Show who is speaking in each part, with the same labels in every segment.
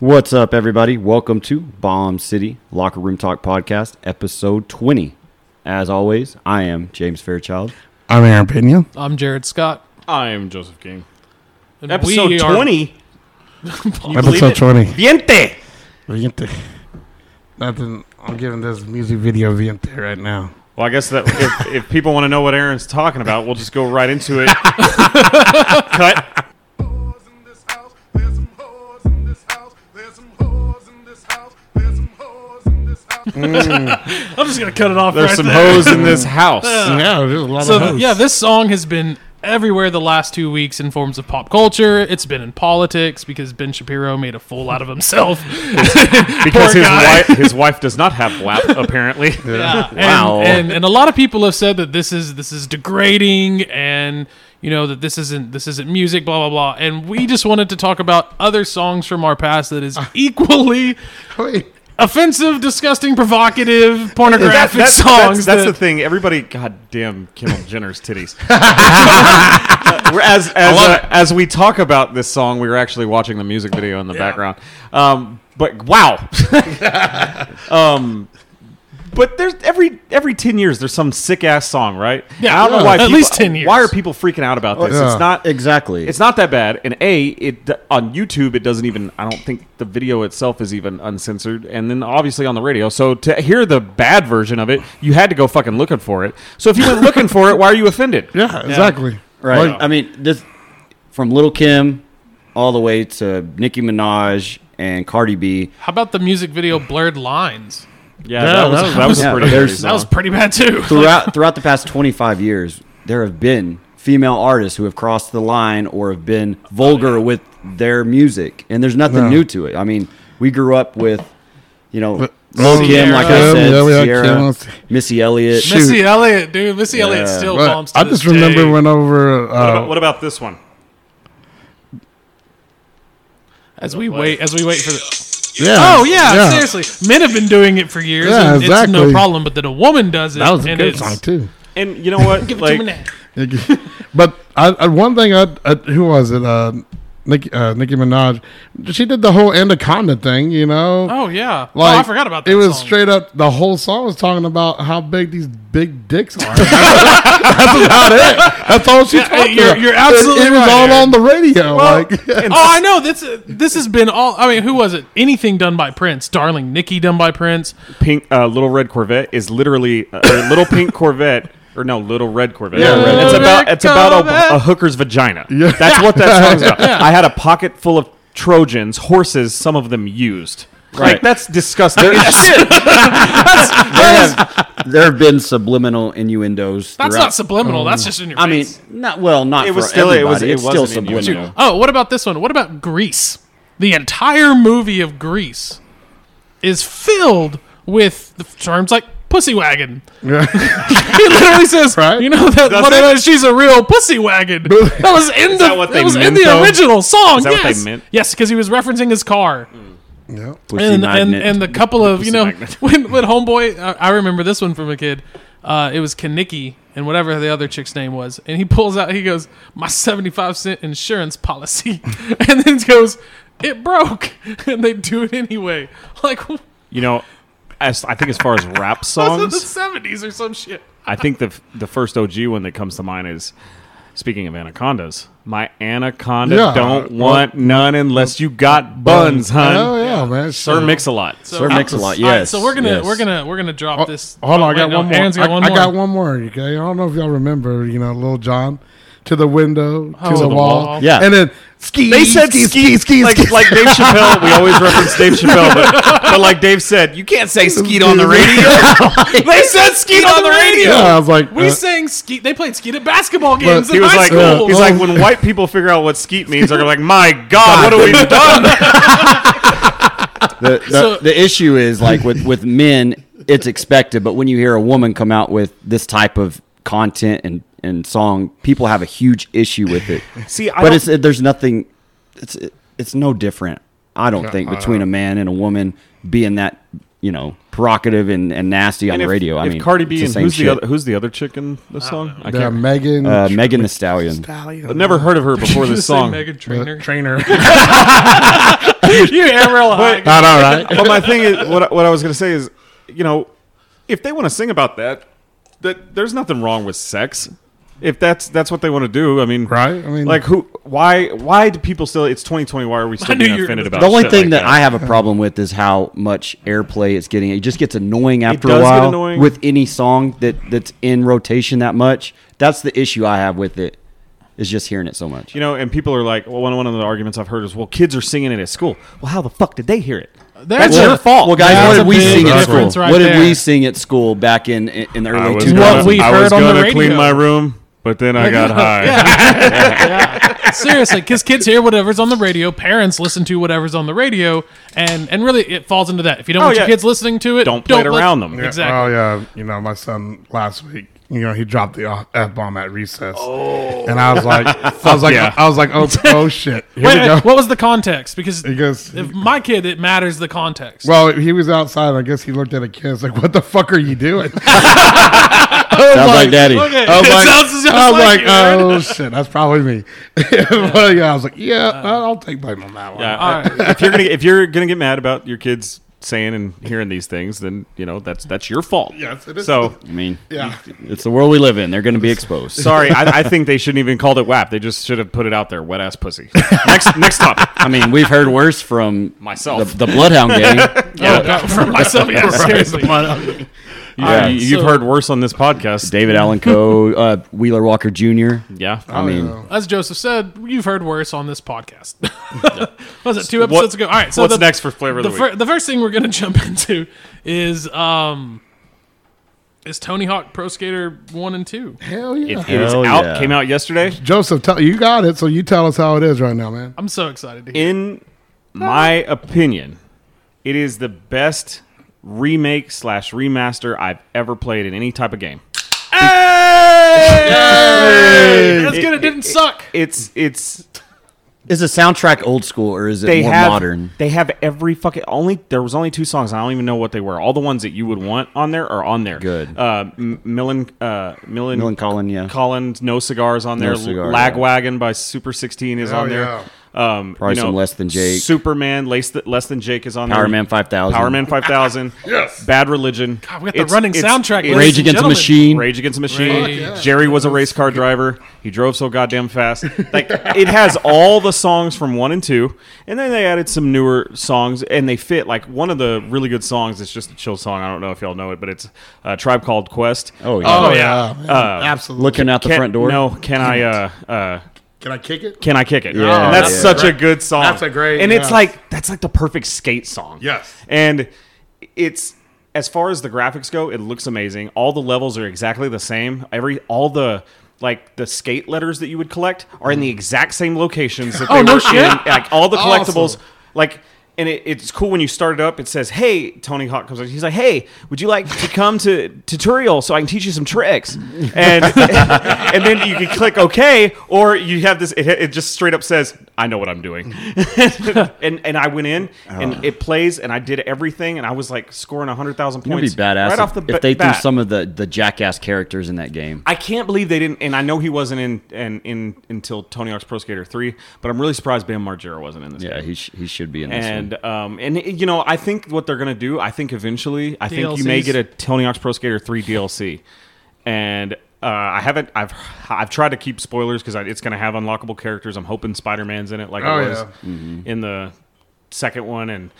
Speaker 1: What's up, everybody? Welcome to Bomb City Locker Room Talk Podcast, episode 20. As always, I am James Fairchild.
Speaker 2: I'm Aaron Pena.
Speaker 3: I'm Jared Scott.
Speaker 4: I am Joseph King.
Speaker 3: and we
Speaker 4: Episode
Speaker 3: are-
Speaker 4: 20.
Speaker 2: Episode 20.
Speaker 4: Viente.
Speaker 2: Viente. Nothing. I'm giving this music video Viente right now.
Speaker 4: Well, I guess that if, if people want to know what Aaron's talking about, we'll just go right into it. Cut.
Speaker 5: whores in this house. There's some whores in this house. There's some whores in this house. There's some whores in this house.
Speaker 3: I'm just gonna cut it off.
Speaker 4: There's
Speaker 3: right
Speaker 4: some
Speaker 3: there.
Speaker 4: hoes in this house.
Speaker 2: Yeah, there's a lot
Speaker 3: So
Speaker 2: of
Speaker 3: th-
Speaker 2: hoes.
Speaker 3: yeah, this song has been everywhere the last two weeks in forms of pop culture. It's been in politics because Ben Shapiro made a fool out of himself.
Speaker 4: Because
Speaker 3: Poor
Speaker 4: his
Speaker 3: guy.
Speaker 4: wife, his wife does not have WAP, apparently.
Speaker 3: Yeah. And,
Speaker 1: Wow.
Speaker 3: And, and a lot of people have said that this is this is degrading and you know that this isn't this isn't music blah blah blah and we just wanted to talk about other songs from our past that
Speaker 4: Ah.
Speaker 3: is equally
Speaker 2: Wait.
Speaker 3: offensive, disgusting, provocative, pornographic
Speaker 4: that's,
Speaker 3: songs.
Speaker 4: that's, that's the
Speaker 3: that-
Speaker 4: thing. Everybody, goddamn Kimmel Jenner's titties. as as,
Speaker 2: love
Speaker 4: uh, as we talk about this song, we were actually watching the music video in the background. Um, but wow, um, but there's every every ten years there's some sick ass song, right?
Speaker 3: Yeah,
Speaker 4: I don't know why.
Speaker 3: at
Speaker 4: people-
Speaker 3: least 10 years.
Speaker 4: Why are people freaking out about this?
Speaker 2: Yeah.
Speaker 4: It's not
Speaker 1: Exactly.
Speaker 4: it's not that bad. And a it d- on YouTube it doesn't even. I don't think the video itself is even uncensored. And then obviously on the radio. So to hear the bad version of it, you had to go fucking looking for it. So if you went looking for it, why are you offended?
Speaker 2: Yeah, exactly.
Speaker 1: right.
Speaker 2: Like,
Speaker 1: I mean, this from Little Kim all the way to Nicki Minaj and Cardi B.
Speaker 3: How about the music video "Blurred Lines"?
Speaker 4: Yeah,
Speaker 2: Yeah,
Speaker 4: that was
Speaker 2: that was-
Speaker 4: that was
Speaker 1: Yeah,
Speaker 4: pretty.
Speaker 1: there's-
Speaker 4: crazy.
Speaker 3: That was pretty bad too.
Speaker 1: Throughout throughout the past 25 years, there have been female artists who have crossed the line or have been
Speaker 3: Oh,
Speaker 1: vulgar with their music, and there's nothing
Speaker 2: No.
Speaker 1: new to it. I mean, we grew up with, you know,
Speaker 2: But-
Speaker 1: Lil Kim, like I
Speaker 2: Sierra.
Speaker 1: said,
Speaker 2: Kim, Elliott,
Speaker 1: Sierra,
Speaker 2: Kim.
Speaker 1: Missy Elliott.
Speaker 2: Shit.
Speaker 3: Missy
Speaker 2: Dude.
Speaker 3: Elliott, dude. Missy Elliott still
Speaker 2: But
Speaker 3: bumps. To
Speaker 2: I just
Speaker 3: this
Speaker 2: remember
Speaker 3: day.
Speaker 2: when over. Uh,
Speaker 4: what, about, what about this one?
Speaker 3: as we wait, as we wait for. The,
Speaker 2: yeah,
Speaker 3: oh yeah, seriously, men have been doing it for years.
Speaker 2: Yeah,
Speaker 3: and It's no
Speaker 2: exactly.
Speaker 3: problem, but then a woman does it.
Speaker 2: That was a
Speaker 3: and
Speaker 2: good
Speaker 3: it's,
Speaker 2: song too.
Speaker 4: And you know what?
Speaker 3: Give it
Speaker 4: like,
Speaker 3: to me now.
Speaker 2: but I, I, one thing, I, I who was it? Uh, Nicki, uh, Nicki Minaj. She did the whole anaconda thing, you know.
Speaker 3: Oh yeah.
Speaker 2: Like,
Speaker 3: oh, I forgot about that.
Speaker 2: It was
Speaker 3: song.
Speaker 2: straight up. The whole song was talking about how big these big dicks are. That's about it. That's all she talked
Speaker 3: you're-
Speaker 2: about.
Speaker 3: you're absolutely
Speaker 2: It, it was
Speaker 3: right,
Speaker 2: all
Speaker 3: Aaron.
Speaker 2: on the radio.
Speaker 4: well,
Speaker 2: like,
Speaker 4: and-
Speaker 3: Oh, I know. This this has been all. I mean, who was it? Anything done by Prince? Darling Nikki done by Prince?
Speaker 4: pink uh, little red Corvette is literally uh, or little pink Corvette. Or no, little red Corvette.
Speaker 2: Yeah, Little
Speaker 4: it's
Speaker 3: Red
Speaker 4: about it's about
Speaker 3: Corvette.
Speaker 4: a, a hooker's vagina. That's what that song's about. I had a pocket full of Trojans, horses, some of them used. Like that's disgusting.
Speaker 1: there, have, there have been subliminal innuendos.
Speaker 3: That's
Speaker 1: throughout-
Speaker 3: not subliminal.
Speaker 2: Oh.
Speaker 3: that's just in your.
Speaker 1: I mean,
Speaker 3: face.
Speaker 1: not well, not
Speaker 4: It
Speaker 1: for
Speaker 4: was still- it was-
Speaker 1: everybody.
Speaker 4: it
Speaker 1: it's
Speaker 4: was
Speaker 1: still
Speaker 4: an innuendo.
Speaker 1: subliminal.
Speaker 3: Oh, what about this one? What about Grease? The entire movie of Grease is filled with the terms like pussy wagon. He literally says,
Speaker 2: Right?
Speaker 3: "You know that
Speaker 4: Does
Speaker 3: what
Speaker 4: it?
Speaker 3: it is, she's a real pussy wagon." That was in the
Speaker 4: that what
Speaker 3: that
Speaker 4: they
Speaker 3: was in
Speaker 4: meant,
Speaker 3: the
Speaker 4: though?
Speaker 3: original song.
Speaker 4: Is that what
Speaker 3: yes,
Speaker 4: they meant?
Speaker 3: yes, because he was referencing his car
Speaker 2: yeah.
Speaker 1: Pussy
Speaker 3: and and,
Speaker 1: magnet.
Speaker 3: and the couple of you know
Speaker 4: magnet.
Speaker 3: when when homeboy I, I remember this one from a kid uh, it was Kaniki and whatever the other chick's name was and he pulls out he goes my 75 cent insurance policy and then goes it broke and they do it anyway like what
Speaker 4: you know, as I think as far as rap
Speaker 3: was in the
Speaker 4: songs,
Speaker 3: 70s or some shit
Speaker 4: I think the the first OG one that comes to mind is speaking of anacondas. My anaconda
Speaker 2: Yeah.
Speaker 4: don't want none unless you got buns, hun.
Speaker 2: Oh yeah, man.
Speaker 4: Sir Mix a lot.
Speaker 1: Sir Mix-a-Lot,
Speaker 3: All right,
Speaker 1: yes,
Speaker 3: so we're gonna
Speaker 1: yes.
Speaker 3: we're gonna we're gonna drop this
Speaker 2: Hold on,
Speaker 3: oh,
Speaker 2: I
Speaker 3: wait,
Speaker 2: got
Speaker 3: no,
Speaker 2: one more.
Speaker 3: Aaron's
Speaker 2: I,
Speaker 3: got one
Speaker 2: I
Speaker 3: more
Speaker 2: got one more. Okay, I don't know if y'all remember. You know, Little John to the window, to
Speaker 3: to
Speaker 2: the,
Speaker 3: Oh, the
Speaker 2: wall.
Speaker 3: wall.
Speaker 1: Yeah.
Speaker 2: and then ski.
Speaker 4: They said
Speaker 2: ski,
Speaker 4: ski,
Speaker 2: ski, ski,
Speaker 4: like,
Speaker 2: ski.
Speaker 4: like Dave Chappelle. We always reference Dave Chappelle, but, but like Dave said, you can't say skeet on the radio. they said skeet on the radio.
Speaker 2: yeah, I was like,
Speaker 3: we
Speaker 2: uh,
Speaker 3: sang skeet they played skeet at basketball games
Speaker 4: He
Speaker 3: in
Speaker 4: was
Speaker 3: high
Speaker 4: like,
Speaker 3: school
Speaker 4: he's
Speaker 1: Oh.
Speaker 4: like, when white people figure out what skeet means, they're like, my God, what have we done?
Speaker 1: the, the,
Speaker 3: So-
Speaker 1: the issue is like with with men it's expected but when you hear a woman come out with this type of content and and song people have a huge issue with it
Speaker 4: See, I
Speaker 1: but
Speaker 4: don't-
Speaker 1: it's there's nothing it's it's no different i don't think
Speaker 4: Uh,
Speaker 1: between a man and a woman being that you know provocative and, and nasty on
Speaker 4: And if-
Speaker 1: radio i
Speaker 4: if
Speaker 1: mean
Speaker 4: Cardi B
Speaker 1: it's
Speaker 4: and
Speaker 1: same
Speaker 4: who's
Speaker 1: shit.
Speaker 4: the other who's the other chick in the song? I
Speaker 2: yeah,
Speaker 4: can't.
Speaker 2: Megan,
Speaker 1: uh, megan the stallion
Speaker 4: I've never heard of her before this song.
Speaker 3: Megan Trainer
Speaker 2: trainer.
Speaker 3: you air real high.
Speaker 2: Not all right.
Speaker 4: Well, my thing is, what, I- what I was going to say is, you know, if they want to sing about that, that there's nothing wrong with sex. If that's that's what they want to do, I mean,
Speaker 2: Right, I mean-
Speaker 4: like who? Why? Why do people still? It's 2020. Why are we
Speaker 3: I
Speaker 4: still
Speaker 3: knew
Speaker 4: being
Speaker 3: you were
Speaker 4: offended
Speaker 3: gonna-
Speaker 4: about?
Speaker 1: The only
Speaker 4: shit
Speaker 1: thing
Speaker 4: like
Speaker 1: that, I have a problem with is how much airplay it's getting. It just gets annoying after
Speaker 4: does
Speaker 1: a
Speaker 4: get
Speaker 1: while
Speaker 4: annoying.
Speaker 1: with any song that that's in rotation that much. That's the issue I have with it. Is just hearing it so much.
Speaker 4: you know, and people are like, well, one one of the arguments I've heard is, well, kids are singing it at school. Well, how the fuck did they hear it?
Speaker 3: There's
Speaker 4: That's
Speaker 3: a-
Speaker 4: your fault.
Speaker 1: Well, guys,
Speaker 3: That's
Speaker 1: what
Speaker 3: a
Speaker 1: did we
Speaker 3: big
Speaker 1: sing at school?
Speaker 3: difference right
Speaker 1: what did we
Speaker 3: there.
Speaker 1: sing at school back in in the early two
Speaker 3: gonna-
Speaker 1: thousands?
Speaker 3: we heard on the radio.
Speaker 4: room, but then I got high.
Speaker 3: Seriously, because kids hear whatever's on the radio, parents listen to whatever's on the radio, and and really it falls into that. If you don't
Speaker 4: Oh,
Speaker 3: want
Speaker 4: yeah.
Speaker 3: your kids listening to it,
Speaker 4: Don't play it
Speaker 3: let-
Speaker 4: around them. Yeah.
Speaker 3: Exactly.
Speaker 2: Oh yeah, you know my son last week. You know he dropped the f bomb at recess, and I was like, I was like,
Speaker 4: yeah.
Speaker 2: I was like, oh, oh shit, here
Speaker 3: Wait,
Speaker 2: we go.
Speaker 3: wait, what was the context? Because
Speaker 2: He goes,
Speaker 3: if my kid, it matters the context.
Speaker 2: well, he was outside. and I guess he looked at a kid. It's like, what the fuck are you doing? I
Speaker 1: Sounds
Speaker 2: was
Speaker 1: like daddy.
Speaker 3: Look at-
Speaker 2: I was
Speaker 3: it
Speaker 2: like,
Speaker 3: sounds just
Speaker 2: I was
Speaker 3: like
Speaker 2: like,
Speaker 3: you, man.
Speaker 2: oh shit, that's probably me. Well, yeah, I was like, yeah,
Speaker 3: Uh,
Speaker 2: I'll take blame on that one.
Speaker 4: Yeah,
Speaker 3: All
Speaker 4: I- if you're gonna if you're gonna get mad about your kids saying and hearing these things, then you know that's that's your fault.
Speaker 2: Yes, it is.
Speaker 4: So
Speaker 1: I mean,
Speaker 2: Yeah.
Speaker 1: it's the world we live in. They're going to be exposed.
Speaker 4: sorry, I, I think they shouldn't even called it WAP. They just should have put it out there. Wet ass pussy. Next next topic.
Speaker 1: I mean, we've heard worse from
Speaker 4: Myself.
Speaker 1: the, the Bloodhound gang.
Speaker 3: Oh, God, for myself, yeah, seriously.
Speaker 1: Yeah.
Speaker 4: You, you've
Speaker 3: so-
Speaker 4: heard worse on this podcast,
Speaker 1: David Allen Coe, uh, Wheeler Walker Jr.
Speaker 4: Yeah.
Speaker 2: Oh,
Speaker 1: I mean,
Speaker 3: As Joseph said, you've heard worse on this podcast. was it two episodes
Speaker 4: What-
Speaker 3: ago? All right. So
Speaker 4: what's
Speaker 3: the,
Speaker 4: next for flavor of the,
Speaker 3: the, fir- the first thing we're gonna jump into is um, is Tony Hawk Pro Skater one and two.
Speaker 2: Hell
Speaker 4: week?
Speaker 2: yeah.
Speaker 4: It is
Speaker 1: Hell
Speaker 4: out.
Speaker 1: yeah.
Speaker 4: Came out yesterday.
Speaker 2: Joseph, tell, you got it. So you tell us how it is right now, man.
Speaker 3: I'm so excited to hear.
Speaker 4: In my opinion, it is the best remake slash remaster I've ever played in any type of game.
Speaker 3: Hey! That's
Speaker 4: It-
Speaker 3: good. It
Speaker 4: it-
Speaker 3: didn't suck.
Speaker 4: It's it's
Speaker 1: is the soundtrack old school or is it
Speaker 4: they
Speaker 1: more
Speaker 4: have
Speaker 1: modern?
Speaker 4: they have every fucking only there was only two songs. I don't even know what they were. All the ones that you would want on there are on there.
Speaker 1: Good.
Speaker 4: Uh, M- Millen uh, Millen,
Speaker 1: Millen Collin, yeah.
Speaker 4: Collins, no cigars on there.
Speaker 1: Cigar,
Speaker 4: Lagwagon by Super Sixteen is on there.
Speaker 2: yeah.
Speaker 4: Um,
Speaker 1: Probably some Less Than Jake.
Speaker 4: Superman, less, Th- less than Jake is on
Speaker 1: Power
Speaker 4: there.
Speaker 1: Man 5000.
Speaker 4: Power Man Five Thousand. yes. Bad Religion.
Speaker 3: God, we got the running soundtrack.
Speaker 4: it's-
Speaker 1: Rage Against
Speaker 3: ladies and
Speaker 1: the
Speaker 3: gentlemen.
Speaker 1: Machine.
Speaker 4: Rage Against the Machine.
Speaker 3: Rage. Fuck
Speaker 4: Jerry was a race car driver. He drove so goddamn fast. Like it has all the songs from one and two, and then they added some newer songs, and they fit. Like one of the really good songs is just a chill song. I don't know if y'all know it, but it's a Tribe Called Quest.
Speaker 1: Oh, yeah.
Speaker 2: Oh, yeah. man. Absolutely.
Speaker 1: Looking out the
Speaker 4: Can-
Speaker 1: front door.
Speaker 4: Oh, No, can I? Uh, uh,
Speaker 2: Can I kick it?
Speaker 4: can I kick it?
Speaker 1: Yeah.
Speaker 4: And that's
Speaker 1: Yeah.
Speaker 4: such a good song.
Speaker 2: That's a great-
Speaker 4: And it's
Speaker 2: yes.
Speaker 4: like that's like the perfect skate song.
Speaker 2: Yes.
Speaker 4: And it's as far as the graphics go, it looks amazing. All the levels are exactly the same. Every all the like the skate letters that you would collect are in the
Speaker 2: Mm-hmm.
Speaker 4: exact same locations
Speaker 1: Oh,
Speaker 4: that they
Speaker 3: no
Speaker 4: were
Speaker 3: shit.
Speaker 4: in. Like all the
Speaker 2: Awesome.
Speaker 4: collectibles, like. And it, it's cool when you start it up. It says, "Hey, Tony Hawk comes." up. He's like, "Hey, would you like to come to tutorial so I can teach you some tricks?" And and then you can click OK, or you have this. It, it just straight up says, "I know what I'm doing." and and I went in and it plays, and I did everything, and I was like scoring hundred thousand
Speaker 1: It'd be
Speaker 4: points
Speaker 1: badass
Speaker 4: right
Speaker 1: if,
Speaker 4: off the
Speaker 1: if they
Speaker 4: bat.
Speaker 1: threw some of the, the jackass characters in that game.
Speaker 4: I can't believe they didn't, and I know he wasn't in in, in until Tony Hawk's Pro Skater three, but I'm really surprised Bam Margera wasn't in this.
Speaker 1: Yeah,
Speaker 4: game.
Speaker 1: he, sh- he should be in this one.
Speaker 4: and um and you know I think what they're gonna do, I think eventually, I think you may
Speaker 3: DLCs.
Speaker 4: get a Tony Hawk's Pro Skater three DLC, and. Uh, I haven't. I've I've tried to keep spoilers because it's going to have unlockable characters. I'm hoping Spider Man's in it, like
Speaker 2: Oh,
Speaker 4: it was
Speaker 2: yeah.
Speaker 1: Mm-hmm.
Speaker 4: in the second one, and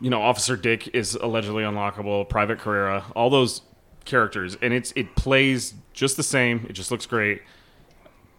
Speaker 4: you know Officer Dick is allegedly unlockable. Private Carrera, all those characters, and it's it plays just the same. It just looks great.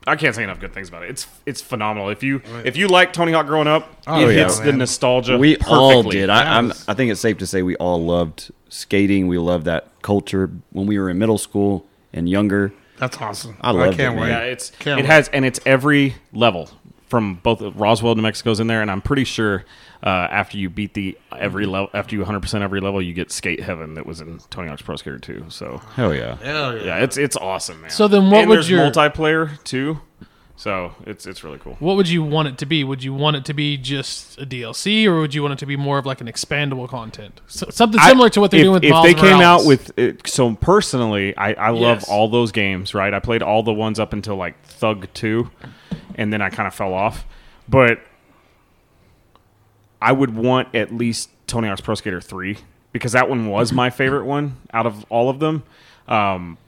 Speaker 4: I can't say enough good things about it. It's it's phenomenal. If you if you like Tony Hawk growing up,
Speaker 2: Oh,
Speaker 4: it
Speaker 2: yeah,
Speaker 4: hits the
Speaker 2: man.
Speaker 4: nostalgia.
Speaker 1: we all
Speaker 4: uh, perfectly.
Speaker 1: did. I, I'm,
Speaker 2: Yes.
Speaker 1: I think it's safe to say we all loved skating. We loved that culture when we were in middle school and younger.
Speaker 2: That's awesome.
Speaker 1: I loved
Speaker 2: can't
Speaker 1: it,
Speaker 2: wait.
Speaker 1: man.
Speaker 4: Yeah, it's
Speaker 2: Can't
Speaker 4: it
Speaker 2: wait.
Speaker 4: has and it's every level from both Roswell, New Mexico's in there, and I'm pretty sure uh, after you beat the every level, after you 100 percent every level, you get Skate Heaven that was in Tony Hawk's Pro Skater 2. So
Speaker 1: Hell yeah.
Speaker 2: Hell
Speaker 4: yeah, it's it's awesome, man.
Speaker 3: So then what
Speaker 4: and
Speaker 3: would
Speaker 4: there's
Speaker 3: your-
Speaker 4: multiplayer too? So it's it's really cool.
Speaker 3: What would you want it to be? Would you want it to be just a DLC, or would you want it to be more of like an expandable content, so, something similar
Speaker 4: I-
Speaker 3: to what they're
Speaker 4: if,
Speaker 3: doing with
Speaker 4: If
Speaker 3: Miles
Speaker 4: they came
Speaker 3: Morales.
Speaker 4: out with it, so personally, I, I love
Speaker 3: Yes.
Speaker 4: all those games. Right, I played all the ones up until like Thug Two, and then I kind of fell off. But I would want at least Tony Hawk's Pro Skater 3 because that one was my favorite one out of all of them. Um,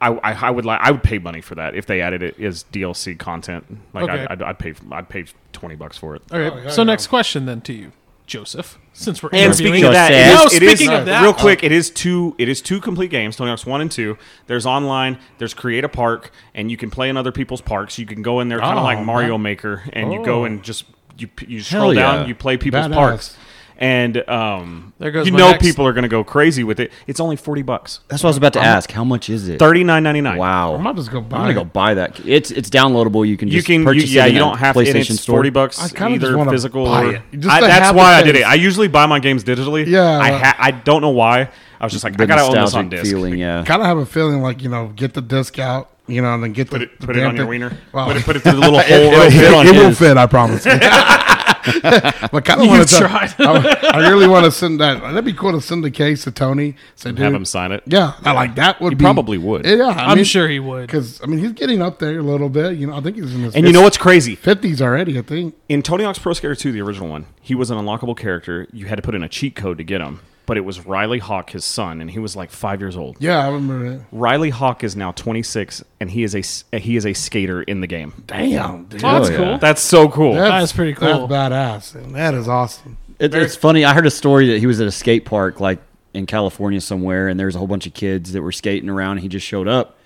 Speaker 4: I, I, I would like I would pay money for that if they added it as DLC content. Like
Speaker 3: Okay.
Speaker 4: I'd, I'd, I'd pay I'd pay twenty bucks for it.
Speaker 3: Okay.
Speaker 2: Oh, yeah,
Speaker 3: so
Speaker 2: yeah.
Speaker 3: next question then to you, Joseph. Since we're
Speaker 4: And speaking
Speaker 3: interviewing-
Speaker 4: of that,
Speaker 1: Joseph.
Speaker 4: it is-
Speaker 3: No,
Speaker 4: it is-
Speaker 3: speaking of that-
Speaker 4: real quick, it is two. It is two complete games: Tony Hawk's One and Two. There's online. There's create a park, and you can play in other people's parks. You can go in there, kind of
Speaker 2: Oh,
Speaker 4: like Mario
Speaker 2: that-
Speaker 4: Maker, and you
Speaker 2: Oh.
Speaker 4: go and just you you scroll
Speaker 1: Hell
Speaker 4: down,
Speaker 1: yeah.
Speaker 4: you play people's
Speaker 2: Badass.
Speaker 4: parks, and um,
Speaker 3: There goes
Speaker 4: you
Speaker 3: my
Speaker 4: know
Speaker 3: next-
Speaker 4: people are going to go crazy with it. It's only forty bucks,
Speaker 1: That's what I was about to ask. How much is it?
Speaker 4: thirty nine ninety nine.
Speaker 1: Wow.
Speaker 2: I might just go
Speaker 1: I'm
Speaker 2: buy
Speaker 1: gonna go
Speaker 2: it.
Speaker 1: buy that. It's it's downloadable. You can
Speaker 4: You
Speaker 1: just
Speaker 4: can, you,
Speaker 1: purchase
Speaker 4: yeah.
Speaker 1: it. in
Speaker 4: You
Speaker 1: a
Speaker 4: don't have. It,
Speaker 1: PlayStation
Speaker 4: it's
Speaker 1: store.
Speaker 4: forty bucks.
Speaker 2: I kinda just
Speaker 4: either
Speaker 2: wanna
Speaker 4: physical
Speaker 2: buy
Speaker 4: or
Speaker 2: it. Just
Speaker 4: I-
Speaker 2: to
Speaker 4: that's
Speaker 2: have
Speaker 4: why
Speaker 2: the
Speaker 4: I did it.
Speaker 2: things.
Speaker 4: I usually buy my games digitally.
Speaker 2: Yeah.
Speaker 4: I ha- I don't know why. I was just like,
Speaker 1: The
Speaker 4: I gotta own this on
Speaker 1: nostalgic
Speaker 4: disc.
Speaker 1: feeling. Yeah.
Speaker 2: Kind of have a feeling like you know, get the disc out, you know, and then get
Speaker 4: Put
Speaker 2: the
Speaker 4: it, put it on your
Speaker 2: damn thing-
Speaker 4: wiener.
Speaker 2: Wow.
Speaker 4: Put it, put it through the little hole.
Speaker 2: it,
Speaker 4: right
Speaker 2: it-
Speaker 4: there on
Speaker 2: it will
Speaker 4: his.
Speaker 2: fit, I promise. but kind of want to
Speaker 3: tried.
Speaker 2: I, I really want to send that. That'd be cool to send the case to Tony. Say, dude,
Speaker 4: Have him sign it.
Speaker 2: Yeah, I like that. Would
Speaker 4: He
Speaker 2: be-
Speaker 4: probably would.
Speaker 2: Yeah, I
Speaker 3: I'm sure he would.
Speaker 2: because I mean he's getting up there a little bit. You know, I think he's in his
Speaker 4: And you know what's crazy?
Speaker 2: fifties already. I think.
Speaker 4: In Tony Hawk's Pro Skater 2, the original one, he was an unlockable character. You had to put in a cheat code to get him, but it was Riley Hawk, his son, and he was like five years old.
Speaker 2: Yeah, I remember that.
Speaker 4: Riley Hawk is now 26, and he is a s- uh, he is a skater in the game.
Speaker 2: Damn, dude.
Speaker 3: Oh, that's
Speaker 1: yeah.
Speaker 3: cool.
Speaker 4: That's so cool.
Speaker 3: That's pretty cool.
Speaker 2: That's badass. And that is awesome.
Speaker 1: It, it's funny. I heard a story that he was at a skate park, like in California somewhere, and there was a whole bunch of kids that were skating around. And he just showed up,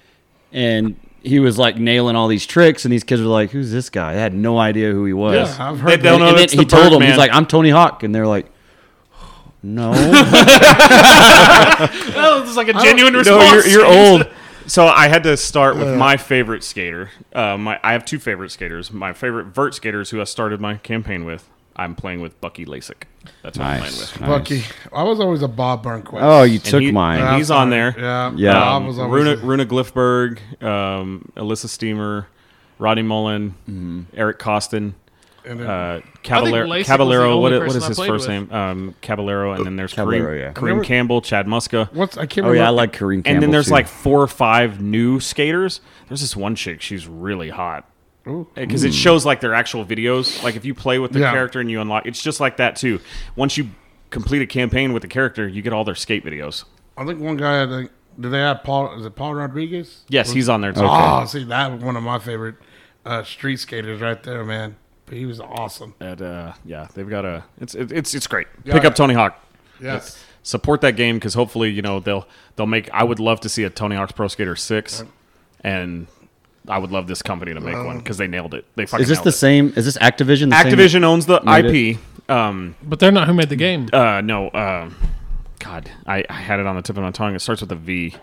Speaker 1: and he was like nailing all these tricks, and these kids were like, "Who's this guy?" I had no idea who he was.
Speaker 2: Yeah, I've
Speaker 4: They
Speaker 2: heard
Speaker 4: don't
Speaker 2: that.
Speaker 1: And,
Speaker 4: know
Speaker 1: and then
Speaker 4: it's
Speaker 1: he
Speaker 4: the
Speaker 1: told them,
Speaker 4: Birdman.
Speaker 1: "He's like, I'm Tony Hawk," and they're like, "No."
Speaker 3: That was like a genuine
Speaker 4: No,
Speaker 3: response.
Speaker 4: you're, you're old. So I had to start with my favorite skater. Uh, my I have two favorite skaters. My favorite vert skaters, who I started my campaign with. I'm playing with Bucky Lasik. That's what I'm playing with.
Speaker 1: Nice.
Speaker 2: Bucky. I was always a Bob Burnquist.
Speaker 1: Oh, you
Speaker 4: And
Speaker 1: took
Speaker 4: he-
Speaker 1: mine.
Speaker 4: and he's on there.
Speaker 2: Yeah,
Speaker 1: Yeah.
Speaker 2: Bob
Speaker 4: Um,
Speaker 2: was always
Speaker 4: Runa,
Speaker 2: a-
Speaker 4: Runa Glifberg, um, Alyssa Steamer, Rodney Mullen, Eric Costin,
Speaker 2: and then-
Speaker 4: uh,
Speaker 3: Lasik
Speaker 4: Caballero.
Speaker 3: was the
Speaker 4: Caballero.
Speaker 3: only
Speaker 4: What, i- what
Speaker 3: person
Speaker 4: is
Speaker 3: I
Speaker 4: his
Speaker 3: played
Speaker 4: first
Speaker 3: with.
Speaker 4: name? Um, Caballero, and then there's
Speaker 1: Caballero,
Speaker 4: Kareem,
Speaker 1: yeah.
Speaker 4: Kareem Campbell, Chad Muska.
Speaker 2: what's I can't
Speaker 1: oh
Speaker 2: remember.
Speaker 1: yeah, I like Kareem. Campbell
Speaker 4: and then there's
Speaker 1: too.
Speaker 4: like four or five new skaters. There's this one chick. She's really hot. Because
Speaker 1: Hmm.
Speaker 4: it shows like their actual videos. Like if you play with the
Speaker 2: Yeah.
Speaker 4: character and you unlock, it's just like that too. Once you complete a campaign with the character, you get all their skate videos.
Speaker 2: I think one guy. I think, did they have Paul? Is it Paul Rodriguez?
Speaker 4: Yes, he's on there too.
Speaker 2: Oh, see, that was one of my favorite uh, street skaters right there, man. But he was awesome.
Speaker 4: And, uh, yeah, they've got a. It's it, it's it's great.
Speaker 2: Yeah.
Speaker 4: Pick up Tony Hawk.
Speaker 2: Yes.
Speaker 4: Support that game because hopefully you know they'll they'll make. I would love to see a Tony Hawk's Pro Skater Six, and I would love this company to make one because they nailed it. They fucking
Speaker 1: Is this
Speaker 4: nailed
Speaker 1: the
Speaker 4: it.
Speaker 1: same? Is this Activision? The
Speaker 4: Activision owns the
Speaker 1: Made
Speaker 4: IP. Um,
Speaker 3: But they're not who made the game.
Speaker 4: uh, no, um, God, I, I had it on the tip of my tongue. It starts with a V.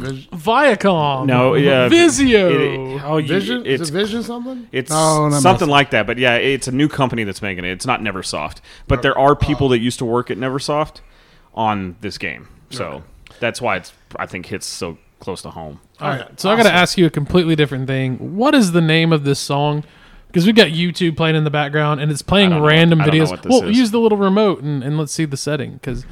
Speaker 3: Viacom.
Speaker 4: No, yeah,
Speaker 3: Vizio.
Speaker 4: It- it- oh, you-
Speaker 2: Vision?
Speaker 4: It's
Speaker 2: is it Vision something?
Speaker 4: It's
Speaker 2: No, no,
Speaker 4: something
Speaker 2: no.
Speaker 4: like that, but yeah, it's a new company that's making it. It's not NeverSoft, but there are people that used to work at NeverSoft on this game, so that's why it's I think hits so close to home.
Speaker 3: All right. So I got to ask you a completely different thing. What is the name of this song? Because we've got YouTube playing in the background and it's playing
Speaker 4: I don't know-
Speaker 3: random
Speaker 4: I don't know
Speaker 3: videos.
Speaker 4: what this
Speaker 3: Well,
Speaker 4: is.
Speaker 3: use the little remote and, and let's see the setting because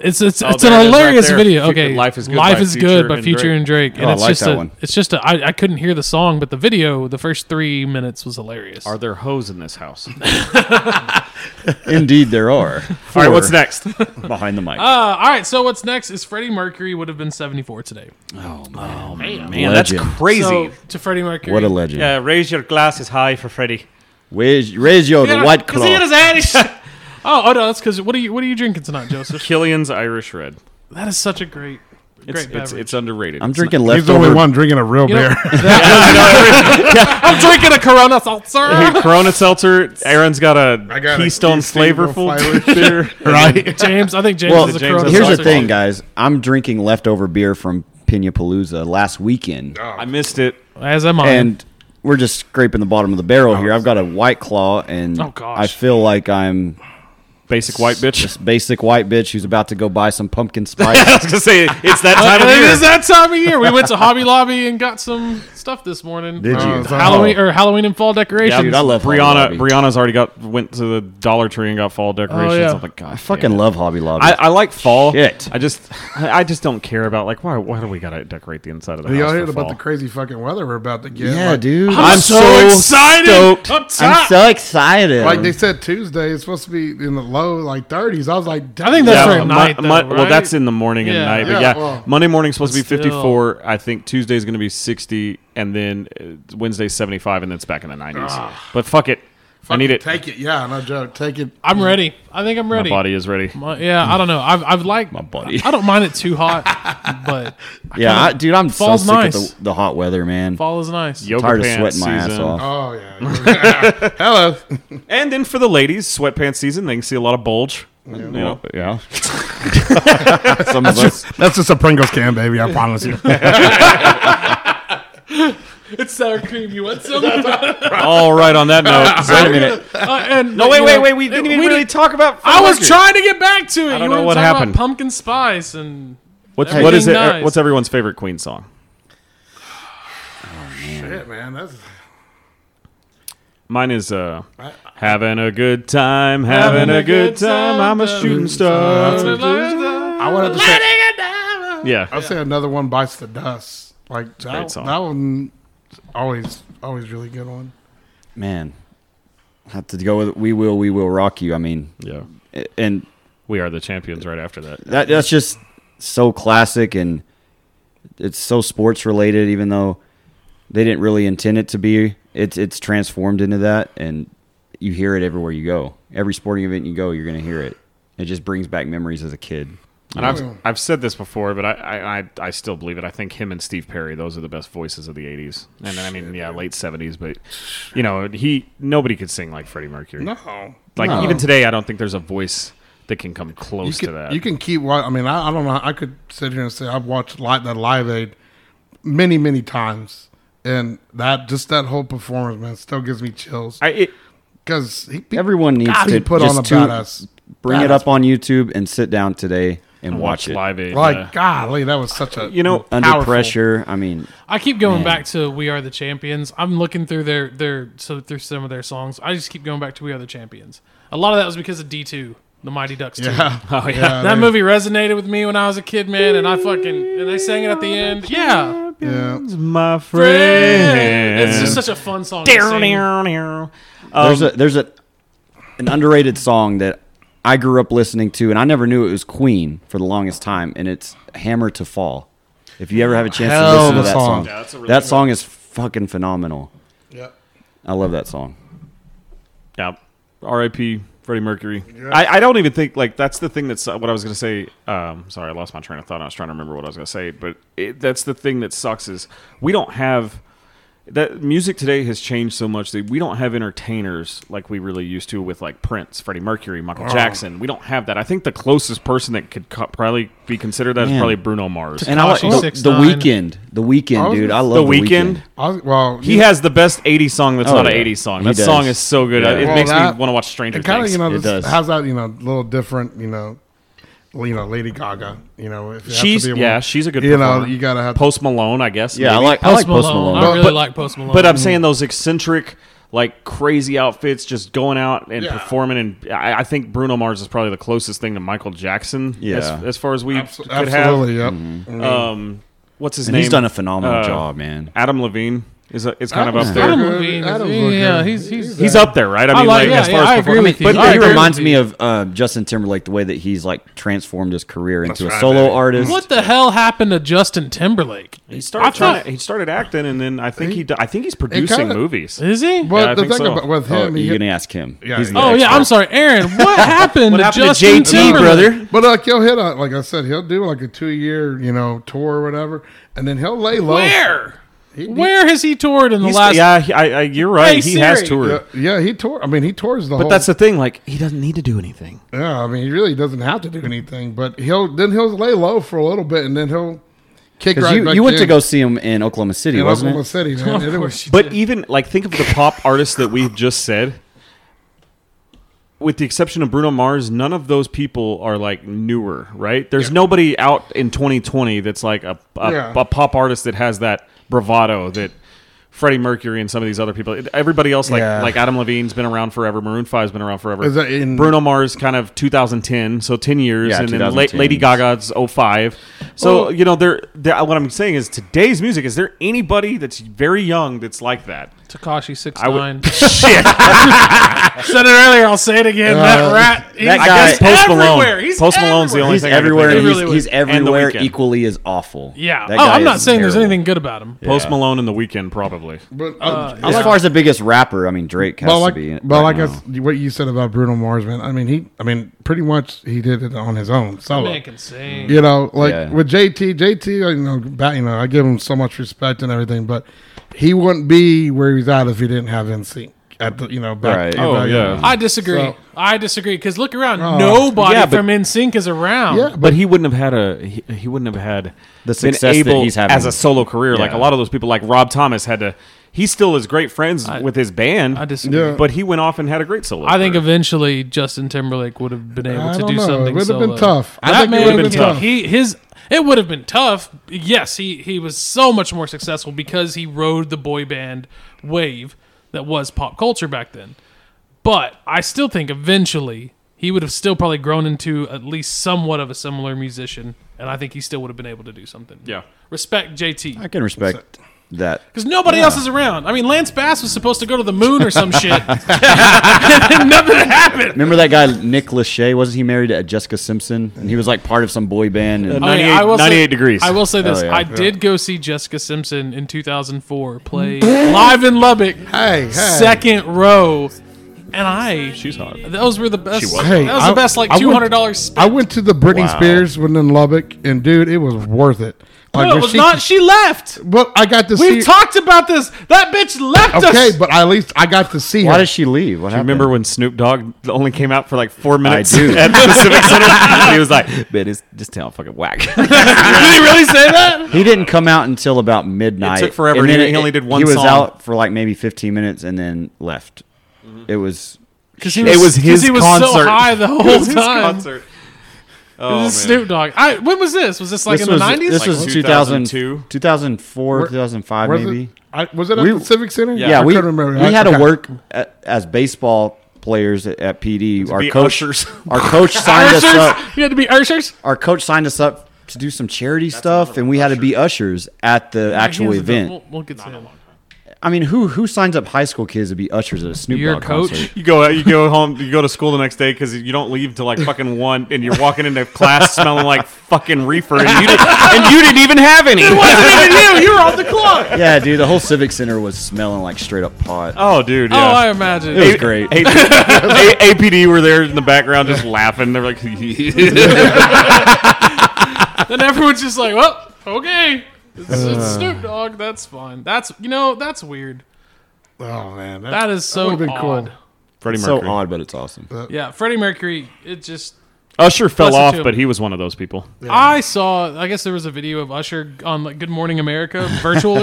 Speaker 3: it's it's,
Speaker 4: Oh,
Speaker 3: it's
Speaker 4: there
Speaker 3: an
Speaker 4: it is right
Speaker 3: hilarious
Speaker 4: there.
Speaker 3: video.
Speaker 4: Fu-
Speaker 3: okay,
Speaker 4: Life is Good
Speaker 3: Life
Speaker 4: by
Speaker 3: is
Speaker 4: Future
Speaker 3: good by
Speaker 4: and
Speaker 3: Future
Speaker 4: Drake.
Speaker 3: and Drake, and
Speaker 1: Oh, I
Speaker 3: it's
Speaker 1: like
Speaker 3: just
Speaker 1: that
Speaker 3: a,
Speaker 1: one.
Speaker 3: it's just a, I, I couldn't hear the song, but the video, the first three minutes was hilarious.
Speaker 4: Are there hoes in this house? All
Speaker 1: Indeed, there are.
Speaker 4: right, what's next?
Speaker 1: behind the mic?
Speaker 3: uh, all right, so what's next is Freddie Mercury would have been 74 today.
Speaker 4: Man, that's
Speaker 1: Legend.
Speaker 4: crazy.
Speaker 3: So, to Freddie Mercury.
Speaker 1: what a legend!
Speaker 6: Yeah, raise your glasses high for Freddy.
Speaker 1: Raise, raise your
Speaker 3: Yeah,
Speaker 1: the white
Speaker 3: 'cause
Speaker 1: claw.
Speaker 3: he had his Irish- oh, oh no, that's because what are you what are you drinking tonight, Joseph?
Speaker 4: Killian's Irish Red.
Speaker 3: that is such a great, great
Speaker 4: It's
Speaker 3: beverage.
Speaker 4: it's, it's underrated.
Speaker 1: I'm
Speaker 4: It's not-
Speaker 1: drinking
Speaker 2: He's the only
Speaker 1: leftover.
Speaker 2: one drinking a real
Speaker 3: know-
Speaker 2: beer.
Speaker 3: I'm drinking a Corona seltzer.
Speaker 4: Hey, Corona Seltzer. Aaron's got a
Speaker 2: I got a
Speaker 4: Keystone
Speaker 2: Keystone
Speaker 4: flavorful.
Speaker 2: flavor
Speaker 4: beer.
Speaker 2: right?
Speaker 3: James, I think James
Speaker 1: Well,
Speaker 3: is a
Speaker 4: James
Speaker 3: Corona.
Speaker 4: has
Speaker 1: here's the
Speaker 4: seltzer.
Speaker 1: thing, guys. I'm drinking leftover beer from Pina Palooza last weekend,
Speaker 4: I missed it.
Speaker 3: As am I.
Speaker 1: and we're just scraping the bottom of the barrel here. I've got a white claw, and
Speaker 3: Oh, gosh.
Speaker 1: I feel like I'm
Speaker 4: Basic white bitch.
Speaker 1: just basic white bitch who's about to go buy some pumpkin spice.
Speaker 4: Oh, I was gonna say it's that time
Speaker 3: And
Speaker 4: of
Speaker 3: it
Speaker 4: year.
Speaker 3: is that time of year. We went to Hobby Lobby and got some stuff this morning.
Speaker 1: Did
Speaker 2: Oh,
Speaker 1: you?
Speaker 2: it's
Speaker 3: Halloween er- or Halloween and fall decorations.
Speaker 1: dude, I love
Speaker 4: Brianna.
Speaker 1: Hobby Lobby.
Speaker 4: Brianna's already got went to the Dollar Tree and got fall decorations.
Speaker 3: yeah.
Speaker 4: I'm like, God,
Speaker 1: I fucking love Hobby Lobby.
Speaker 4: I, I like fall.
Speaker 1: Shit.
Speaker 4: I just, I just don't care about like why. Why do we gotta decorate the inside of the
Speaker 2: Have y'all
Speaker 4: house?
Speaker 2: heard
Speaker 4: for
Speaker 2: about
Speaker 4: fall?
Speaker 2: the crazy fucking weather we're about to get?
Speaker 1: yeah,
Speaker 2: like,
Speaker 1: dude.
Speaker 3: I'm, so, excited.
Speaker 4: stoked.
Speaker 3: I'm
Speaker 1: I'm
Speaker 3: tired.
Speaker 1: so excited.
Speaker 2: Like they said Tuesday, it's supposed to be in the low like 30s. I was like,
Speaker 3: I think that's
Speaker 4: yeah,
Speaker 3: for
Speaker 4: Mon-
Speaker 3: night, though,
Speaker 4: Mon- Well,
Speaker 3: right?
Speaker 4: that's in the morning and
Speaker 3: Yeah.
Speaker 4: night. But
Speaker 2: Yeah,
Speaker 4: yeah,
Speaker 2: well.
Speaker 4: Monday morning's supposed to be
Speaker 3: Still.
Speaker 4: 54. I think Tuesday's going to be 60, and then uh, Wednesday's 75, and then it's back in the 90s. But fuck it, I
Speaker 2: fucking
Speaker 4: need it.
Speaker 2: Take it. Yeah, no joke. Take it.
Speaker 3: I'm ready. I think I'm
Speaker 4: My
Speaker 3: ready.
Speaker 4: body is ready.
Speaker 3: My- yeah, I don't know. I've I've liked my
Speaker 1: body.
Speaker 3: I don't mind it too hot, but
Speaker 1: Oh, yeah, I, dude, I'm so
Speaker 3: Fall's
Speaker 1: sick
Speaker 3: nice.
Speaker 1: of the, the hot weather, man.
Speaker 3: fall is nice.
Speaker 4: Yoga
Speaker 1: Tired of
Speaker 4: pants
Speaker 1: sweating my ass
Speaker 4: season.
Speaker 1: off.
Speaker 2: Oh, yeah. Hello.
Speaker 4: And then for the ladies, sweatpants season. They can see a lot of bulge. You know,
Speaker 1: Yeah. Some of us.
Speaker 2: That's just a Pringles can, baby. I promise you.
Speaker 3: It's sour cream. You want some? uh,
Speaker 4: All right. On that note,
Speaker 1: Wait a minute.
Speaker 3: and,
Speaker 4: no, wait,
Speaker 3: you
Speaker 4: wait,
Speaker 3: know,
Speaker 4: wait. We didn't even
Speaker 3: we
Speaker 4: really
Speaker 3: didn't-
Speaker 4: talk about.
Speaker 3: I was
Speaker 4: Frederick.
Speaker 3: trying to get back to it.
Speaker 4: don't
Speaker 3: you
Speaker 4: know
Speaker 3: were
Speaker 4: what
Speaker 3: talking about
Speaker 4: happened.
Speaker 3: pumpkin spice and
Speaker 4: What's,
Speaker 3: Hey.
Speaker 4: what is it?
Speaker 3: Everything dies.
Speaker 4: What's everyone's favorite Queen song?
Speaker 2: Shit, man. That's.
Speaker 4: Mine is uh, having a good time, having a good time. I'm a shooting star.
Speaker 2: I wanted to say.
Speaker 4: Yeah,
Speaker 2: I'll say another one bites the dust. Like
Speaker 4: great
Speaker 2: that,
Speaker 4: song.
Speaker 2: that one, always, always really good one.
Speaker 1: Man. Have to go with We Will, We Will Rock You. I mean,
Speaker 4: yeah.
Speaker 1: and
Speaker 4: We are the champions. Right after that,
Speaker 1: that that's just so classic and it's so sports related even though they didn't really intend it to be it's it's transformed into that and you hear it everywhere you go every sporting event you go you're going to hear it it just brings back memories as a kid
Speaker 4: and I've I've said this before, but I, I I I still believe it. I think him and Steve Perry, those are the best voices of the '80s, and I mean, yeah, late '70s. But you know, he nobody could sing like Freddie Mercury.
Speaker 2: No,
Speaker 4: Like
Speaker 1: No.
Speaker 4: even today, I don't think there's a voice that can come
Speaker 2: you
Speaker 4: close
Speaker 2: can,
Speaker 4: to that.
Speaker 2: you can keep. wa- I mean, I, I don't know. I could sit here and say I've watched Light that Live Aid many, many times, and that just that whole performance, man, still gives me chills.
Speaker 4: I, it,
Speaker 2: Because he, he-
Speaker 1: everyone needs
Speaker 2: God, he
Speaker 1: to
Speaker 2: put
Speaker 1: just
Speaker 2: on a
Speaker 1: to
Speaker 2: badass.
Speaker 1: bring it
Speaker 2: badass-
Speaker 1: up on youtube and sit down today and watch
Speaker 4: watch
Speaker 1: it
Speaker 4: live Aid.
Speaker 2: Like,
Speaker 4: yeah.
Speaker 2: golly, that was such a
Speaker 4: you know,
Speaker 1: under
Speaker 2: powerful.
Speaker 1: pressure i mean
Speaker 3: I keep going back to "We Are the Champions." I'm looking through their their so through some of their songs. I just keep going back to "We Are the Champions." A lot of that was because of D2, the Mighty Ducks. Too.
Speaker 2: Yeah.
Speaker 4: oh yeah.
Speaker 3: That movie resonated with me when I was a kid, man, and I fucking and they sang it at the end. Yeah,
Speaker 2: Yeah.
Speaker 4: my friend.
Speaker 3: it's just such a fun song. to sing.
Speaker 1: there's a there's a an underrated song that I grew up listening to, and I never knew it was Queen for the longest time, and it's "Hammer to Fall." If you ever have a chance
Speaker 2: Hell
Speaker 1: to listen
Speaker 2: of
Speaker 1: to
Speaker 2: a
Speaker 1: that
Speaker 2: song.
Speaker 1: song,
Speaker 2: Yeah,
Speaker 4: that's a really
Speaker 1: that
Speaker 4: good
Speaker 1: song is fucking phenomenal.
Speaker 2: Yep.
Speaker 1: I love that song.
Speaker 4: Yeah. R.I.P. Freddie Mercury. I, I don't even think like that's the thing that's uh, what I was gonna say. Um, sorry, I lost my train of thought. I was trying to remember what I was gonna say, but it, that's the thing that sucks is we don't have that music today has changed so much that we don't have entertainers like we really used to with like Prince, Freddie Mercury, Michael
Speaker 2: Oh.
Speaker 4: Jackson. We don't have that. I think the closest person that could co- probably be considered that is
Speaker 1: Man.
Speaker 4: probably Bruno Mars.
Speaker 1: And I like
Speaker 3: Tekashi
Speaker 1: the,
Speaker 3: 6ix9ine.
Speaker 1: the weekend, the weekend,
Speaker 2: was
Speaker 1: dude.
Speaker 2: gonna
Speaker 1: I love
Speaker 4: the
Speaker 1: the
Speaker 4: weekend.
Speaker 1: weekend.
Speaker 2: I was, well,
Speaker 4: He has the best 80 song that's
Speaker 1: Oh,
Speaker 4: not an
Speaker 1: yeah.
Speaker 4: 80 song.
Speaker 1: He
Speaker 4: That
Speaker 1: does.
Speaker 4: song is so good.
Speaker 1: Yeah.
Speaker 4: It
Speaker 1: Well,
Speaker 4: makes
Speaker 2: that-
Speaker 4: me want to watch Stranger
Speaker 2: it kind of
Speaker 4: Things.
Speaker 2: you know
Speaker 1: It
Speaker 2: this,
Speaker 1: does.
Speaker 2: how's that you know a little different you know you know Lady Gaga you know if it has to
Speaker 4: She's
Speaker 2: be one-
Speaker 4: yeah, she's a good.
Speaker 2: you know
Speaker 4: performer.
Speaker 2: you gotta have
Speaker 4: Post Malone, I guess.
Speaker 1: Yeah, I
Speaker 4: maybe.
Speaker 1: like I
Speaker 3: Post Oh,
Speaker 1: like Post Malone.
Speaker 3: I really
Speaker 4: But-
Speaker 3: like Post Malone.
Speaker 4: But uh, I'm saying those eccentric, like crazy outfits, just going out and
Speaker 2: Yeah.
Speaker 4: performing. And I, I think Bruno Mars is probably the closest thing to Michael Jackson.
Speaker 1: Yeah.
Speaker 4: as, as far as we
Speaker 2: abso-
Speaker 4: could
Speaker 2: absolutely yep Mm-hmm.
Speaker 4: have. Um, what's his
Speaker 1: And
Speaker 4: name?
Speaker 1: he's done a phenomenal
Speaker 4: Uh,
Speaker 1: job, man.
Speaker 4: Adam Levine is a, is kind of up
Speaker 2: Adam's
Speaker 4: there.
Speaker 3: Adam
Speaker 2: good.
Speaker 3: Levine, is-
Speaker 2: Adam's
Speaker 3: yeah,
Speaker 2: good.
Speaker 3: he's he's,
Speaker 4: He's up there, right? I mean,
Speaker 3: like-
Speaker 4: like,
Speaker 3: yeah,
Speaker 4: as far
Speaker 3: yeah,
Speaker 4: as
Speaker 3: I
Speaker 4: perform-
Speaker 3: agree with you.
Speaker 4: But
Speaker 3: I
Speaker 1: he
Speaker 3: agree
Speaker 1: reminds
Speaker 3: with
Speaker 1: me
Speaker 3: you.
Speaker 1: of uh, Justin Timberlake the way that he's like transformed his career into a
Speaker 2: right,
Speaker 1: solo
Speaker 2: man.
Speaker 1: artist.
Speaker 3: What the hell happened to Justin Timberlake?
Speaker 4: he
Speaker 3: I
Speaker 4: started
Speaker 3: thought-
Speaker 4: trying to- he started acting, and then I think he d- I think he's producing
Speaker 2: kinda-
Speaker 4: movies.
Speaker 3: Is he?
Speaker 2: but
Speaker 4: I
Speaker 2: the
Speaker 4: think
Speaker 2: thing
Speaker 4: so.
Speaker 2: about with
Speaker 1: Oh,
Speaker 2: him he,
Speaker 1: you're gonna ask him?
Speaker 2: Yeah,
Speaker 1: He's the
Speaker 2: yeah.
Speaker 3: oh yeah,
Speaker 1: expert.
Speaker 3: I'm sorry, Aaron. What happened
Speaker 4: What
Speaker 3: to
Speaker 4: happened to
Speaker 3: Justin
Speaker 4: JT,
Speaker 3: Timberlake?
Speaker 4: brother?
Speaker 2: but like he'll hit a like I said he'll do like a two year you know tour or whatever and then he'll lay low
Speaker 3: Where? Where has he toured in the
Speaker 4: He's-
Speaker 3: last?
Speaker 4: yeah, he- I, I, you're right.
Speaker 3: Hey,
Speaker 4: he has
Speaker 3: Siri.
Speaker 4: toured.
Speaker 2: yeah, yeah, he tore I mean he tours the
Speaker 4: But
Speaker 2: whole
Speaker 4: that's the thing. Like he doesn't need to do anything.
Speaker 2: yeah I mean he really doesn't have to do anything but he'll then he'll lay low for a little bit and then he'll kick
Speaker 1: 'Cause
Speaker 2: right
Speaker 1: you,
Speaker 2: back
Speaker 1: you went
Speaker 2: in.
Speaker 1: to go see him in Oklahoma City,
Speaker 2: in
Speaker 1: wasn't
Speaker 2: Oklahoma
Speaker 1: it?
Speaker 2: City man it was
Speaker 4: But even like think of the pop artists that we've just said. With the exception of Bruno Mars, none of those people are like newer, right? There's nobody out in 2020 that's like a a,
Speaker 2: Yeah.
Speaker 4: a pop artist that has that bravado that Freddie Mercury and some of these other people. It- Everybody else, like
Speaker 2: Yeah.
Speaker 4: like Adam Levine's been around forever. Maroon Five's been around forever.
Speaker 2: Is that in-
Speaker 4: Bruno Mars, kind of 2010, so 10 years,
Speaker 1: Yeah,
Speaker 4: and then La-
Speaker 1: 2010.
Speaker 4: Lady Gaga's 05. So
Speaker 3: Well-
Speaker 4: you know, there. there- What I'm saying is, today's music. Is there anybody that's very young that's like that?
Speaker 3: Takashi six
Speaker 4: would-
Speaker 3: nine. Shit, said it earlier. I'll say it again. that rat. He's,
Speaker 1: that guy-
Speaker 3: he's
Speaker 4: Post Malone.
Speaker 3: everywhere. He's
Speaker 4: Post Malone's the
Speaker 3: everywhere.
Speaker 4: only
Speaker 1: He's
Speaker 4: thing I can
Speaker 1: everywhere.
Speaker 4: think
Speaker 1: He's,
Speaker 3: It
Speaker 4: of.
Speaker 3: really
Speaker 1: he's
Speaker 3: was-
Speaker 4: and The
Speaker 1: everywhere
Speaker 4: Weeknd.
Speaker 1: equally as awful.
Speaker 3: Yeah.
Speaker 1: That
Speaker 3: oh,
Speaker 1: guy
Speaker 3: I'm not
Speaker 1: is
Speaker 3: saying there's
Speaker 1: terrible.
Speaker 3: anything good about him.
Speaker 4: Post
Speaker 1: Yeah.
Speaker 4: Malone and The Weeknd, probably.
Speaker 2: But, uh,
Speaker 1: As far as the biggest rapper, I mean, Drake has
Speaker 2: but like,
Speaker 1: to be. in it
Speaker 2: but
Speaker 1: right
Speaker 2: like
Speaker 1: now.
Speaker 2: us- what you said about Bruno Mars, man. I mean, he, I mean, pretty much he did it on his own solo.
Speaker 3: Man can sing.
Speaker 2: You know, like
Speaker 1: Yeah.
Speaker 2: with JT, JT, you know, ba- you know, I give him so much respect and everything, but he wouldn't be where he's at if he didn't have NC at the, you know, back.
Speaker 1: Right.
Speaker 2: you
Speaker 1: Oh,
Speaker 2: know, you
Speaker 4: yeah.
Speaker 2: know.
Speaker 3: I disagree.
Speaker 2: So-
Speaker 3: I disagree because look around. Nobody
Speaker 4: Yeah, but-
Speaker 3: from NSYNC is around.
Speaker 2: Yeah,
Speaker 4: but he wouldn't have had a he, he wouldn't have had
Speaker 1: The success that
Speaker 4: been able
Speaker 1: he's having.
Speaker 4: as a solo career. Like a
Speaker 1: Yeah.
Speaker 4: lot of those people, like Rob Thomas, had to. He still is great friends with his band.
Speaker 3: I disagree.
Speaker 2: Yeah.
Speaker 4: but he went off and had a great solo.
Speaker 3: I think
Speaker 4: career.
Speaker 3: eventually Justin Timberlake would have been able
Speaker 2: I
Speaker 3: to
Speaker 2: don't
Speaker 3: do
Speaker 2: know. It
Speaker 3: something.
Speaker 2: would have been
Speaker 3: solo.
Speaker 2: tough. I
Speaker 3: That
Speaker 2: think it
Speaker 3: man,
Speaker 2: would have been
Speaker 3: he-
Speaker 2: tough.
Speaker 3: He his it would have been tough. Yes, he he was so much more successful because he rode the boy band wave that was pop culture back then. But I still think eventually he would have still probably grown into at least somewhat of a similar musician, and I think he still would have been able to do something.
Speaker 4: Yeah.
Speaker 3: Respect JT.
Speaker 1: I can respect that.
Speaker 3: Because nobody else is around. I mean, Lance Bass was supposed to go to the moon or some shit. and nothing happened.
Speaker 1: Remember that guy Nick Lachey? Wasn't he married to Jessica Simpson? And he was like part of some boy band.
Speaker 3: Oh,
Speaker 1: And,
Speaker 4: Uh, 98 98 degrees.
Speaker 3: I will say this.
Speaker 1: Hell yeah.
Speaker 3: I did go see Jessica Simpson in 2004 play live in Lubbock,
Speaker 2: Hey, hey.
Speaker 3: second row. And I,
Speaker 4: she's hot.
Speaker 3: those were the best.
Speaker 4: She was.
Speaker 2: Hey,
Speaker 3: that was
Speaker 2: I-
Speaker 3: the best, like
Speaker 2: I went-
Speaker 3: $200 spent.
Speaker 2: I went to the Britney Spears one in Lubbock, and dude, it was worth it. Like,
Speaker 3: no,
Speaker 2: when
Speaker 3: it was
Speaker 2: she-
Speaker 3: not. She left.
Speaker 2: But I got to see.
Speaker 3: We've talked about this. That bitch left
Speaker 2: okay,
Speaker 3: us.
Speaker 2: but at least I got to see
Speaker 1: why
Speaker 2: her.
Speaker 1: did she leave? What happened?
Speaker 4: Remember when Snoop Dogg only came out for like four minutes
Speaker 1: do.
Speaker 4: at the Civic Center? And he was like, "Man, it's just town fucking whack."
Speaker 3: Did he really say that?
Speaker 1: He didn't come out until about midnight.
Speaker 4: took forever.
Speaker 1: And
Speaker 4: He-
Speaker 1: then
Speaker 4: he only did one
Speaker 1: He was
Speaker 4: song.
Speaker 1: out for like maybe 15 minutes and then left. It was.
Speaker 3: Because he
Speaker 4: It was
Speaker 3: 'cause
Speaker 4: his
Speaker 3: he was
Speaker 4: concert.
Speaker 3: so high the whole Oh,
Speaker 4: It was his
Speaker 3: time.
Speaker 4: concert. Oh,
Speaker 3: this is Snoop Dogg. I, when was this? Was this like
Speaker 1: this
Speaker 3: in
Speaker 1: was,
Speaker 3: the 90s?
Speaker 1: This
Speaker 4: Like
Speaker 1: was
Speaker 4: 2002?
Speaker 1: 2002, 2004,
Speaker 2: Where-
Speaker 1: 2005,
Speaker 2: Was
Speaker 1: maybe.
Speaker 2: it? I, was it at
Speaker 1: We-
Speaker 2: the Civic Center?
Speaker 1: Yeah, we,
Speaker 2: couldn't remember.
Speaker 1: we
Speaker 2: I-
Speaker 1: had
Speaker 2: okay.
Speaker 1: to work a- as baseball players at, at PD. Our
Speaker 4: be
Speaker 1: coach,
Speaker 4: ushers.
Speaker 1: our coach signed us up.
Speaker 3: Urshers? You had to be Urshers?
Speaker 1: Our coach signed us up to do some charity stuff, and we had to be ushers at the actual
Speaker 3: Hands are done.
Speaker 1: event.
Speaker 3: We'll, we'll get to him.
Speaker 1: I mean, who who signs up high school kids to be ushers at a Snoop
Speaker 3: Your
Speaker 1: Dogg
Speaker 3: coach?
Speaker 1: concert?
Speaker 4: You go, you go home, you go to school the next day because you don't leave till like fucking one, and you're walking into class smelling like fucking reefer, and you, did, and you didn't even have any.
Speaker 3: you, you were on the clock.
Speaker 1: Yeah, dude, the whole civic center was smelling like straight up pot.
Speaker 4: Oh, dude.
Speaker 3: Oh, I
Speaker 4: Yeah.
Speaker 3: imagine.
Speaker 1: It was great.
Speaker 4: A- A- APD were there in the background just laughing. They're like,
Speaker 3: Then everyone's just like, well, okay. It's, it's
Speaker 2: Uh.
Speaker 3: Snoop Dogg. That's fine. That's, you know, that's weird.
Speaker 2: Oh man,
Speaker 3: That is so
Speaker 2: would've been
Speaker 3: odd.
Speaker 2: cool.
Speaker 4: Freddie
Speaker 1: so
Speaker 4: Mercury.
Speaker 1: odd, but it's awesome.
Speaker 3: Yeah, Freddie Mercury, it just.
Speaker 4: Usher fell
Speaker 3: Bless you
Speaker 4: off,
Speaker 3: too.
Speaker 4: but he was one of those people.
Speaker 3: I saw, I guess there was a video of Usher on like Good Morning America virtual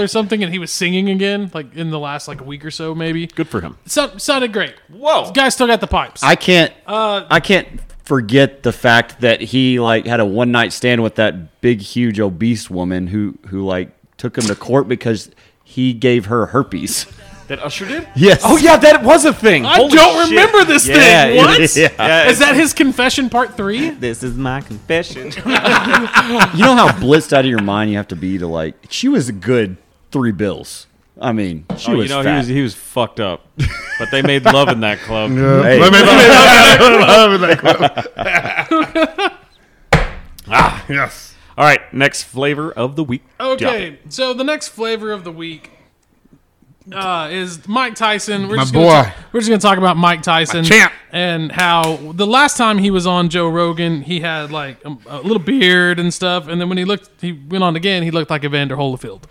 Speaker 3: or something, and he was singing again, like in the last like week or so, maybe.
Speaker 4: Good for him.
Speaker 3: So, sounded great.
Speaker 4: Whoa.
Speaker 3: Guy still got the pipes.
Speaker 1: I can't.
Speaker 3: Uh,
Speaker 1: I can't forget the fact that he like had a one night stand with that big, huge, obese woman who who like took him to court because he gave her herpes.
Speaker 4: That Usher did?
Speaker 1: Yes.
Speaker 4: Oh, yeah, that was a thing.
Speaker 3: I don't remember this thing. What? Is
Speaker 4: Yeah,
Speaker 3: that his confession part three?
Speaker 4: This is my confession.
Speaker 1: You know how blitzed out of your mind you have to be to like. She was a good three bills. I mean, she
Speaker 4: Oh,
Speaker 1: was
Speaker 4: you know, he
Speaker 1: fat.
Speaker 4: was, he was fucked up. But they made love in that club.
Speaker 1: Hey.
Speaker 2: Let me- let me- let me-
Speaker 4: Ah.
Speaker 2: yes.
Speaker 4: All right, next flavor of the week. Drop it.
Speaker 3: Okay, so the next flavor of the week uh, is Mike Tyson. We're
Speaker 2: My
Speaker 3: just gonna
Speaker 2: boy.
Speaker 3: ta- we're just going to talk about Mike Tyson
Speaker 2: champ.
Speaker 3: and how the last time he was on Joe Rogan, he had like a, a little beard and stuff, and then when he looked, he went on again. He looked like Evander Holyfield.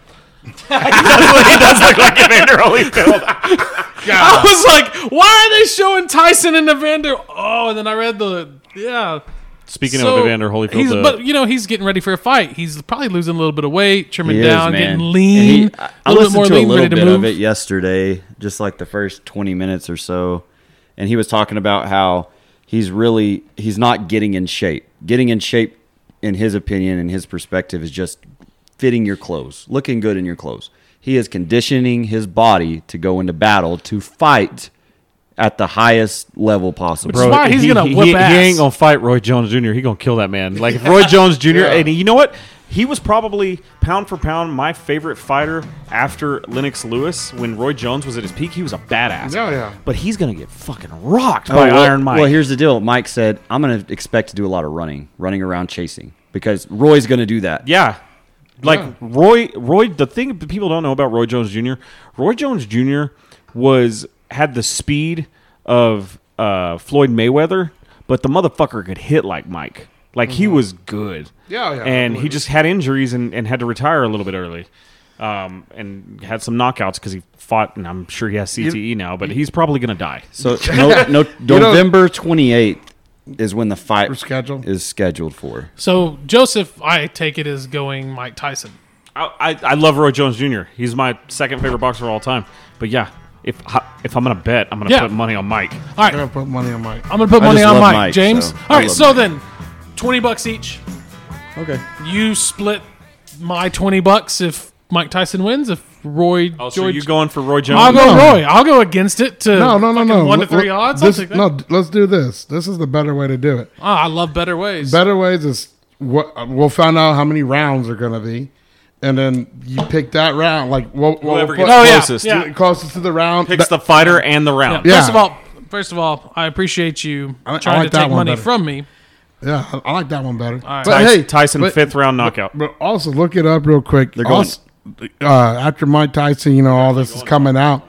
Speaker 4: he does look like Evander Holyfield.
Speaker 1: Ah.
Speaker 3: I was like, why are they showing Tyson and Evander? Oh, and then I read the yeah.
Speaker 4: Speaking
Speaker 3: So,
Speaker 4: of Evander Holyfield,
Speaker 3: he's,
Speaker 4: uh,
Speaker 3: but you know he's getting ready for a fight. He's probably losing a little bit of weight, trimming
Speaker 1: He is,
Speaker 3: down,
Speaker 1: man.
Speaker 3: getting
Speaker 1: And he-
Speaker 3: lean,
Speaker 1: I- I
Speaker 3: a little bit
Speaker 1: listened
Speaker 3: more
Speaker 1: to a
Speaker 3: lean,
Speaker 1: little
Speaker 3: ready to
Speaker 1: bit
Speaker 3: move.
Speaker 1: of it yesterday, just like the first twenty minutes or so, and he was talking about how he's really he's not getting in shape. Getting in shape, in his opinion and his perspective, is just fitting your clothes, looking good in your clothes. He is conditioning his body to go into battle to fight at the highest level possible.
Speaker 3: is why he's gonna whip
Speaker 4: he,
Speaker 3: ass.
Speaker 4: He ain't gonna fight Roy Jones Jr. He gonna kill that man. Like if Roy Jones Jr. And you know what? He was probably pound for pound my favorite fighter after Lennox Lewis. When Roy Jones was at his peak, he was a badass.
Speaker 2: Yeah, yeah.
Speaker 4: But he's gonna get fucking rocked
Speaker 1: Oh,
Speaker 4: by
Speaker 1: well,
Speaker 4: Iron Mike.
Speaker 1: Well, here's the deal. Mike said, I'm going to expect to do a lot of running, running around chasing, because Roy's going to do that.
Speaker 4: Yeah. Like Roy Roy the thing that people don't know about Roy Jones Jr. Roy Jones Jr. was had the speed of uh, Floyd Mayweather, but the motherfucker could hit like Mike. Like he was good.
Speaker 2: Mm-hmm. Yeah, yeah,
Speaker 4: And he
Speaker 2: absolutely.
Speaker 4: just had injuries and, and had to retire a little bit early. Um, and had some knockouts because he fought, and I'm sure he has CTE now, but he's probably gonna die.
Speaker 1: So no, no, November 28th is when the fight
Speaker 2: We're scheduled.
Speaker 1: is scheduled for.
Speaker 3: So Joseph, I take it is going Mike Tyson.
Speaker 4: I, I, I love Roy Jones Jr. He's my second favorite boxer of all time. But yeah, if if I'm gonna bet, I'm gonna
Speaker 3: Yeah.
Speaker 4: put money on Mike.
Speaker 3: All right,
Speaker 2: I'm gonna put money on Mike.
Speaker 3: I'm gonna put
Speaker 1: I
Speaker 3: money
Speaker 1: just
Speaker 3: on
Speaker 1: love
Speaker 3: Mike.
Speaker 1: Mike,
Speaker 3: James.
Speaker 1: so I
Speaker 3: All right,
Speaker 1: love
Speaker 3: so
Speaker 1: Mike.
Speaker 3: then, twenty bucks each.
Speaker 1: Okay.
Speaker 3: You split my twenty bucks if Mike Tyson wins. If Roy,
Speaker 4: Oh, so
Speaker 3: George,
Speaker 4: you going for Roy Jones?
Speaker 3: I'll go
Speaker 2: No.
Speaker 3: Roy. I'll go against it to
Speaker 2: No, no, no,
Speaker 3: fucking
Speaker 2: no.
Speaker 3: one to
Speaker 2: Let-
Speaker 3: three odds.
Speaker 2: This,
Speaker 3: I'll take that.
Speaker 2: no, let's do this. This is the better way to do it.
Speaker 3: Ah, I love better ways.
Speaker 2: Better ways is what we'll find out how many rounds are gonna be, and then you pick that round. Like we'll, we'll
Speaker 4: Whoever
Speaker 2: put-
Speaker 4: gets
Speaker 3: Oh, yeah,
Speaker 4: closest
Speaker 3: yeah.
Speaker 2: closest to the round.
Speaker 4: picks the fighter and the round.
Speaker 3: yeah.
Speaker 2: Yeah.
Speaker 3: First of all, first of all, I appreciate you
Speaker 2: I- I
Speaker 3: trying
Speaker 2: like
Speaker 3: to
Speaker 2: that
Speaker 3: take
Speaker 2: one
Speaker 3: money
Speaker 2: better.
Speaker 3: from me.
Speaker 2: yeah, I- I like that one better.
Speaker 3: right.
Speaker 2: But
Speaker 4: Tyson,
Speaker 2: hey,
Speaker 4: Tyson
Speaker 2: but-
Speaker 4: fifth round knockout.
Speaker 2: But also look it up real quick.
Speaker 1: going-
Speaker 2: Also, uh, after Mike Tyson, you know all this is coming out.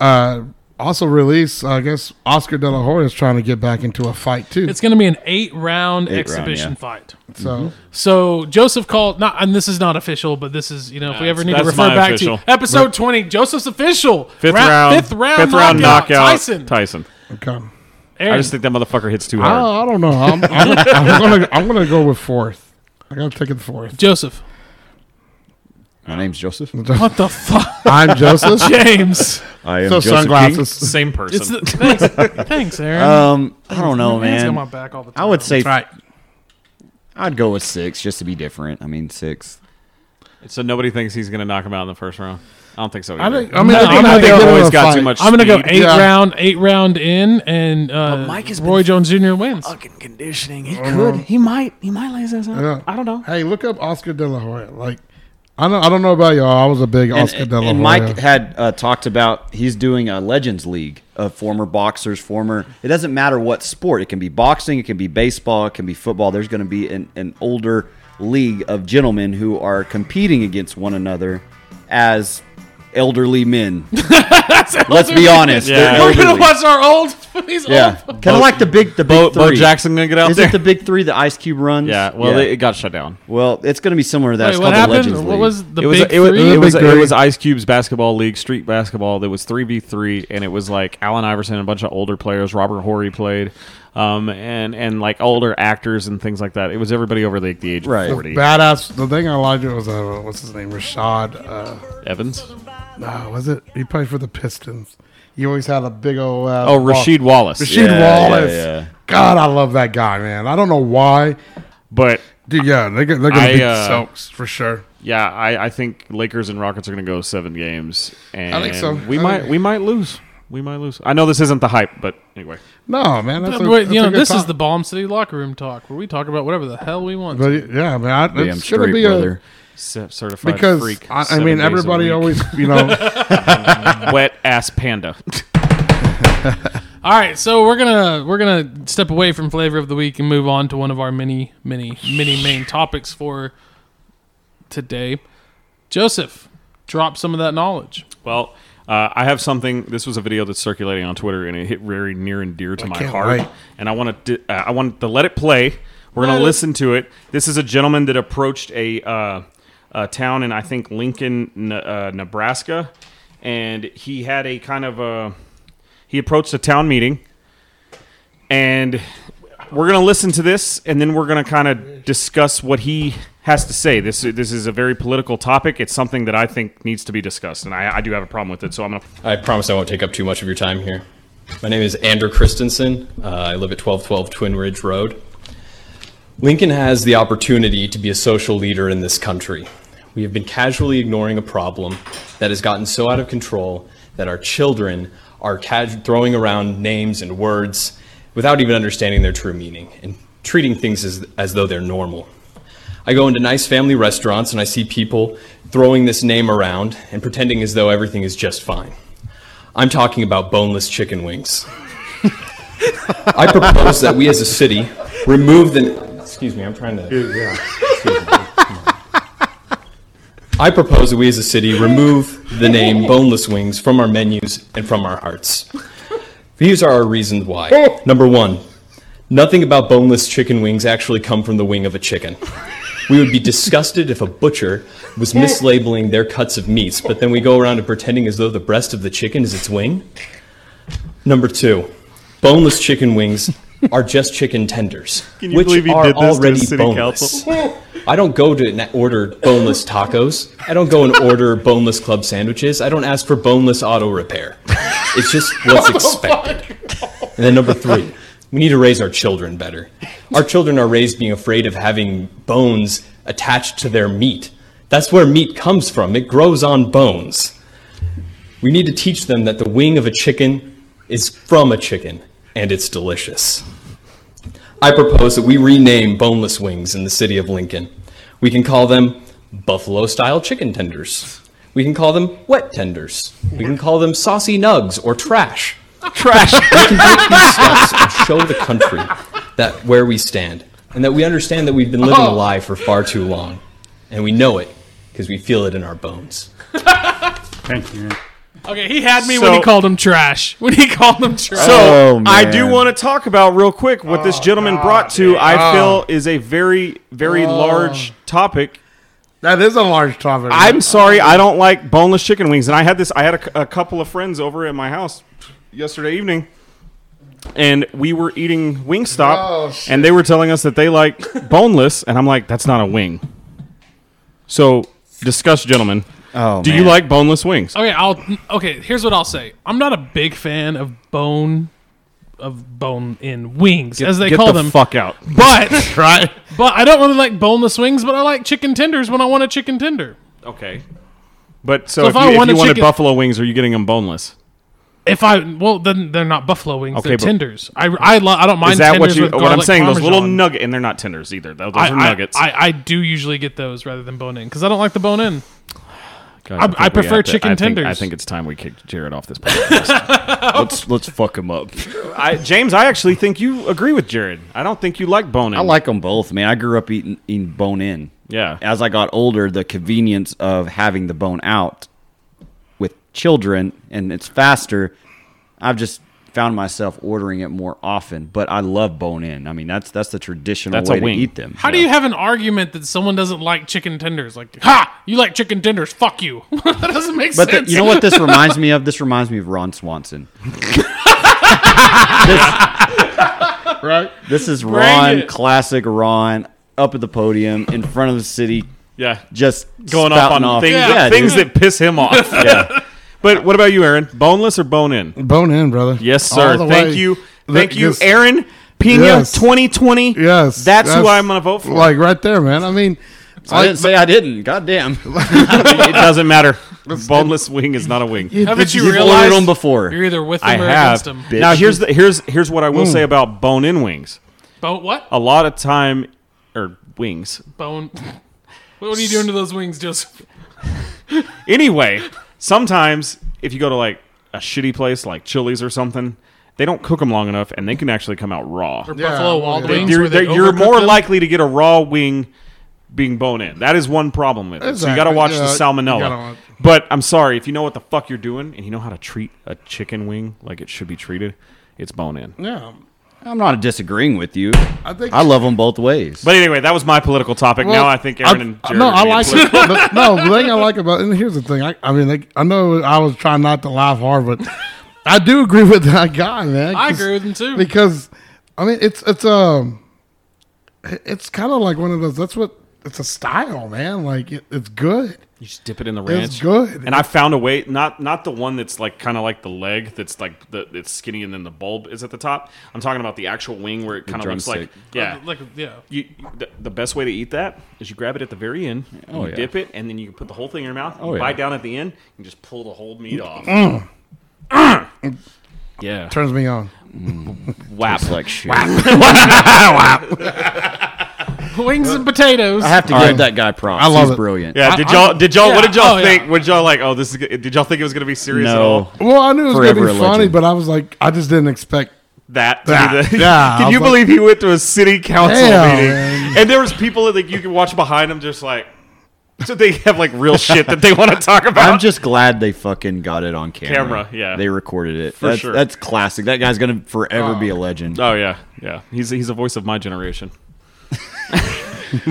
Speaker 2: Uh, also release, I guess Oscar De La Hoya is trying to get back into a fight too.
Speaker 3: It's going to be an eight-round
Speaker 1: round,
Speaker 3: exhibition
Speaker 1: yeah.
Speaker 3: fight.
Speaker 2: so
Speaker 3: So Joseph called not, and this is not official, but this is you know if we ever need to
Speaker 4: that's
Speaker 3: refer
Speaker 4: my
Speaker 3: back
Speaker 4: official.
Speaker 3: to episode twenty, Joseph's official
Speaker 4: Fifth
Speaker 3: Ra-
Speaker 4: round,
Speaker 3: fifth round, knockout, Tyson.
Speaker 4: Tyson.
Speaker 2: okay.
Speaker 4: I
Speaker 3: Aaron,
Speaker 4: just think that motherfucker hits too hard.
Speaker 2: I, I don't know. I'm, I'm, I'm gonna I'm gonna go with fourth. I gotta take it fourth.
Speaker 3: Joseph,
Speaker 1: My name's Joseph.
Speaker 3: what the fuck,
Speaker 2: I'm Joseph.
Speaker 3: James?
Speaker 1: I am
Speaker 2: so sunglasses.
Speaker 4: Same person.
Speaker 3: It's the, thanks, thanks, Aaron.
Speaker 1: Um, I don't know,
Speaker 3: My hands got my
Speaker 1: man.
Speaker 3: back all the time.
Speaker 1: I would say
Speaker 2: Right.
Speaker 1: I'd go with six just to be different. I mean, six.
Speaker 4: so nobody thinks he's gonna knock him out in the first round. I don't think so. Either.
Speaker 2: I think. I mean, I
Speaker 3: No,
Speaker 2: think
Speaker 3: I
Speaker 2: I
Speaker 3: think
Speaker 2: think
Speaker 4: Roy's got too much.
Speaker 3: I'm gonna go
Speaker 4: speed.
Speaker 3: eight
Speaker 2: Yeah.
Speaker 3: round, eight round in, and uh, Mike is Roy Jones Jr. wins.
Speaker 4: fucking conditioning.
Speaker 5: Oh.
Speaker 4: He could. He might. He might lay his ass out.
Speaker 2: Yeah.
Speaker 4: I don't know.
Speaker 2: Hey, look up Oscar De La Hoya. Like, I don't I don't know about y'all. I was a big
Speaker 1: And,
Speaker 2: Oscar De La Hoya.
Speaker 1: and Mike had uh, talked about he's doing a Legends League of former boxers, former. It doesn't matter what sport. It can be boxing, it can be baseball, it can be football. There's going to be an, an older league of gentlemen who are competing against one another as elderly men. Let's be honest.
Speaker 4: Yeah.
Speaker 1: They're
Speaker 4: We're
Speaker 3: We're gonna
Speaker 1: elderly.
Speaker 3: watch our old. These
Speaker 1: Yeah,
Speaker 3: old.
Speaker 1: kind of like the big the big
Speaker 4: Bo, Bo
Speaker 1: three.
Speaker 4: Jackson gonna get out
Speaker 1: Is
Speaker 4: there?
Speaker 1: it the big three? The Ice Cube runs.
Speaker 4: yeah. Well, It, it got shut down.
Speaker 1: well, it's going to be similar to that.
Speaker 3: Wait,
Speaker 1: it's
Speaker 3: what
Speaker 1: called the Legends
Speaker 3: happened? What
Speaker 1: League.
Speaker 3: was the
Speaker 4: it was
Speaker 3: big
Speaker 4: it was
Speaker 3: three?
Speaker 4: it was,
Speaker 2: Big
Speaker 4: it
Speaker 2: three.
Speaker 4: was Ice Cube's basketball league, street basketball. That was three v three, and it was like Allen Iverson, and a bunch of older players. Robert Horry played, um, and and like older actors and things like that. It was everybody over like the age of
Speaker 1: Right.
Speaker 4: forty.
Speaker 2: badass. The thing I liked was uh, what's his name, Rashad. Uh,
Speaker 4: Evans.
Speaker 2: no, was it? He played for the Pistons. He always had a big old. Uh,
Speaker 4: Oh, Rasheed
Speaker 2: Wallace.
Speaker 4: Wallace.
Speaker 2: Rasheed
Speaker 1: Yeah,
Speaker 2: Wallace.
Speaker 1: yeah, yeah.
Speaker 2: God, I love that guy, man. I don't know why.
Speaker 4: But
Speaker 2: Dude, yeah, they're, gonna- they're gonna
Speaker 4: I,
Speaker 2: beat
Speaker 4: uh,
Speaker 2: the Soaks for sure.
Speaker 4: yeah, I, I think Lakers and Rockets are going to go seven games, and
Speaker 2: I think so.
Speaker 4: we
Speaker 2: I
Speaker 4: might
Speaker 2: think-
Speaker 4: we might lose. We might lose. I know this isn't the hype, but anyway,
Speaker 2: No, man, that's a,
Speaker 3: Wait,
Speaker 2: that's
Speaker 3: you
Speaker 2: a
Speaker 3: know,
Speaker 2: good
Speaker 3: this is
Speaker 2: time.
Speaker 3: the Bomb City locker room talk where we talk about whatever the hell we want.
Speaker 2: But yeah, man, I,
Speaker 1: Damn
Speaker 2: it should
Speaker 1: straight,
Speaker 2: be
Speaker 1: brother.
Speaker 2: a
Speaker 4: C- certified
Speaker 2: because
Speaker 4: freak.
Speaker 2: I, I
Speaker 4: seven
Speaker 2: mean
Speaker 4: days a
Speaker 2: everybody
Speaker 4: week.
Speaker 2: always you know
Speaker 4: wet ass panda.
Speaker 3: All right, so we're gonna we're gonna step away from flavor of the week and move on to one of our many many many main topics for today. Joseph, drop some of that knowledge.
Speaker 4: Well, uh, I have something. This was a video that's circulating on Twitter, and it hit very near and dear to my
Speaker 2: can't
Speaker 4: heart.
Speaker 2: wait.
Speaker 4: And I want to, uh, I want to let it play. We're going to listen to it. This is a gentleman that approached a, uh, a town in I think Lincoln, N- uh, Nebraska, and he had a kind of a. He approached a town meeting, and we're going to listen to this, and then we're going to kind of discuss what he has to say. This this is a very political topic. It's something that I think needs to be discussed, and I, I do have a problem with it. So I'm going to
Speaker 7: I promise I won't take up too much of your time here. My name is Andrew Christensen. Uh, I live at 1212 Twin Ridge Road. Lincoln has the opportunity to be a social leader in this country, We have been casually ignoring a problem that has gotten so out of control that our children are cas- throwing around names and words without even understanding their true meaning and treating things as, as though they're normal. I go into nice family restaurants and I see people throwing this name around and pretending as though everything is just fine. I'm talking about boneless chicken wings. I propose that we as a city remove the. Excuse me, I'm trying to. I propose that we as a city remove the name boneless wings from our menus and from our hearts. These are our reasons why. Number one, nothing about boneless chicken wings actually come from the wing of a chicken. We would be disgusted if a butcher was mislabeling their cuts of meats, but then we go around and pretending as though the breast of the chicken is its wing. Number two, boneless chicken wings are just chicken tenders,
Speaker 6: you
Speaker 7: which
Speaker 6: believe he
Speaker 7: are
Speaker 6: did this to
Speaker 7: already
Speaker 6: city
Speaker 7: boneless. I don't go to na- order boneless tacos. I don't go and order boneless club sandwiches. I don't ask for boneless auto repair. It's just what's expected. And then number three, we need to raise our children better. Our children are raised being afraid of having bones attached to their meat. That's where meat comes from. It grows on bones. We need to teach them that the wing of a chicken is from a chicken and it's delicious. I propose that we rename boneless wings in the city of Lincoln. We can call them buffalo style chicken tenders. We can call them wet tenders. We can call them saucy nugs or trash. Trash. we can take these steps and show the country that where we stand and that we understand that we've been living a lie for far too long. And we know it because we feel it in our bones.
Speaker 8: Thank you.
Speaker 3: Okay, he had me when he
Speaker 6: So-
Speaker 3: called him trash. When he called him trash.
Speaker 4: So
Speaker 1: Oh,
Speaker 4: I do
Speaker 1: man.
Speaker 4: want to talk about real quick what
Speaker 3: Oh,
Speaker 4: this gentleman brought to I feel is a very very large topic.
Speaker 2: That is a large topic.
Speaker 4: I'm sorry, I don't like boneless chicken wings, and I had this. I had a, c- a couple of friends over at my house yesterday evening, and we were eating Wingstop,
Speaker 2: Oh,
Speaker 4: Stop,
Speaker 2: shit.
Speaker 4: and they were telling us that they like boneless, and I'm like, that's not a wing. So discuss, gentlemen.
Speaker 1: Oh,
Speaker 4: do you
Speaker 1: man.
Speaker 4: like boneless wings?
Speaker 3: Okay, I'll okay, here's what I'll say. I'm not a big fan of bone of bone in wings, as they
Speaker 4: Get
Speaker 3: call
Speaker 4: the
Speaker 3: them.
Speaker 4: fuck out.
Speaker 3: But
Speaker 2: right.
Speaker 3: but I don't really like boneless wings, but I like chicken tenders when I want a chicken tender.
Speaker 4: Okay. But so,
Speaker 3: So
Speaker 4: if,
Speaker 3: if I
Speaker 4: you, if
Speaker 3: want
Speaker 4: you
Speaker 3: a
Speaker 4: wanted
Speaker 3: chicken-
Speaker 4: buffalo wings, are you getting them boneless?
Speaker 3: If I well then they're not buffalo wings,
Speaker 4: Okay,
Speaker 3: they're
Speaker 4: but-
Speaker 3: tenders. I I, lo- I don't mind
Speaker 4: Is that
Speaker 3: tenders
Speaker 4: what you?
Speaker 3: with
Speaker 4: What I'm
Speaker 3: garlic
Speaker 4: saying, those little
Speaker 3: parmesan.
Speaker 4: nugget, and they're not tenders either. Those, those
Speaker 3: I,
Speaker 4: are
Speaker 3: I-
Speaker 4: nuggets.
Speaker 3: I, I do usually get those rather than bone in because I don't like the bone in.
Speaker 4: God,
Speaker 3: I-
Speaker 4: think
Speaker 3: I
Speaker 4: we
Speaker 3: prefer
Speaker 4: have to-
Speaker 3: chicken
Speaker 4: I think- I
Speaker 3: tenders.
Speaker 4: think it's time we kicked Jared off this podcast.
Speaker 1: Let's let's fuck him up.
Speaker 4: I, James, I actually think you agree with Jared. I don't think you like boning.
Speaker 1: I like them both, man. I grew up eating eating bone in.
Speaker 4: Yeah.
Speaker 1: As I got older, the convenience of having the bone out with children and it's faster. I've just found myself ordering it more often, but I love bone in. I mean, that's that's the traditional
Speaker 4: That's a
Speaker 1: way to
Speaker 4: wing.
Speaker 1: eat them.
Speaker 3: How do you have an argument that someone doesn't like chicken tenders? Like, ha! You like chicken tenders? Fuck you! that doesn't make
Speaker 1: But the-
Speaker 3: sense.
Speaker 1: you know what this reminds me of? This reminds me of Ron Swanson. this,
Speaker 2: Right.
Speaker 1: this is
Speaker 3: Bring
Speaker 1: Ron,
Speaker 3: it.
Speaker 1: classic Ron, up at the podium in front of the city,
Speaker 4: yeah,
Speaker 1: just
Speaker 4: going off on
Speaker 1: spouting off.
Speaker 4: things,
Speaker 1: Yeah,
Speaker 4: things
Speaker 1: dude.
Speaker 4: that piss him off. yeah. But what about you, Aaron? Boneless or bone in?
Speaker 2: Bone in, brother.
Speaker 4: Yes,
Speaker 2: All
Speaker 4: sir.
Speaker 2: the
Speaker 4: Thank
Speaker 2: way.
Speaker 4: you,
Speaker 2: Look,
Speaker 4: thank you,
Speaker 2: yes.
Speaker 4: Aaron Pena,
Speaker 2: Yes.
Speaker 4: 2020.
Speaker 2: Yes.
Speaker 4: that's, who I'm gonna vote for.
Speaker 2: Like right there, man. I mean,
Speaker 1: I didn't say I didn't. God damn.
Speaker 4: it doesn't matter. Boneless wing is not a wing.
Speaker 3: Haven't you
Speaker 1: You've
Speaker 3: realized
Speaker 1: ordered them before.
Speaker 3: You're either with them
Speaker 4: I
Speaker 3: or
Speaker 4: have.
Speaker 3: against them.
Speaker 4: Now here's the, here's here's what I will
Speaker 2: Mm.
Speaker 4: say about bone in wings.
Speaker 3: Bone what?
Speaker 4: A lot of time or wings.
Speaker 3: Bone. What are you doing to those wings, Joseph?
Speaker 4: Anyway, sometimes if you go to like a shitty place like Chili's or something, they don't cook them long enough, and they can actually come out raw.
Speaker 3: Or Buffalo Wild Wings?
Speaker 4: You're,
Speaker 3: where they
Speaker 4: you're more
Speaker 3: overcook them?
Speaker 4: likely to get a raw wing being bone in. That is one problem with it. So you got to
Speaker 2: Exactly,
Speaker 4: watch the
Speaker 2: yeah, you gotta
Speaker 4: salmonella.
Speaker 2: watch-
Speaker 4: But I'm sorry if you know what the fuck you're doing and you know how to treat a chicken wing like it should be treated. It's bone in.
Speaker 2: yeah.
Speaker 1: I'm not disagreeing with you.
Speaker 2: I think
Speaker 1: I love them both ways.
Speaker 4: But anyway, that was my political topic.
Speaker 2: Well,
Speaker 4: now I think Aaron and
Speaker 2: I-
Speaker 4: Jared
Speaker 2: No,
Speaker 4: are
Speaker 2: I
Speaker 4: being
Speaker 2: like
Speaker 4: political.
Speaker 2: it. The- no, the thing I like about and here's the thing. I, I mean, like, I know I was trying not to laugh hard, but I do agree with that guy, man.
Speaker 3: I
Speaker 2: 'cause-
Speaker 3: agree with them too.
Speaker 2: because I mean, it's it's um, it's kind of like one of those. That's what it's a style, man. Like it, it's good.
Speaker 4: You just dip it in the ranch.
Speaker 2: It's good.
Speaker 4: And I found a way not not the one that's like kind of like the leg that's like the it's skinny and then the bulb is at the top. I'm talking about the actual wing where it kind of looks like
Speaker 1: drumstick.
Speaker 4: yeah.
Speaker 3: Like, yeah.
Speaker 4: You, the, the best way to eat that is you grab it at the very end, and
Speaker 1: Oh,
Speaker 4: you
Speaker 1: yeah.
Speaker 4: dip it, and then you put the whole thing in your mouth.
Speaker 1: Oh,
Speaker 4: you
Speaker 1: yeah.
Speaker 4: bite down at the end and just pull the whole meat off. yeah,
Speaker 2: Turns me on.
Speaker 4: whap.
Speaker 1: It's like shit.
Speaker 3: Wings and potatoes.
Speaker 1: I have to
Speaker 2: Alright.
Speaker 1: give that guy props.
Speaker 2: I love
Speaker 1: He's
Speaker 2: it.
Speaker 1: brilliant.
Speaker 6: Yeah,
Speaker 2: I-
Speaker 6: did
Speaker 2: I-
Speaker 6: y'all did y'all what
Speaker 3: yeah,
Speaker 6: did y'all
Speaker 3: oh, yeah.
Speaker 6: think? Would y'all like, oh this is good. did y'all think it was gonna be serious at all?
Speaker 1: No,
Speaker 2: Well, I knew it was
Speaker 1: Forever
Speaker 2: gonna
Speaker 1: a
Speaker 2: be funny,
Speaker 1: legend.
Speaker 2: but I was like, I just didn't expect.
Speaker 6: That, to
Speaker 2: That,
Speaker 6: be the-
Speaker 2: yeah, I
Speaker 6: Can you
Speaker 2: was
Speaker 6: believe he went to a city council
Speaker 2: Hell,
Speaker 6: meeting?
Speaker 2: man.
Speaker 6: And there was people that like, you could watch behind him just like so they have like real shit that they want to talk about.
Speaker 1: I'm just glad they fucking got it on camera.
Speaker 6: Camera, yeah.
Speaker 1: they recorded it. that's,
Speaker 6: sure.
Speaker 1: that's classic. That guy's gonna forever be a legend.
Speaker 4: Oh yeah, yeah. He's he's a voice of my generation. All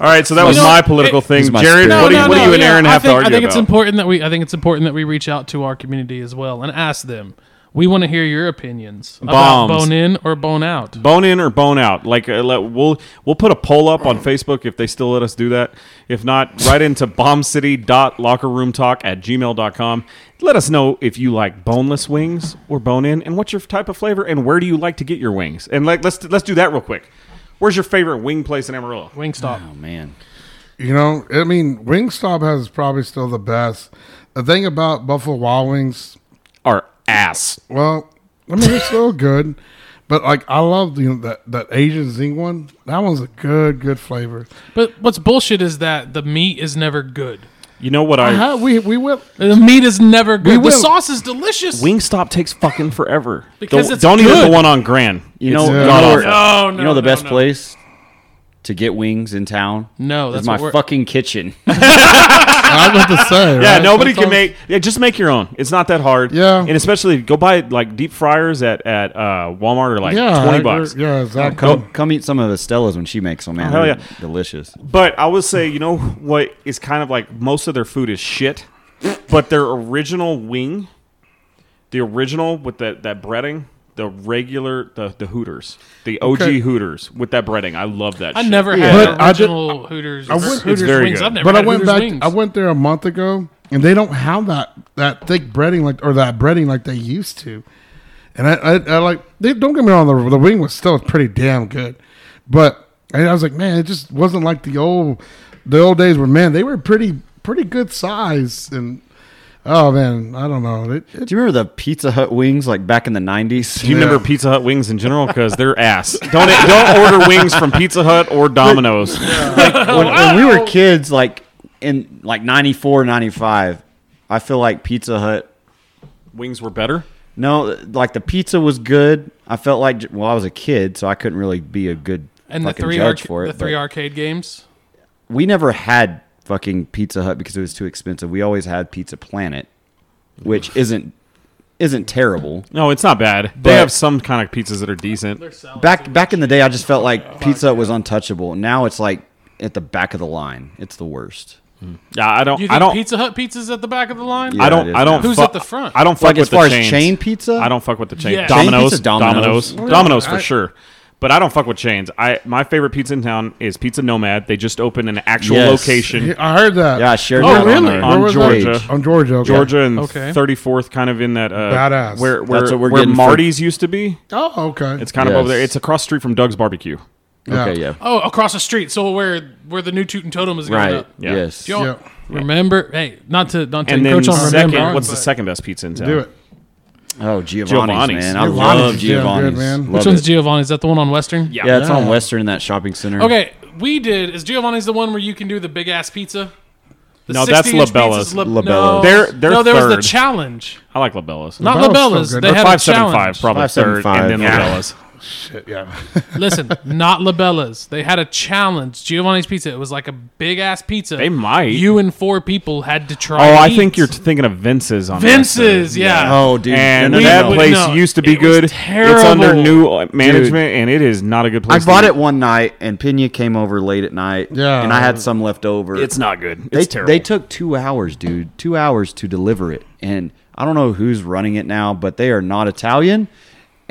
Speaker 4: right, so that was
Speaker 3: know,
Speaker 4: my political
Speaker 3: it-
Speaker 4: thing.
Speaker 1: He's my
Speaker 4: Jared,
Speaker 1: spirit.
Speaker 4: what, do you, what do you and
Speaker 3: yeah,
Speaker 4: Aaron
Speaker 3: I
Speaker 4: have
Speaker 3: think,
Speaker 4: to argue
Speaker 3: I think
Speaker 4: about?
Speaker 3: it's important that we. I think it's important that we reach out to our community as well and ask them. We want to hear your opinions about
Speaker 4: Bombs.
Speaker 3: bone in or bone out.
Speaker 4: bone in or bone out. Like uh, let, we'll we'll put a poll up on Facebook if they still let us do that. If not, write into bombcity.lockerroomtalk at gmail.com. Let us know if you like boneless wings or bone in, and what's your type of flavor, and where do you like to get your wings. And like let's let's do that real quick. Where's your favorite wing place in Amarillo?
Speaker 3: Wingstop.
Speaker 1: Oh man,
Speaker 2: You know, I mean, Wingstop has probably still the best. The thing about Buffalo Wild Wings,
Speaker 4: Our ass.
Speaker 2: well, I mean, it's still good, but like I love you know, that that Asian zing one. That one's a good, good flavor.
Speaker 3: But what's bullshit is that the meat is never good.
Speaker 4: You know what I?
Speaker 3: Uh-huh.
Speaker 2: Uh, we we went.
Speaker 3: The meat is never good. The
Speaker 2: will-
Speaker 3: sauce is delicious.
Speaker 4: Wingstop takes fucking forever.
Speaker 3: Because
Speaker 4: The-
Speaker 3: it's
Speaker 4: don't even
Speaker 3: good.
Speaker 4: the one on Grand.
Speaker 1: you know,
Speaker 2: Yeah.
Speaker 1: you know where-
Speaker 3: Oh, No, no,
Speaker 1: you know the
Speaker 3: no,
Speaker 1: best
Speaker 3: no.
Speaker 1: place to get wings in town.
Speaker 3: No,
Speaker 1: is
Speaker 3: that's
Speaker 1: my
Speaker 3: what we're-
Speaker 1: fucking kitchen.
Speaker 2: I was about to say.
Speaker 4: Yeah,
Speaker 2: right?
Speaker 4: nobody can
Speaker 2: Sometimes-
Speaker 4: make. Yeah, just make your own. It's not that hard.
Speaker 2: Yeah.
Speaker 4: and especially go buy like deep fryers at at uh, Walmart or like
Speaker 2: Yeah,
Speaker 4: twenty
Speaker 2: I-
Speaker 4: bucks.
Speaker 2: Yeah, exactly.
Speaker 1: Come, come eat some of Estella's when she makes them, man.
Speaker 4: Hell
Speaker 1: They're
Speaker 4: yeah.
Speaker 1: delicious.
Speaker 4: But I would say, you know what is kind of like most of their food is shit, but their original wing, the original with that that breading. The regular the the Hooters, the OG
Speaker 2: Okay.
Speaker 4: Hooters with that breading, I love that.
Speaker 3: I
Speaker 4: shit.
Speaker 3: never
Speaker 2: But
Speaker 3: had
Speaker 2: I did-
Speaker 3: original Hooters. or
Speaker 2: went- It's
Speaker 3: Hooters
Speaker 4: very
Speaker 3: wings.
Speaker 4: good.
Speaker 3: I've never
Speaker 2: But I
Speaker 3: had
Speaker 2: went
Speaker 3: Hooters
Speaker 2: back.
Speaker 3: wings.
Speaker 2: I went there a month ago, and they don't have that that thick breading like or that breading like they used to. And I, I, I like they don't get me wrong. The, the wing was still pretty damn good, but and I was like, man, it just wasn't like the old the old days where man they were pretty pretty good size and oh man I don't know it, it,
Speaker 1: Do you remember the Pizza Hut wings like back in the nineties?
Speaker 4: Do you remember Pizza Hut wings in general? Because they're ass. Don't don't order wings from Pizza Hut or Domino's.
Speaker 1: when, when we were kids, like in like 94, 95, I feel like Pizza Hut.
Speaker 4: Wings were better.
Speaker 1: No, like the pizza was good. I felt like well, I was a kid, so I couldn't really be a good
Speaker 3: and the
Speaker 1: fucking
Speaker 3: three
Speaker 1: judge
Speaker 3: arc-
Speaker 1: for it.
Speaker 3: the three
Speaker 1: but
Speaker 3: arcade games.
Speaker 1: we never had fucking Pizza Hut because it was too expensive. We always had Pizza Planet, which isn't isn't terrible.
Speaker 4: No, it's not bad.
Speaker 1: But-
Speaker 4: they have some kind of pizzas that are decent.
Speaker 1: Back back in the day, I just felt like Pizza Hut was untouchable. Now it's like at the back of the line. It's the worst.
Speaker 4: Yeah, I don't.
Speaker 3: You think
Speaker 4: I don't.
Speaker 3: Pizza Hut pizza's at the back of the line?
Speaker 1: Yeah.
Speaker 4: I
Speaker 1: it
Speaker 4: don't.
Speaker 1: is
Speaker 4: I don't.
Speaker 1: now.
Speaker 3: Who's
Speaker 4: fu-
Speaker 3: at the front?
Speaker 4: I don't fuck
Speaker 1: Like
Speaker 4: with
Speaker 1: as far
Speaker 4: the chains.
Speaker 1: as chain pizza,
Speaker 4: I don't fuck with the chain.
Speaker 3: Yeah. Chain
Speaker 4: Domino's,
Speaker 1: pizza,
Speaker 4: Domino's,
Speaker 1: Domino's.
Speaker 4: Domino's, for sure. But I don't fuck with chains. I my favorite pizza in town is Pizza Nomad. They just opened an actual
Speaker 1: Yes.
Speaker 4: location,
Speaker 2: I heard that
Speaker 1: Yeah, I shared
Speaker 2: oh
Speaker 1: that on
Speaker 2: really
Speaker 1: there.
Speaker 2: Where
Speaker 4: On
Speaker 2: was
Speaker 4: Georgia.
Speaker 2: that? on Georgia okay.
Speaker 4: Georgia and
Speaker 3: Okay.
Speaker 4: 34th, kind of in that uh,
Speaker 2: Badass.
Speaker 4: where where,
Speaker 1: That's what we're
Speaker 4: where
Speaker 1: getting for-
Speaker 4: Marty's used to be.
Speaker 2: oh okay
Speaker 4: It's kind of
Speaker 1: Yes.
Speaker 4: over there. It's across the street from Doug's Barbecue.
Speaker 1: Okay, yeah,
Speaker 3: Oh, across the street. So where where the new Toot and Totem is going
Speaker 1: right,
Speaker 3: up.
Speaker 4: Yeah.
Speaker 1: yes.
Speaker 3: Do y'all
Speaker 2: Yeah.
Speaker 3: remember? Hey, not to not to
Speaker 4: And then
Speaker 3: encroach on
Speaker 4: second,
Speaker 3: remember.
Speaker 4: what's the
Speaker 3: but-
Speaker 4: second best pizza in town?
Speaker 2: do it
Speaker 1: Oh, Giovanni's,
Speaker 4: Giovanni's.
Speaker 1: man. I
Speaker 2: Giovanni's
Speaker 1: love
Speaker 2: is damn
Speaker 1: Giovanni's.
Speaker 2: good, man.
Speaker 1: Love
Speaker 3: Which
Speaker 1: it.
Speaker 3: one's Giovanni? Is that the one on Western?
Speaker 1: Yeah, it's on Western in that shopping center.
Speaker 3: Okay, we did. Is Giovanni's the one where you can do the big ass pizza? The
Speaker 4: No, that's
Speaker 3: 60-inch
Speaker 4: Labella's.
Speaker 3: pizza's La-
Speaker 1: Labella's.
Speaker 3: No,
Speaker 4: They're- they're
Speaker 3: no, there was the
Speaker 4: third.
Speaker 3: challenge.
Speaker 4: I like Labellas.
Speaker 3: Not
Speaker 2: Labella's
Speaker 3: Labella's.
Speaker 2: so good.
Speaker 3: they
Speaker 2: They're
Speaker 3: had
Speaker 4: five
Speaker 3: a
Speaker 4: seven
Speaker 3: challenge.
Speaker 4: five, probably third,
Speaker 1: 575,
Speaker 4: and then
Speaker 1: yeah.
Speaker 4: Labellas.
Speaker 2: shit yeah
Speaker 3: Listen, not Labella's. They had a challenge. Giovanni's Pizza. It was like a big ass pizza.
Speaker 4: They might.
Speaker 3: You and four people had to try.
Speaker 4: Oh,
Speaker 3: and
Speaker 4: I
Speaker 3: eat.
Speaker 4: think you're t- thinking of Vince's on
Speaker 3: Vince's.
Speaker 4: Western.
Speaker 3: Yeah.
Speaker 1: Oh, dude,
Speaker 4: And
Speaker 1: no, no,
Speaker 4: that
Speaker 1: no.
Speaker 3: would-
Speaker 4: place
Speaker 3: no,
Speaker 4: used to be
Speaker 3: it was
Speaker 4: good. It's under
Speaker 3: terrible.
Speaker 4: new uh, management, and it is not a good
Speaker 1: I
Speaker 4: place.
Speaker 1: bought
Speaker 4: to
Speaker 1: it one night, and Pena came over late at night.
Speaker 2: Yeah.
Speaker 1: and I had some left over.
Speaker 4: Eat. It's not good.
Speaker 1: they,
Speaker 4: It's terrible.
Speaker 1: They took two hours, dude. Two hours to deliver it, and I don't know who's running it now, but they are not Italian,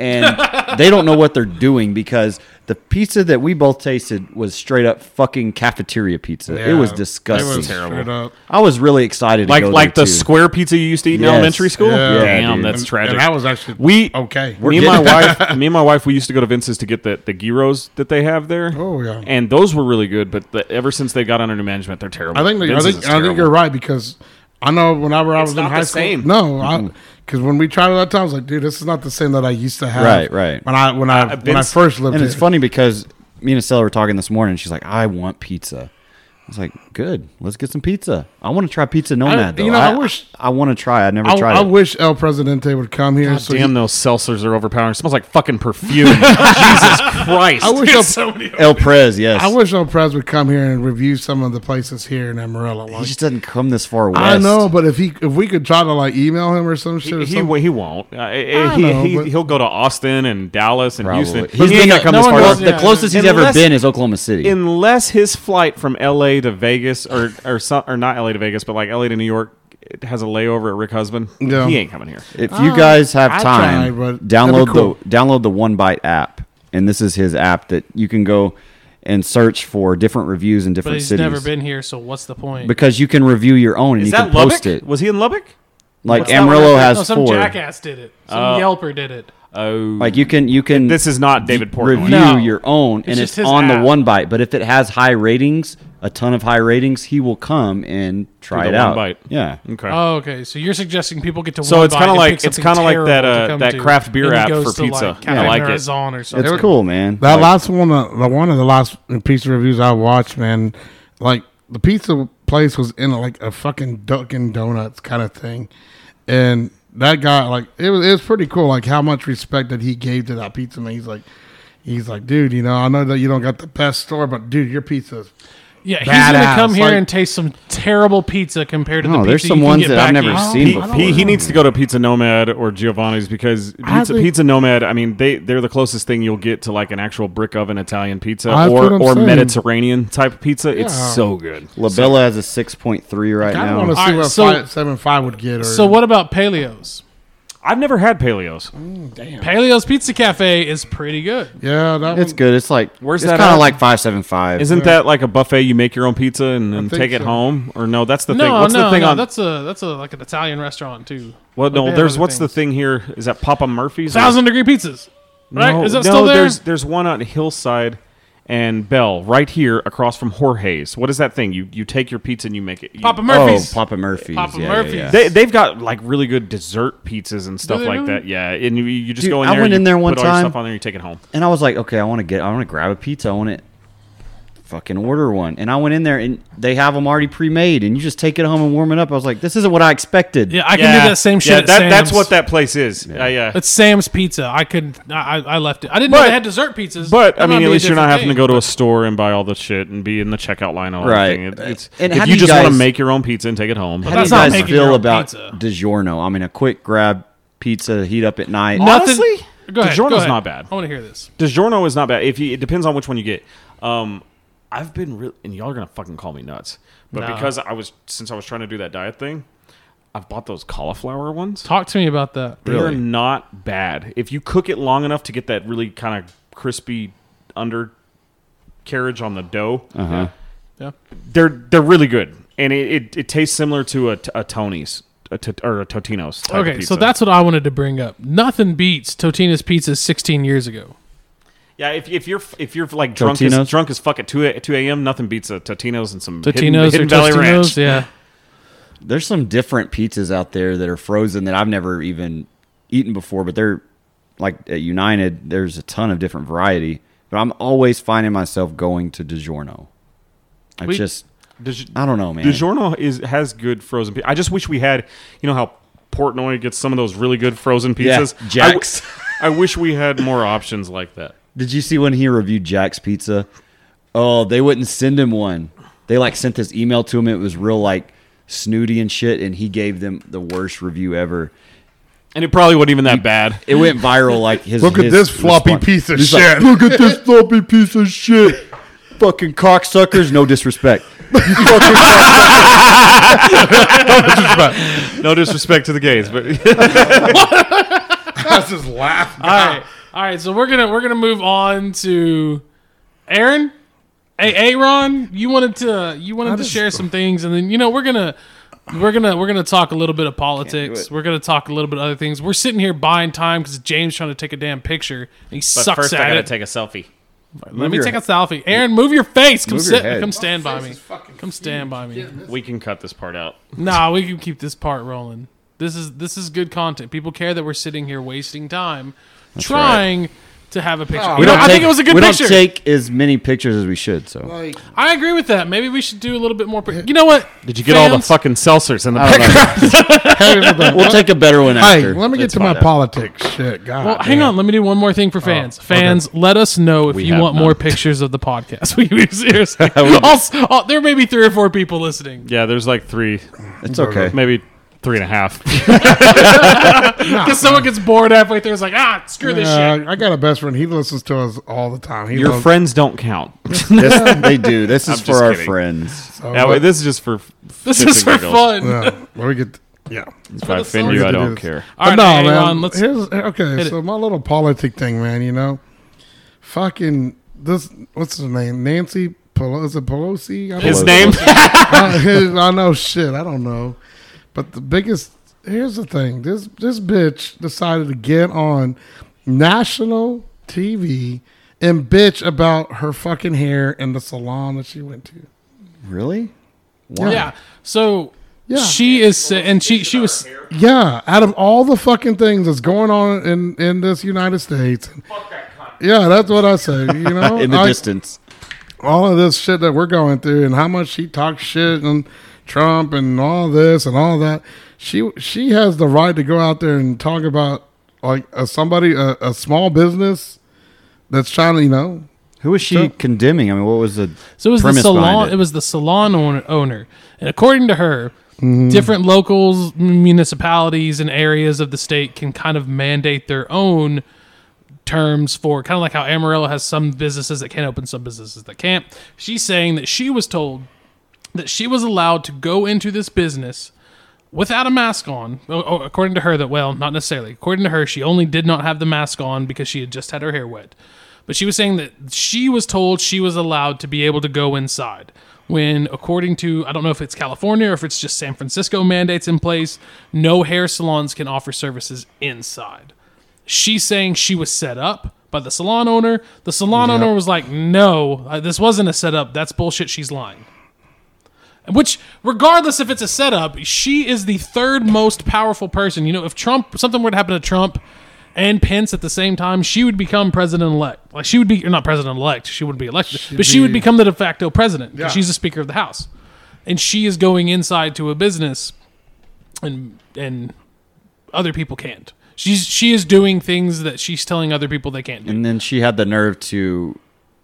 Speaker 1: and they don't know what they're doing because the pizza that we both tasted was straight up fucking cafeteria pizza. it was
Speaker 2: Yeah.
Speaker 1: disgusting.
Speaker 2: It was straight up.
Speaker 1: I was really excited.
Speaker 4: Like
Speaker 1: to go
Speaker 4: like
Speaker 1: there,
Speaker 4: the
Speaker 1: too.
Speaker 4: square pizza you used to eat in
Speaker 1: Yes.
Speaker 4: elementary school.
Speaker 2: Yeah. Yeah,
Speaker 4: Damn,
Speaker 1: dude.
Speaker 4: that's
Speaker 2: And-
Speaker 4: tragic.
Speaker 2: And I was actually
Speaker 4: we
Speaker 2: okay.
Speaker 4: Me and my wife, me and my wife, we used to go to Vince's to get the the gyros that they have there.
Speaker 2: Oh, yeah.
Speaker 4: and those were really good. But the, ever since they got under new management, they're terrible.
Speaker 2: I think that- I
Speaker 4: Vince's
Speaker 2: think
Speaker 4: is
Speaker 2: I think
Speaker 4: terrible.
Speaker 2: you're right because I know whenever I was in
Speaker 4: not
Speaker 2: high
Speaker 4: the
Speaker 2: school,
Speaker 4: same.
Speaker 1: Mm-hmm.
Speaker 2: no, because when we tried it that time, I was like, dude, this is not the same that I used to have.
Speaker 1: Right, right.
Speaker 2: When I when I when I
Speaker 4: Uh, Vince-
Speaker 2: first lived,
Speaker 1: And it's
Speaker 2: here.
Speaker 1: funny because me and Estella were talking this morning. She's like, "I want pizza." I was like, "Good, let's get some pizza." I want to try pizza nomad. though.
Speaker 2: you know, I wish-
Speaker 1: I want to try. I never
Speaker 2: I,
Speaker 1: tried.
Speaker 2: I
Speaker 1: it.
Speaker 2: wish El Presidente would come here. so
Speaker 4: Damn,
Speaker 2: he-
Speaker 4: those seltzers are overpowering. It smells like fucking perfume. Jesus Christ!
Speaker 2: I wish El,
Speaker 1: El Prez, yes.
Speaker 2: I wish El Prez would come here and review some of the places here in Amarillo.
Speaker 1: he
Speaker 2: Like,
Speaker 1: just doesn't come this far west.
Speaker 2: I know, but if he if we could try to like email him or some shit, or
Speaker 4: he,
Speaker 2: something.
Speaker 4: he, he won't. Uh, he,
Speaker 2: know,
Speaker 4: he,
Speaker 2: but-
Speaker 4: he'll go to Austin and Dallas and
Speaker 1: Probably.
Speaker 4: Houston.
Speaker 1: He's
Speaker 4: he ain't
Speaker 1: been
Speaker 4: gonna
Speaker 1: to-
Speaker 4: come
Speaker 1: no
Speaker 4: this
Speaker 1: one
Speaker 4: far.
Speaker 1: goes-
Speaker 4: west.
Speaker 1: the closest he's ever
Speaker 4: Unless-
Speaker 1: been is Oklahoma City.
Speaker 4: unless his flight from L.A. to Vegas or or some, or not L.A. to Vegas, but like L.A. to New York. It has a layover at Rick Husband.
Speaker 2: Yeah.
Speaker 4: He ain't coming here.
Speaker 1: if you guys have
Speaker 2: I'd
Speaker 1: time,
Speaker 2: try, but that'd
Speaker 1: download
Speaker 2: be cool.
Speaker 1: the download the One Bite app, and this is his app that you can go and search for different reviews in
Speaker 3: But
Speaker 1: different
Speaker 3: he's
Speaker 1: cities.
Speaker 3: never been here, so what's the point?
Speaker 1: because you can review your own and
Speaker 4: Is
Speaker 1: you
Speaker 4: that
Speaker 1: can
Speaker 4: Lubbock?
Speaker 1: post it.
Speaker 4: Was he in Lubbock?
Speaker 1: Like
Speaker 3: That's not what
Speaker 1: Amarillo
Speaker 3: I-
Speaker 1: has
Speaker 3: no, some
Speaker 1: four.
Speaker 3: jackass did it. Some Yelper did it.
Speaker 4: Oh,
Speaker 1: Like you can you can
Speaker 4: this is not David Portnoy.
Speaker 1: review
Speaker 3: No.
Speaker 1: your own and
Speaker 3: just
Speaker 1: it's
Speaker 3: his
Speaker 1: on
Speaker 3: app.
Speaker 1: the one bite. But if it has high ratings, a ton of high ratings, he will come and try
Speaker 4: the
Speaker 1: it
Speaker 4: One
Speaker 1: out.
Speaker 4: Bite.
Speaker 1: Yeah.
Speaker 4: Okay.
Speaker 3: Oh, okay. So you're suggesting people get to
Speaker 4: So
Speaker 3: one
Speaker 4: it's
Speaker 3: bite
Speaker 4: kinda
Speaker 3: and
Speaker 4: like-
Speaker 3: pick
Speaker 4: it's
Speaker 3: something
Speaker 4: kinda like that,
Speaker 3: terrible to
Speaker 4: uh,
Speaker 3: come
Speaker 4: that
Speaker 3: to,
Speaker 4: craft beer
Speaker 3: and he
Speaker 4: app
Speaker 3: goes
Speaker 4: for
Speaker 3: to,
Speaker 4: pizza.
Speaker 3: Like
Speaker 4: Yeah, I
Speaker 3: Cafe
Speaker 4: like it.
Speaker 3: Marizon Or something.
Speaker 1: It's cool, man.
Speaker 2: That
Speaker 1: Like,
Speaker 2: last one, uh, the one of the last pizza reviews I watched, man, like the pizza place was in like a fucking Dunkin' Donuts kind of thing, and that guy, like, it was it was pretty cool, like how much respect that he gave to that pizza man. He's like, he's like, dude, you know, I know that you don't got the best store, but dude, your pizza is
Speaker 3: Yeah, he's gonna
Speaker 2: Badass,
Speaker 3: come here
Speaker 2: like-
Speaker 3: and taste some terrible pizza compared to the
Speaker 1: No,
Speaker 3: pizza
Speaker 1: there's some
Speaker 3: you can
Speaker 1: ones
Speaker 3: get
Speaker 1: that I've
Speaker 3: back
Speaker 1: never
Speaker 3: here.
Speaker 1: seen
Speaker 4: He,
Speaker 1: before.
Speaker 4: he, he needs to go to Pizza Nomad or Giovanni's because Pizza,
Speaker 2: think-
Speaker 4: pizza Nomad, I mean, they, they're the closest thing you'll get to like an actual brick oven Italian pizza
Speaker 2: That's what
Speaker 4: or,
Speaker 2: I'm
Speaker 4: or
Speaker 2: saying.
Speaker 4: Mediterranean type pizza. It's
Speaker 2: Yeah.
Speaker 4: so good.
Speaker 1: Labella has a six point three right
Speaker 2: I
Speaker 1: now.
Speaker 2: want to see
Speaker 3: Alright,
Speaker 2: what
Speaker 3: so-
Speaker 2: five, seven five would get. Or,
Speaker 3: Oh. So what about Paleo's?
Speaker 4: I've never had Paleos.
Speaker 3: Mm. Paleo's Pizza Cafe is pretty good.
Speaker 2: Yeah, that
Speaker 1: It's
Speaker 2: one-
Speaker 1: good. It's like
Speaker 4: Where's
Speaker 1: Where's it's
Speaker 4: that
Speaker 1: kind
Speaker 4: at?
Speaker 1: of like five seven five.
Speaker 4: Isn't that like a buffet? You make your own pizza and then
Speaker 2: think
Speaker 4: take it
Speaker 2: so.
Speaker 4: home? Or no, that's the thing.
Speaker 3: No,
Speaker 4: What's
Speaker 3: no,
Speaker 4: the thing
Speaker 3: no.
Speaker 4: on.
Speaker 3: that's a that's a like an Italian restaurant too.
Speaker 4: well,
Speaker 3: Like, they
Speaker 4: no,
Speaker 3: have
Speaker 4: there's.
Speaker 3: other
Speaker 4: What's the
Speaker 3: things.
Speaker 4: thing here? Is that Papa Murphy's? or-
Speaker 3: Thousand degree pizzas. Right?
Speaker 4: No,
Speaker 3: is that
Speaker 4: no,
Speaker 3: still there?
Speaker 4: There's, there's one on Hillside and Bell right here across from Jorge's. What is that thing? You you take your pizza and you make it. You,
Speaker 3: Papa
Speaker 1: Oh,
Speaker 3: Murphy's.
Speaker 1: Papa Murphy's.
Speaker 3: Papa
Speaker 1: yeah,
Speaker 3: Murphy's.
Speaker 1: Yeah, yeah.
Speaker 4: They, they've got like really good dessert pizzas and stuff
Speaker 3: they
Speaker 4: like
Speaker 3: really?
Speaker 4: that. Yeah, and you, you just
Speaker 1: Dude,
Speaker 4: go in
Speaker 1: I
Speaker 4: there.
Speaker 1: went
Speaker 4: you
Speaker 1: in there one
Speaker 4: put all your
Speaker 1: time.
Speaker 4: stuff on there. and You take it home.
Speaker 1: And I was like, okay, I want to get, I want to grab a pizza. I want to fucking order one. And I went in there and they have them already pre-made, and you just take it home and warm it up. I was like, this isn't what I expected.
Speaker 3: yeah, I can
Speaker 4: yeah,
Speaker 3: do that same shit.
Speaker 4: Yeah,
Speaker 3: at
Speaker 4: that,
Speaker 3: Sam's.
Speaker 4: that's what that place is. Yeah, yeah.
Speaker 3: It's Sam's Pizza. I couldn't. I, I- I left it. I didn't know
Speaker 4: But-
Speaker 3: they had dessert pizzas.
Speaker 4: But
Speaker 3: That
Speaker 4: I
Speaker 3: might
Speaker 4: mean,
Speaker 3: be
Speaker 4: at
Speaker 3: a
Speaker 4: least you're not
Speaker 3: different
Speaker 4: having to
Speaker 3: thing.
Speaker 4: go to a store and buy all the shit and be in the checkout line all
Speaker 1: Right.
Speaker 4: It, it's,
Speaker 1: And how
Speaker 4: if
Speaker 1: do
Speaker 4: you
Speaker 1: you
Speaker 4: just want to
Speaker 1: guys-
Speaker 4: make your own pizza and take it home.
Speaker 1: How do you
Speaker 3: That's not
Speaker 1: guys
Speaker 3: making your
Speaker 1: feel
Speaker 3: own
Speaker 1: about
Speaker 3: pizza.
Speaker 1: DiGiorno? I mean, a quick grab pizza, heat up at night.
Speaker 4: Nothing-
Speaker 3: Honestly, Go ahead,
Speaker 4: DiGiorno's
Speaker 3: go ahead.
Speaker 4: not bad.
Speaker 3: I want to hear this.
Speaker 4: DiGiorno is not bad. If you, it depends on which one you get. Um, I've been real, and y'all are gonna fucking call me nuts, but
Speaker 3: Nah.
Speaker 4: because I was since I was trying to do that diet thing, I've bought those cauliflower ones.
Speaker 3: Talk to me about that.
Speaker 4: They're not bad if you cook it long enough to get that really kind of crispy under carriage on the dough. Uh-huh.
Speaker 3: Yeah.
Speaker 4: They're they're really good, and it, it, it tastes similar to a, a Tony's a t- or a Totino's. Type of
Speaker 3: Okay, so
Speaker 4: pizza.
Speaker 3: that's what I wanted to bring up. Nothing beats Totina's Pizza 16 years ago.
Speaker 4: Yeah, if, if you're if you're like drunk as,
Speaker 1: Totino's?
Speaker 4: drunk as fuck at two a, two a.m., nothing beats a Totino's and some hidden-
Speaker 3: Totino's
Speaker 4: hidden
Speaker 3: or
Speaker 4: Valley
Speaker 3: Tostinos,
Speaker 4: Ranch.
Speaker 3: yeah.
Speaker 1: There's some different pizzas out there that are frozen that I've never even eaten before, but they're like at United, there's a ton of different variety. But I'm always finding myself going to DiGiorno. I
Speaker 3: We-
Speaker 1: just,
Speaker 4: Does-
Speaker 1: I don't know, man.
Speaker 4: DiGiorno is has good frozen. Pizza. I just wish we had, you know, how Portnoy gets some of those really good frozen
Speaker 1: Yeah,
Speaker 4: pizzas. I w-
Speaker 1: Jack's.
Speaker 4: I wish we had more options like that.
Speaker 1: Did you see when he reviewed Jack's Pizza? Oh, they wouldn't send him one. They like sent this email to him. It was real like snooty and shit, and he gave them the worst review ever.
Speaker 4: And it probably wasn't even that bad.
Speaker 1: It went viral. Like his
Speaker 2: Look at
Speaker 1: his
Speaker 2: this floppy
Speaker 1: response.
Speaker 2: piece of
Speaker 1: He's like,
Speaker 2: shit.
Speaker 1: Look at this floppy piece of shit. Fucking cocksuckers. No disrespect.
Speaker 4: No disrespect to the gays, but
Speaker 2: That's his laugh.
Speaker 3: All right, all right. So we're gonna we're gonna move on to Aaron. Hey, Aaron, you wanted to you wanted to
Speaker 2: just-
Speaker 3: share some things, and then you know we're gonna we're gonna we're gonna talk a little bit of politics. We're gonna talk a little bit of other things. We're sitting here buying time because James trying to take a damn picture and he
Speaker 6: But
Speaker 3: sucks
Speaker 6: first,
Speaker 3: at
Speaker 6: I gotta
Speaker 3: it.
Speaker 6: take a selfie.
Speaker 3: Let me
Speaker 1: your
Speaker 3: take a selfie. Aaron, move your face. Come
Speaker 1: Move your
Speaker 3: sit.
Speaker 1: head.
Speaker 3: Come stand by me. Come stand by me.
Speaker 6: We can cut this part out.
Speaker 3: Nah, we can keep this part rolling. This is this is good content. People care that we're sitting here wasting time trying to have a picture.
Speaker 1: Oh,
Speaker 3: You know, I think it was a good
Speaker 1: we
Speaker 3: picture.
Speaker 1: don't take as many pictures as we should. So
Speaker 2: Like,
Speaker 3: I agree with that. Maybe we should do a little bit more. pic- you know what?
Speaker 6: Did you get all the
Speaker 3: Fans-
Speaker 6: fucking seltzers in the back?
Speaker 1: we'll take a better one
Speaker 2: hey,
Speaker 1: after.
Speaker 2: let me get
Speaker 6: Let's
Speaker 2: to my
Speaker 6: find out.
Speaker 2: politics shit. God,
Speaker 3: Well, hang on. Let me do one more thing for fans. fans, let us know if you
Speaker 6: have
Speaker 3: want
Speaker 6: none.
Speaker 3: more pictures of the podcast. We we- seriously. Also- oh, there may be three or four people listening.
Speaker 6: Yeah, there's like three,
Speaker 1: it's okay.
Speaker 6: maybe three and a half.
Speaker 3: Because someone gets bored halfway through. It's like, ah, screw this shit.
Speaker 2: I got a best friend. He listens to us all the time. He
Speaker 4: Your
Speaker 2: loves-
Speaker 4: friends don't count.
Speaker 1: This- they do. This
Speaker 6: I'm
Speaker 1: is for
Speaker 6: just
Speaker 1: our
Speaker 6: kidding.
Speaker 1: friends.
Speaker 2: Oh,
Speaker 4: That way, this is just for.
Speaker 3: This
Speaker 6: shits
Speaker 3: is
Speaker 6: and
Speaker 3: for
Speaker 6: giggles.
Speaker 3: fun.
Speaker 2: yeah. uh, Let me get. Yeah.
Speaker 6: If I offend
Speaker 3: seltzers.
Speaker 6: you, I
Speaker 2: Let's do
Speaker 6: don't
Speaker 2: this.
Speaker 6: care.
Speaker 3: All right,
Speaker 2: no,
Speaker 3: hang
Speaker 2: man.
Speaker 3: on. Let's,
Speaker 2: here's, okay,
Speaker 3: hit
Speaker 2: so my little politic thing, man. You know, fucking this. What's her name? Nancy Pelosi. Is it Pelosi? I don't
Speaker 6: His
Speaker 2: know.
Speaker 6: name?
Speaker 2: I, I know shit. I don't know. But the biggest here's the thing. This this bitch decided to get on national TV and bitch about her fucking hair and the salon that she went to.
Speaker 1: Really?
Speaker 3: yeah. So
Speaker 2: Yeah.
Speaker 3: she is, sa- and she she was.
Speaker 2: Yeah, out of all the fucking things that's going on in in this United States. Yeah, that's what I say. You know,
Speaker 1: In the
Speaker 2: I-
Speaker 1: distance.
Speaker 2: all of this shit that we're going through and how much she talks shit and Trump and all this and all that. She she has the right to go out there and talk about like a somebody a, a small business that's trying to you know
Speaker 1: Who was she condemning? I mean, what was the
Speaker 3: So it was the
Speaker 1: premise
Speaker 3: salon.
Speaker 1: behind
Speaker 3: It. was the salon owner, owner, and according to her,
Speaker 2: Mm-hmm.
Speaker 3: different locals, municipalities, and areas of the state can kind of mandate their own terms for kind of like how Amarillo has some businesses that can open, some businesses that can't. She's saying that she was told that she was allowed to go into this business without a mask on. Oh, oh, According to her, that well, not necessarily. According to her, she only did not have the mask on because she had just had her hair wet. But she was saying that she was told she was allowed to be able to go inside. When, according to, I don't know if it's California or if it's just San Francisco mandates in place, no hair salons can offer services inside. She's saying she was set up by the salon owner. The salon owner was like, no, uh, this wasn't a setup. That's bullshit. She's lying. Which, regardless if it's a setup, she is the third most powerful person. You know, if Trump something were to happen to Trump and Pence at the same time, she would become president elect. Like she would be or not president elect. She wouldn't be elected, but she would
Speaker 2: be-
Speaker 3: become the de facto president. 'cause
Speaker 2: Yeah.
Speaker 3: She's the Speaker of the House, and she is going inside to a business, and and other people can't. She's she is doing things that she's telling other people they can't do.
Speaker 1: it? And then she had the nerve to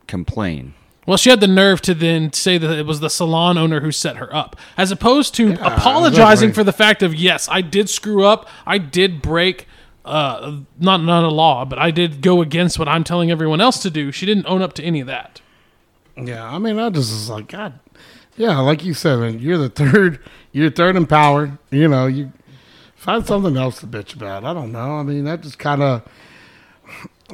Speaker 1: complain.
Speaker 3: Well, she had the nerve to then say that it was the salon owner who set her up, as opposed to apologizing
Speaker 2: exactly.
Speaker 3: for the fact of yes, I did screw up, I did break, uh, not not a law, but I did go against what I'm telling everyone else to do. She didn't own up to any of that.
Speaker 2: yeah I mean I just was like God yeah like you said man, you're the third you're third in power you know you find something else to bitch about I don't know I mean that just kind of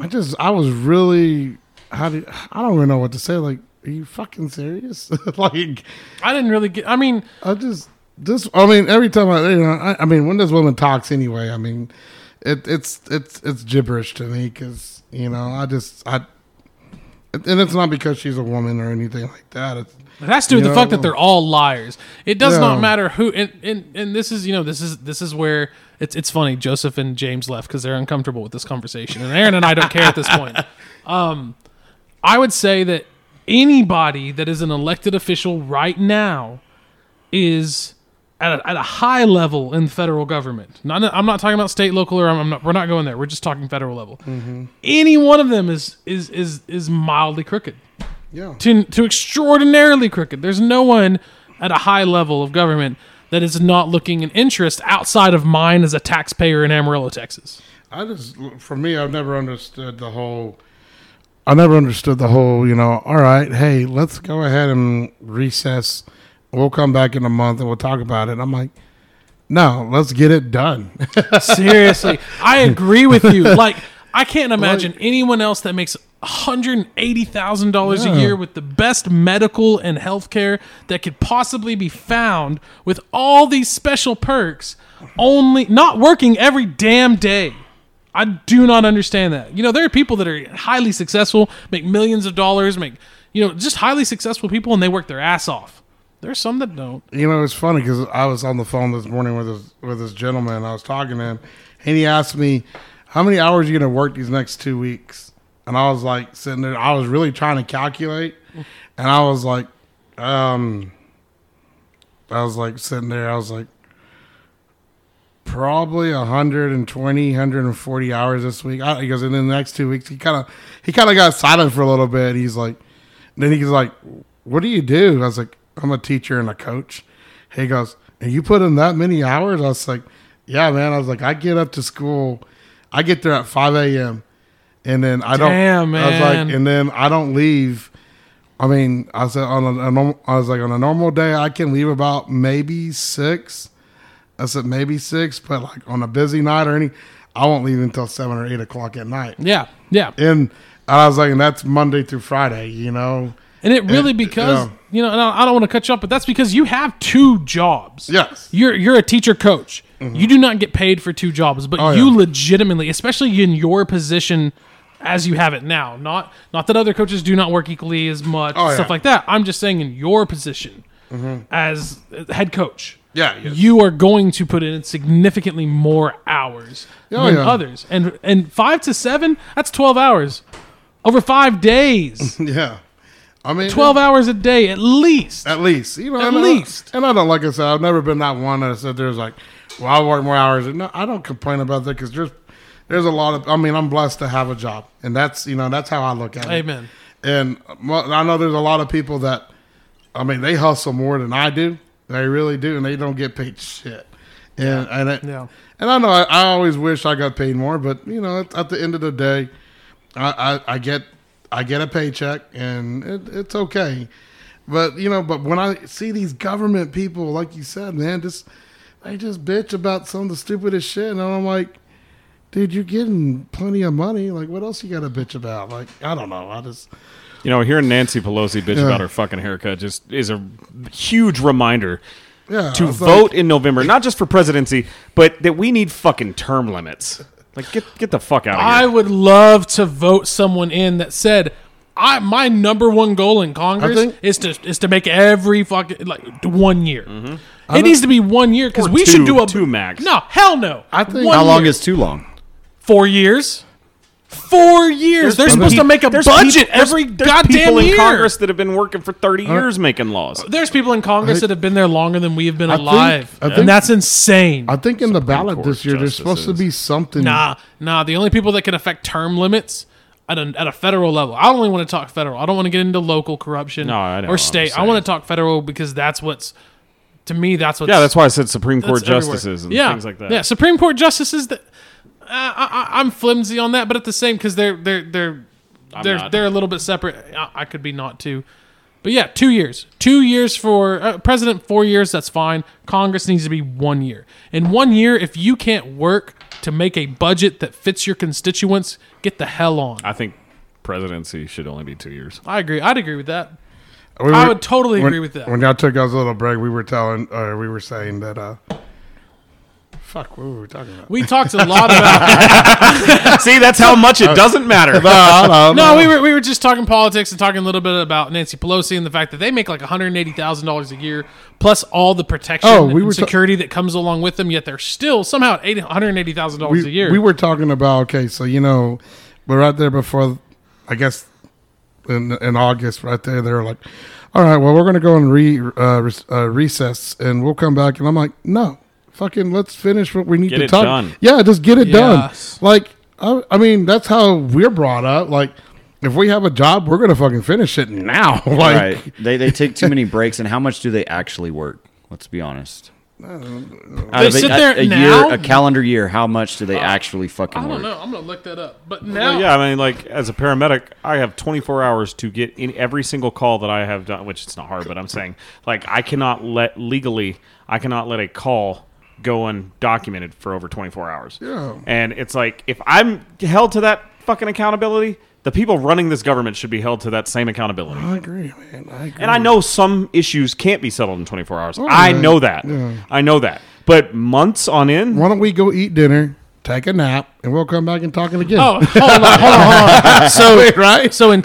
Speaker 2: I just I was really how do I don't even know what to say like are you fucking serious like.
Speaker 3: I didn't really get. I mean,
Speaker 2: I just this. I mean, every time I, you know, I, I mean, when this woman talks anyway, I mean, it, it's it's it's gibberish to me because you know, I just I, and it's not because she's a woman or anything like that. It's
Speaker 3: It has to do with the
Speaker 2: Yeah,
Speaker 3: fact
Speaker 2: well.
Speaker 3: that they're all liars. It does
Speaker 2: Yeah.
Speaker 3: not matter who. And, and and this is you know this is this is where it's it's funny. Joseph and James left because they're uncomfortable with this conversation, and Aaron and I don't care at this point. Um, I would say that anybody that is an elected official right now is at a, at a high level in the federal government. Not I'm not talking about state, local, or I'm, I'm not. We're not going there. We're just talking federal level.
Speaker 2: Mm-hmm.
Speaker 3: Any one of them is is is is mildly crooked
Speaker 2: yeah,
Speaker 3: to, to extraordinarily crooked. There's no one at a high level of government that is not looking an interest outside of mine as a taxpayer in Amarillo, Texas.
Speaker 2: I just for me, I've never understood the whole. I never understood the whole. You know, all right, hey, let's go ahead and recess. We'll come back in a month and we'll talk about it. I'm like, No, let's get it done.
Speaker 3: Seriously, I agree with you. Like, I can't imagine anyone else that makes $180,000
Speaker 2: Yeah.
Speaker 3: a year with the best medical and healthcare that could possibly be found with all these special perks, only not working every damn day. I do not understand that. You know, there are people that are highly successful, make millions of dollars, make, you know, just highly successful people, and they work their ass off. There are some that don't.
Speaker 2: You know, it's funny because I was on the phone this morning with this with this gentleman. and I was talking to him, and he asked me, "How many hours are you going to work these next two weeks?" And I was like sitting there. I was really trying to calculate, and I was like, um, I was like sitting there. I was like, probably 120, 140 hours this week. I, he goes, and in the next two weeks, he kind of he kind of got silent for a little bit. He's like, then he's like, what do you do? I was like, I'm a teacher and a coach. He goes, and you put in that many hours? I was like, yeah, man. I was like, I get up to school, I get there at 5 a.m. And then I don't.
Speaker 3: Damn,
Speaker 2: I was
Speaker 3: man.
Speaker 2: like, and then I don't leave. I mean, I said on a, a norm, I was like on a normal day I can leave about maybe six. I said maybe six, but like on a busy night or any, I won't leave until seven or eight o'clock at night.
Speaker 3: Yeah. Yeah.
Speaker 2: And I was like, and that's Monday through Friday, you know.
Speaker 3: And it really
Speaker 2: It-
Speaker 3: because
Speaker 2: yeah.
Speaker 3: you know, and I I don't want to cut you up, but that's because you have two jobs.
Speaker 2: Yes. Mm-hmm.
Speaker 3: you're you're a teacher coach. You do not get paid for two jobs, but
Speaker 2: Oh,
Speaker 3: you
Speaker 2: yeah.
Speaker 3: legitimately, especially in your position as you have it now. Not not that other coaches do not work equally as much,
Speaker 2: Oh,
Speaker 3: stuff
Speaker 2: yeah. Mm-hmm.
Speaker 3: like that. I'm just saying in your position as uh, head coach.
Speaker 2: Yeah, yes.
Speaker 3: you are going to put in significantly more hours
Speaker 2: Oh,
Speaker 3: than
Speaker 2: yeah.
Speaker 3: others, and and five to seven, that's twelve hours over five days.
Speaker 2: Yeah, I mean
Speaker 3: 12 hours a day at least.
Speaker 2: at least, you know,
Speaker 3: At
Speaker 2: and I-
Speaker 3: least.
Speaker 2: and I don't like I said, I've never been that one that said there's like, well, I work more hours. No, I don't complain about that because there's there's a lot of. I mean, I'm blessed to have a job, and that's you know that's how I look at it.
Speaker 3: Amen.
Speaker 2: And well, I know there's a lot of people that, I mean, they hustle more than I do. They really do, and they don't get paid shit. And and it,
Speaker 3: Yeah.
Speaker 2: and I know I, I always wish I got paid more, but you know, at, at the end of the day, I, I, I get I get a paycheck, and it, it's okay. But you know, but when I see these government people, like you said, man, just they just bitch about some of the stupidest shit, and I'm like, dude, you're getting plenty of money. Like, what else you got to bitch about? Like, I don't know. I just
Speaker 4: You know, hearing Nancy Pelosi bitch
Speaker 2: Yeah.
Speaker 4: about her fucking haircut just is a huge reminder
Speaker 2: Yeah,
Speaker 4: to
Speaker 2: it's
Speaker 4: vote
Speaker 2: like-
Speaker 4: in November, not just for presidency, but that we need fucking term limits. Like, get get the fuck out of
Speaker 3: I
Speaker 4: here.
Speaker 3: would love to vote someone in that said, I my number one goal in Congress
Speaker 2: think-
Speaker 3: is to is to make every fucking like one year. It needs to be one year because
Speaker 4: Mm-hmm. Or
Speaker 3: we
Speaker 4: two-
Speaker 3: should do a
Speaker 4: two max.
Speaker 3: No, hell no.
Speaker 2: I think-
Speaker 3: One
Speaker 1: How long
Speaker 3: year.
Speaker 1: is too long?
Speaker 3: four years? Four years. They're
Speaker 4: There's
Speaker 3: supposed to
Speaker 4: peop-
Speaker 3: make a
Speaker 4: there's
Speaker 3: budget
Speaker 4: peop- there's-
Speaker 3: every
Speaker 4: there's
Speaker 3: goddamn
Speaker 4: people
Speaker 3: year.
Speaker 4: in Congress that have been working for 30 years making laws.
Speaker 3: There's people in Congress that have been there longer than we have been
Speaker 2: think-
Speaker 3: alive,
Speaker 2: I think-
Speaker 3: and that's insane.
Speaker 2: I think in the ballot this year there's supposed to
Speaker 4: justices.
Speaker 2: be something.
Speaker 3: Nah, nah. The only people that can affect term limits at a, at a federal level. I only want to talk federal. I don't want to get into local corruption
Speaker 4: No, I know,
Speaker 3: or
Speaker 4: I'm
Speaker 3: state.
Speaker 4: just
Speaker 3: I
Speaker 4: saying.
Speaker 3: want to talk federal because that's what's to me. That's what's
Speaker 4: Yeah, that's why I said Supreme
Speaker 3: that's
Speaker 4: Court
Speaker 3: everywhere.
Speaker 4: justices and
Speaker 3: yeah,
Speaker 4: things like that.
Speaker 3: Yeah, Supreme Court justices. That uh, I, I, I'm flimsy on that, but at the same because they're they're they're they're
Speaker 4: not.
Speaker 3: they're a little bit separate. I, I could be not too. But yeah, two years. Two years for uh, president, four years, that's fine. Congress needs to be one year. In one year, if you can't work to make a budget that fits your constituents, get the hell on.
Speaker 4: I think presidency should only be two years.
Speaker 3: I agree. I'd agree with that.
Speaker 2: We
Speaker 3: I
Speaker 2: were-
Speaker 3: would totally
Speaker 2: when-
Speaker 3: agree with that.
Speaker 2: When y'all took us a little break, we were telling, or we were saying that. uh Fuck, what were we talking about?
Speaker 3: We talked a lot about.
Speaker 4: See, that's how much
Speaker 2: Uh,
Speaker 4: it doesn't matter.
Speaker 3: no, we were, we were just talking politics and talking a little bit about Nancy Pelosi and the fact that they make like $180,000 a year plus all the protection
Speaker 2: Oh, we
Speaker 3: and
Speaker 2: were ta-
Speaker 3: security that comes along with them, yet they're still somehow at $80- $180,000
Speaker 2: we,
Speaker 3: a year.
Speaker 2: we were talking about okay, so you know, but right there before, I guess, in in August, right there, they were like, "All right, well, we're gonna go and re uh, res- uh, recess, and we'll come back." And I'm like, "No, fucking, let's finish what we need
Speaker 4: Get
Speaker 2: to
Speaker 4: it
Speaker 2: talk.
Speaker 4: done.
Speaker 2: Yeah, just get it
Speaker 3: Yes.
Speaker 2: done. Like, I, I mean, that's how we're brought up. Like, if we have a job, we're gonna fucking finish it now. like,
Speaker 1: right. They they take too many breaks, and how much do they actually work? Let's be honest. Out
Speaker 3: Uh, They
Speaker 1: of a-
Speaker 3: sit
Speaker 1: a-
Speaker 3: there
Speaker 1: a
Speaker 3: now? Uh,
Speaker 1: year, a calendar year. How much do they actually fucking
Speaker 3: I
Speaker 1: work?
Speaker 3: don't know. I'm going to look that up. But now.
Speaker 4: Well, yeah, I mean, like as a paramedic, I have 24 hours to get in every single call that I have done, which it's not hard, but I'm saying, like, I cannot let legally, I cannot let a call go undocumented for over 24 hours.
Speaker 2: Yeah.
Speaker 4: And it's like if I'm held to that fucking accountability, the people running this government should be held to that same accountability.
Speaker 2: I agree, man. I agree.
Speaker 4: And I know some issues can't be settled in 24 hours.
Speaker 2: Oh,
Speaker 4: I
Speaker 2: yeah.
Speaker 4: know that.
Speaker 2: Yeah.
Speaker 4: I know that. But months on end,
Speaker 2: Why don't we go eat dinner, take a nap, and we'll come back and talk again?
Speaker 3: Oh, hold on, hold on, hold on. So, right? So, in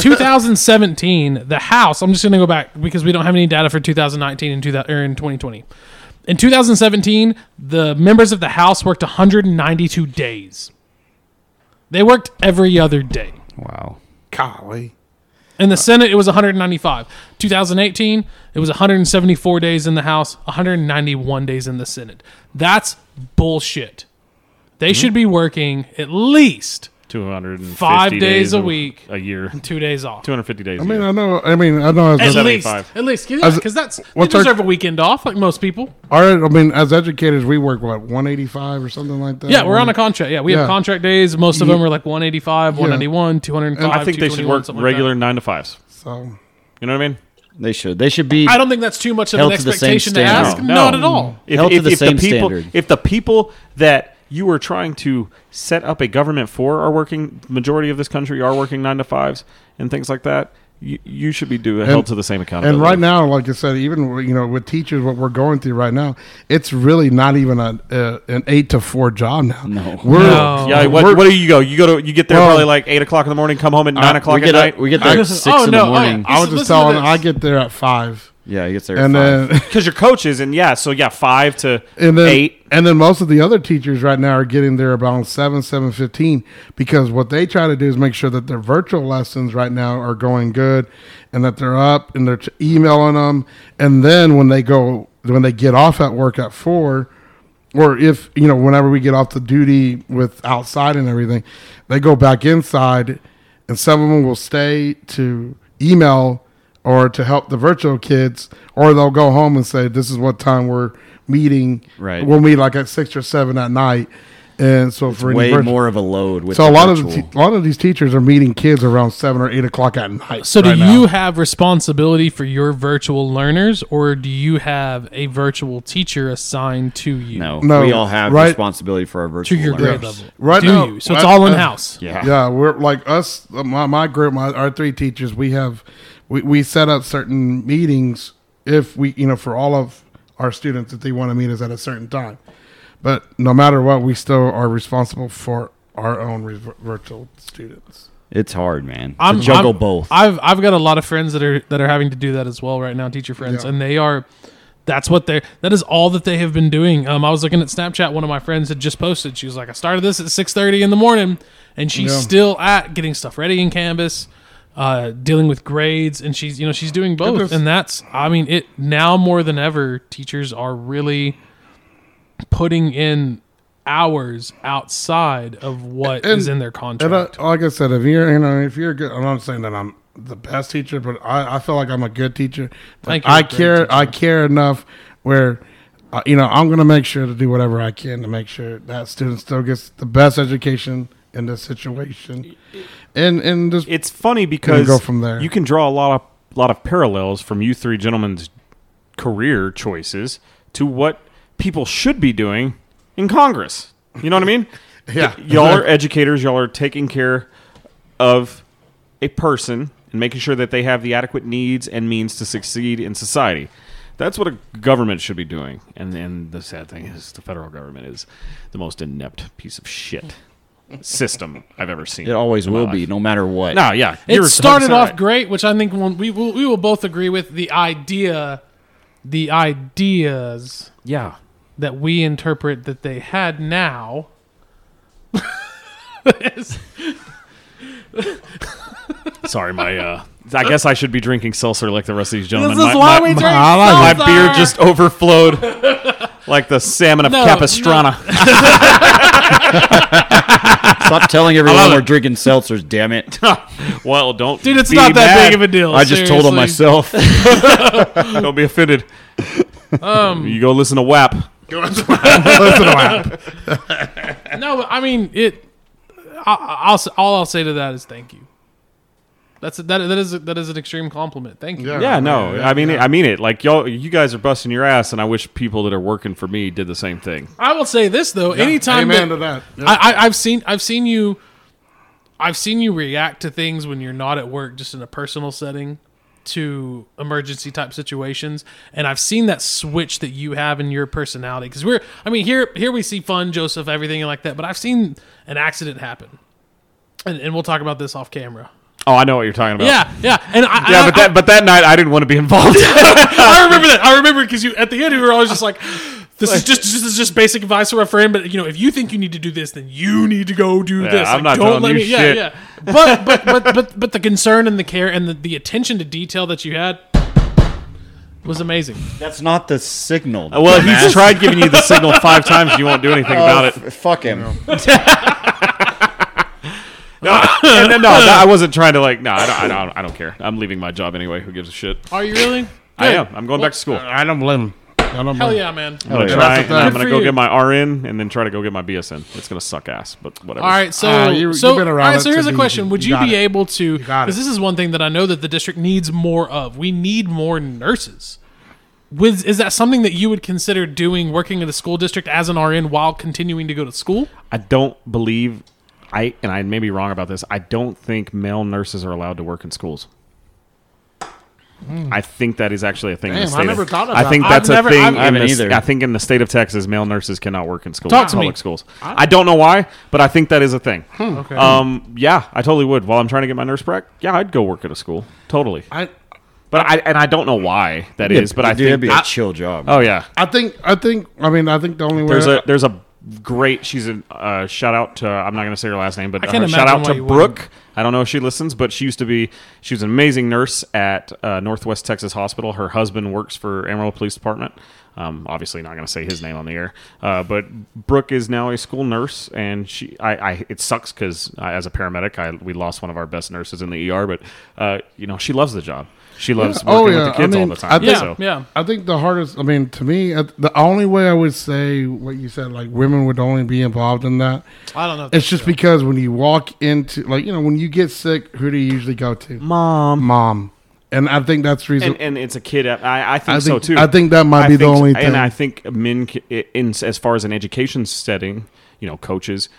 Speaker 3: 2017, the House. I'm just going to go back because we don't have any data for 2019 and 2000, or in 2020. In 2017, the members of the House worked 192 days. They worked every other day.
Speaker 1: Wow.
Speaker 2: golly.
Speaker 3: In the Senate, it was 195. 2018, it was 174 days in the House, 191 days in the Senate. That's bullshit.
Speaker 4: Mm-hmm.
Speaker 3: They should be working at least
Speaker 4: 250
Speaker 3: Five days a week.
Speaker 4: a year,
Speaker 3: two days off.
Speaker 4: 250 days.
Speaker 2: I mean, I know. I mean, I know. As
Speaker 3: at
Speaker 2: a,
Speaker 3: least,
Speaker 4: 75.
Speaker 3: at least, because
Speaker 2: As-
Speaker 3: that's they
Speaker 2: what's our-
Speaker 3: deserve a weekend off, like most people.
Speaker 2: our, I mean, as educators, we work what 185 or something like that.
Speaker 3: Yeah, we're on a contract. Yeah, we
Speaker 2: Yeah.
Speaker 3: have contract days. Most of them are like 185, 191, 205.
Speaker 4: I think they should
Speaker 3: 221,
Speaker 4: work
Speaker 3: something like
Speaker 4: regular
Speaker 3: that.
Speaker 4: nine to fives.
Speaker 2: So
Speaker 4: You know what I mean?
Speaker 1: They should. They should be.
Speaker 3: I don't think that's too much of
Speaker 1: Held
Speaker 3: an
Speaker 1: to the same
Speaker 3: expectation to
Speaker 1: standard.
Speaker 3: ask.
Speaker 4: No.
Speaker 3: Not
Speaker 4: No.
Speaker 3: at all.
Speaker 4: If,
Speaker 1: Held to the same
Speaker 4: people,
Speaker 1: standard.
Speaker 4: If the people that you were trying to set up a government for are working, majority of this country are working nine to fives and things like that, you, you should be do, held to the same accountability.
Speaker 2: and right now, like I said, even you know with teachers, what we're going through right now, it's really not even a, a an eight to four job now. No, we're,
Speaker 3: No.
Speaker 4: yeah, what,
Speaker 2: we're-
Speaker 4: what do you go? You go to you get there
Speaker 2: Well-
Speaker 4: probably like eight o'clock in the morning, come home at nine o'clock
Speaker 1: uh, we
Speaker 4: at
Speaker 1: get
Speaker 4: night.
Speaker 1: up, we get there
Speaker 3: I-
Speaker 1: at six
Speaker 3: oh,
Speaker 1: in
Speaker 3: no,
Speaker 1: the
Speaker 3: oh,
Speaker 1: morning.
Speaker 3: yeah.
Speaker 2: I was
Speaker 3: Listen
Speaker 2: just
Speaker 3: to
Speaker 2: telling.
Speaker 3: this.
Speaker 2: I get there at five,
Speaker 1: yeah, he gets there.
Speaker 2: and
Speaker 1: at
Speaker 3: uh,
Speaker 1: five.
Speaker 2: then
Speaker 4: because your coaches and yeah, so yeah, five to
Speaker 2: and then
Speaker 4: eight.
Speaker 2: and then most of the other teachers right now are getting there about seven seven fifteen because what they try to do is make sure that their virtual lessons right now are going good and that they're up and they're t- emailing them and then when they go when they get off at work at four or if you know whenever we get off the duty with outside and everything they go back inside and some of them will stay to email or to help the virtual kids or they'll go home and say this is what time we're meeting
Speaker 1: Right.
Speaker 2: we'll meet like at six or seven at night and so for any
Speaker 1: Way
Speaker 2: virtu-
Speaker 1: more of a load with
Speaker 2: so a
Speaker 1: the
Speaker 2: lot of the
Speaker 1: virtual.
Speaker 2: te- a lot of these teachers are meeting kids around seven or eight o'clock at night
Speaker 3: So, do
Speaker 2: right now.
Speaker 3: you have responsibility for your virtual learners, or do you have a virtual teacher assigned to you?
Speaker 1: no,
Speaker 2: No,
Speaker 1: we all have
Speaker 2: right-
Speaker 1: responsibility for our
Speaker 3: To
Speaker 1: virtual.
Speaker 3: your
Speaker 1: learners.
Speaker 3: grade level.
Speaker 2: Right
Speaker 3: do
Speaker 2: now-
Speaker 3: you? So, it's
Speaker 2: right-
Speaker 3: all in
Speaker 2: uh,
Speaker 3: house.
Speaker 1: Yeah.
Speaker 2: Yeah, we're like us. My my group, my our three teachers. We have we, we set up certain meetings if we you know for all of our students if they want to meet us at a certain time. But no matter what, we still are responsible for our own re- virtual students.
Speaker 1: It's hard, man. to juggle both.
Speaker 3: I've I've got a lot of friends that are that are having to do that as well right now, teacher friends,
Speaker 2: Yeah.
Speaker 3: and they are. That's what they're. That is all that they have been doing. Um, I was looking at Snapchat. One of my friends had just posted. She was like, "I started this at 6:30 in the morning, and she's
Speaker 2: Yeah.
Speaker 3: still at getting stuff ready in Canvas, uh, dealing with grades, and she's you know she's doing both.
Speaker 2: Goodness.
Speaker 3: And that's I mean it now more than ever. Teachers are really putting in hours outside of what is
Speaker 2: And-
Speaker 3: in their
Speaker 2: And uh,
Speaker 3: contract.
Speaker 2: like I said, if you're you know if you're good, I'm not saying that I'm the best teacher, but I, I feel like I'm a good teacher. But
Speaker 3: think you're a
Speaker 2: I
Speaker 3: great
Speaker 2: care
Speaker 3: teacher.
Speaker 2: I care enough where. Uh, you know, I'm going to make sure to do whatever I can to make sure that student still gets the best education in this situation, and and just
Speaker 4: It's funny because
Speaker 2: go from there.
Speaker 4: you can draw a lot of lot of parallels from you three gentlemen's career choices to what people should be doing in Congress. You know what I mean?
Speaker 2: Yeah.
Speaker 4: Y- y'all are educators. Y'all are taking care of a person and making sure that they have the adequate needs and means to succeed in society. That's what a government should be doing. And and the sad thing is, the federal government is the most inept piece of shit system I've ever seen.
Speaker 1: it always
Speaker 4: in my
Speaker 1: will
Speaker 4: life.
Speaker 1: be, no matter what.
Speaker 4: No, yeah.
Speaker 3: it
Speaker 4: You're
Speaker 3: started
Speaker 4: 100%
Speaker 3: off
Speaker 4: right.
Speaker 3: great, which I think we'll, we will we will both agree with the idea, the ideas
Speaker 4: Yeah.
Speaker 3: that we interpret that they had now.
Speaker 4: Sorry, my. uh I guess I should be drinking seltzer like the rest of these gentlemen.
Speaker 3: This is
Speaker 4: my,
Speaker 3: why
Speaker 4: my,
Speaker 3: we
Speaker 4: my-
Speaker 3: drink
Speaker 4: my
Speaker 3: seltzer.
Speaker 4: beer just overflowed, like the salmon of
Speaker 3: No,
Speaker 4: Capistrano.
Speaker 1: Stop telling everyone we're drinking seltzers, damn it.
Speaker 4: well, don't
Speaker 3: Dude, it's
Speaker 4: be
Speaker 3: not that
Speaker 4: mad.
Speaker 3: big of a deal.
Speaker 1: I just told on
Speaker 3: seriously.
Speaker 1: myself.
Speaker 4: Don't be offended. Um, you go listen to WAP.
Speaker 3: No, but I mean it. I, I'll s- all I'll say to that is thank you. That's that that is that is an extreme compliment. Thank you.
Speaker 2: Yeah.
Speaker 4: Yeah, no, I mean, it I mean it. Like y'all, you guys are busting your ass, and I wish people that are working for me did the same thing.
Speaker 3: I will say this though. Anytime
Speaker 2: Amen
Speaker 3: that,
Speaker 2: to that. Yeah.
Speaker 3: I, I I've seen I've seen you I've seen you react to things when you're not at work, just in a personal setting to emergency type situations and i've seen that switch that you have in your personality because we're i mean here here we see fun joseph everything like that but i've seen an accident happen and, and we'll talk about this off camera
Speaker 4: Oh, I know what you're talking about.
Speaker 3: yeah yeah and i
Speaker 4: yeah,
Speaker 3: I-
Speaker 4: but that, but that night I didn't want to be involved.
Speaker 3: I remember that. I remember because you at the end you were always just like, "This is just this is just basic advice for a friend." But you know, if you think you need to do this, then you need to go do this.
Speaker 4: I'm
Speaker 3: Like,
Speaker 4: not telling you shit.
Speaker 3: Yeah, yeah. But but but but but the concern and the care and the, the attention to detail that you had was amazing.
Speaker 1: That's not the signal.
Speaker 4: well, he's tried giving you the signal five times, and you won't do anything about it.
Speaker 1: F- fuck him.
Speaker 3: Oh.
Speaker 4: And then, no, no, I wasn't trying to like. No, I don't, I don't. I don't care. I'm leaving my job anyway. Who gives a shit?
Speaker 3: Are you really?
Speaker 4: I
Speaker 3: Good.
Speaker 4: am. I'm going back to school. I'm
Speaker 2: I don't blame him. I don't
Speaker 3: Hell
Speaker 2: blame
Speaker 3: yeah, man!
Speaker 4: gonna
Speaker 1: yeah.
Speaker 4: try.
Speaker 2: That's
Speaker 4: and
Speaker 2: the
Speaker 4: I'm
Speaker 2: thing.
Speaker 4: gonna
Speaker 3: Good
Speaker 4: go
Speaker 3: for you.
Speaker 4: get my RN and then try to go get my BSN. It's gonna suck ass, but whatever.
Speaker 3: All right, so
Speaker 2: Uh, you-
Speaker 3: so
Speaker 2: you've been around
Speaker 3: all
Speaker 2: it,
Speaker 3: right, so here's
Speaker 2: so
Speaker 3: a
Speaker 2: you-
Speaker 3: question: Would
Speaker 2: you
Speaker 3: you,
Speaker 2: got
Speaker 3: be
Speaker 2: it.
Speaker 3: able to?
Speaker 2: got it.
Speaker 3: Because this is one thing that I know that the district needs more of. We need more nurses. With is that something that you would consider doing, working in the school district as an RN while continuing to go to school?
Speaker 4: I don't believe. I and I may be wrong about this. I don't think male nurses are allowed to work in schools. I think that is actually a thing. in
Speaker 2: Damn, I
Speaker 4: the state of-
Speaker 2: never thought of
Speaker 4: I
Speaker 2: that.
Speaker 4: think
Speaker 2: I've
Speaker 4: that's
Speaker 1: never-
Speaker 4: a thing.
Speaker 1: I've-
Speaker 4: in
Speaker 1: haven't
Speaker 4: the-
Speaker 1: either.
Speaker 4: I think in the state of Texas, male nurses cannot work in schools.
Speaker 3: Talk to me.
Speaker 4: public schools. I don't know why, but I think that is a thing. Okay. Um, yeah, I totally would. While I'm trying to get my nurse prac, yeah, I'd go work at a school. Totally.
Speaker 2: I,
Speaker 4: But I and I don't know why that is. But I
Speaker 1: Dude, that'd
Speaker 4: think
Speaker 1: be
Speaker 4: that-
Speaker 1: a chill job.
Speaker 4: Oh yeah,
Speaker 2: I think I think I mean I think the only
Speaker 4: there's
Speaker 2: way
Speaker 4: a there's a great she's a uh, shout out to I'm not gonna say her last name, but
Speaker 3: I can't
Speaker 4: uh, shout
Speaker 3: imagine
Speaker 4: out
Speaker 3: why
Speaker 4: to
Speaker 3: you
Speaker 4: Brooke. I don't know if she listens, but she used to be she was an amazing nurse at uh, Northwest Texas Hospital. Her husband works for Amarillo Police Department. Um, obviously, not gonna say his name on the air, uh, but Brooke is now a school nurse, and she I, I it sucks because as a paramedic, I we lost one of our best nurses in the ER, but uh, you know she loves the job. She loves
Speaker 2: Yeah. Oh,
Speaker 4: working
Speaker 2: yeah.
Speaker 4: with
Speaker 2: I
Speaker 4: the kids
Speaker 2: mean,
Speaker 4: all the
Speaker 2: I
Speaker 4: time.
Speaker 2: think-
Speaker 3: Yeah,
Speaker 4: so.
Speaker 3: yeah.
Speaker 2: I think the hardest. I mean, to me, uh, the only way I would say what you said, like women would only be involved in that.
Speaker 3: I don't know.
Speaker 2: It's just because when you walk into, like, you know, when you get sick, who do you usually go to? Mom. Mom. And I think that's the reason.
Speaker 4: and, and it's a kid. I, I think
Speaker 2: I
Speaker 4: so
Speaker 2: think-
Speaker 4: too.
Speaker 2: I think that might be the only thing.
Speaker 4: And I think men, c- in as far as an education setting, you know, coaches,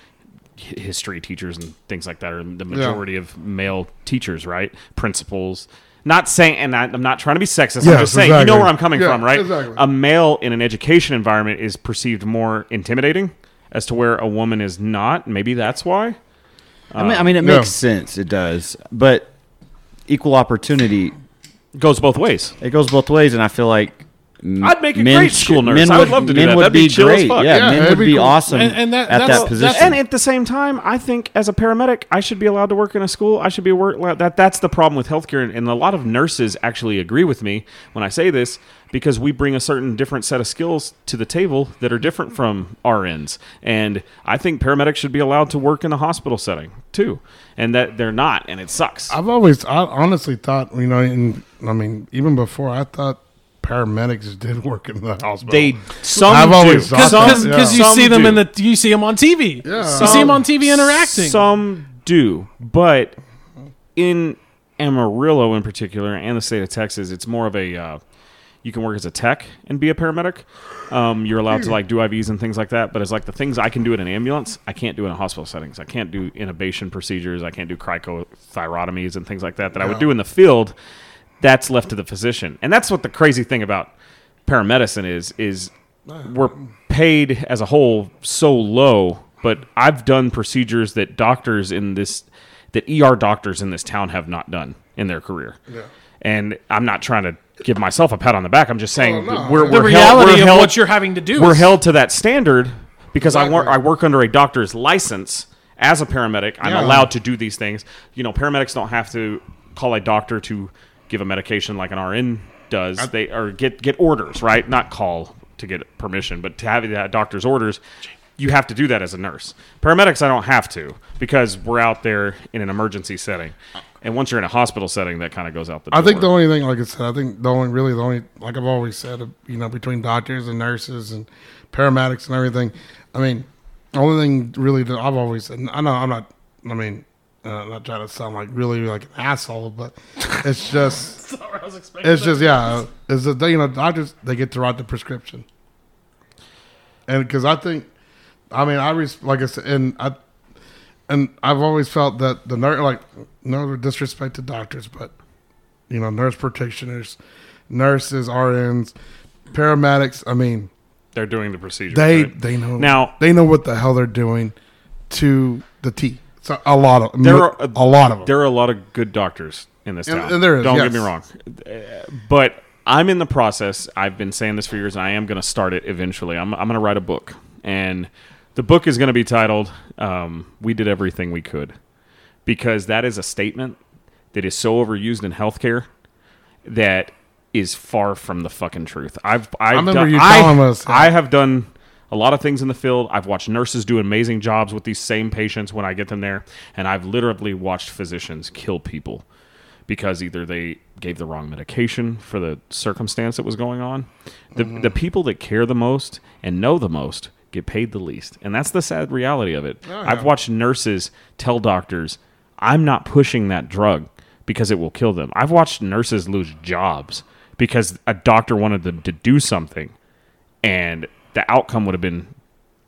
Speaker 4: hi- history teachers, and things like that are the majority of male teachers, right? Principals. Not saying, and I, I'm not trying to be sexist.
Speaker 2: Yes,
Speaker 4: I'm just saying, you know
Speaker 2: exactly.
Speaker 4: where I'm coming
Speaker 2: Yeah,
Speaker 4: from, right?
Speaker 2: exactly.
Speaker 4: A male in an education environment is perceived more intimidating, as to where a woman is not. Maybe that's why.
Speaker 1: I
Speaker 4: uh,
Speaker 1: mean, I mean, it
Speaker 2: Yeah.
Speaker 1: makes sense. It does, but equal opportunity.
Speaker 4: It goes both ways.
Speaker 1: It goes both ways, and I feel like m-
Speaker 4: I'd make a
Speaker 1: men
Speaker 4: great
Speaker 1: sh-
Speaker 4: school nurse.
Speaker 1: men
Speaker 4: I would love to do
Speaker 1: men
Speaker 4: that.
Speaker 1: Would
Speaker 4: That'd be chill as
Speaker 1: great.
Speaker 4: fuck.
Speaker 1: Yeah,
Speaker 2: Yeah,
Speaker 1: men
Speaker 2: that'd
Speaker 1: would
Speaker 2: be
Speaker 1: be,
Speaker 2: cool.
Speaker 1: awesome
Speaker 3: And- and that-
Speaker 1: at
Speaker 3: that's-
Speaker 1: that position.
Speaker 4: And at the same time, I think as a paramedic, I should be allowed to work in a school. I should be work that. That's the problem with healthcare, and, and a lot of nurses actually agree with me when I say this because we bring a certain different set of skills to the table that are different from RNs. And I think paramedics should be allowed to work in a hospital setting too, and that they're not, and it sucks.
Speaker 2: I've always, I honestly thought, you know, and I mean, even before, I thought paramedics did work in the hospital.
Speaker 4: they some
Speaker 2: I've always
Speaker 4: do.
Speaker 2: thought that,
Speaker 3: because
Speaker 2: yeah.
Speaker 3: you
Speaker 4: Some
Speaker 3: see them
Speaker 4: do.
Speaker 3: in the you see them on TV.
Speaker 2: Yeah.
Speaker 3: You see them
Speaker 4: Some-
Speaker 3: on TV interacting.
Speaker 4: Some do, but in Amarillo in particular and the state of Texas, it's more of a uh, you can work as a tech and be a paramedic. Um, you're allowed to like do IVs and things like that, but it's like the things I can do in an ambulance, I can't do in a hospital settings. I can't do intubation procedures. I can't do cricothyrotomies and things like that that I would do in the field. That's left to the physician, and that's what the crazy thing about paramedicine is is we're paid as a whole so low but i've done procedures that doctors in this that er doctors in this town have not done in their career and i'm not trying to give myself a pat on the back i'm just saying
Speaker 2: Oh, no.
Speaker 4: we're,
Speaker 2: The
Speaker 4: we're
Speaker 3: the
Speaker 4: held,
Speaker 3: reality
Speaker 4: we're
Speaker 3: of
Speaker 4: held,
Speaker 3: what you're having to do.
Speaker 4: we're
Speaker 3: is-
Speaker 4: held to that standard because I, work,
Speaker 2: Exactly.
Speaker 4: I work under a doctor's license as a paramedic. I'm
Speaker 2: Yeah.
Speaker 4: allowed to do these things. You know, paramedics don't have to call a doctor to give a medication like an RN does. they or get get orders, right? Not call to get permission, but to have that doctor's orders. You have to do that as a nurse. Paramedics, I don't have to because we're out there in an emergency setting, and once you're in a hospital setting, that kind of goes out the.
Speaker 2: I think the
Speaker 4: door.
Speaker 2: only thing, like I said, I think the only really the only like I've always said, uh, you know, between doctors and nurses and paramedics and everything. I mean, the only thing really that I've always said, I know I'm not. I mean, uh, I'm not trying to sound like really like an asshole, but it's just
Speaker 3: I was expecting
Speaker 2: it's just yeah. It's just, you know doctors they get to write the prescription, and because I think, I mean I res- like I said and I and I've always felt that the nurse like no disrespect to doctors, but you know nurse practitioners, nurses, RNs, paramedics. I mean
Speaker 4: They're doing the procedure.
Speaker 2: they
Speaker 4: right?
Speaker 2: they know
Speaker 4: Now-
Speaker 2: they know what the hell they're doing to the T. So a lot of
Speaker 4: There are- uh,
Speaker 2: a lot of them.
Speaker 4: There are a lot of good doctors in this
Speaker 2: And-
Speaker 4: town.
Speaker 2: and there is,
Speaker 4: Don't
Speaker 2: yes.
Speaker 4: get me wrong, Uh, but I'm in the process. I've been saying this for years, and I am going to start it eventually. I'm I'm going to write a book, and the book is going to be titled um, "We Did Everything We Could," because that is a statement that is so overused in healthcare that is far from the fucking truth. I've I've
Speaker 2: remember
Speaker 4: done,
Speaker 2: you
Speaker 4: I-
Speaker 2: telling us that.
Speaker 4: I have done a lot of things in the field. I've watched nurses do amazing jobs with these same patients when I get them there, and I've literally watched physicians kill people because either they gave the wrong medication for the circumstance that was going on. The the people that care the most and know the most get paid the least, and that's the sad reality of it. I've watched nurses tell doctors, "I'm not pushing that drug." Because it will kill them. I've watched nurses lose jobs because a doctor wanted them to do something and the outcome would have been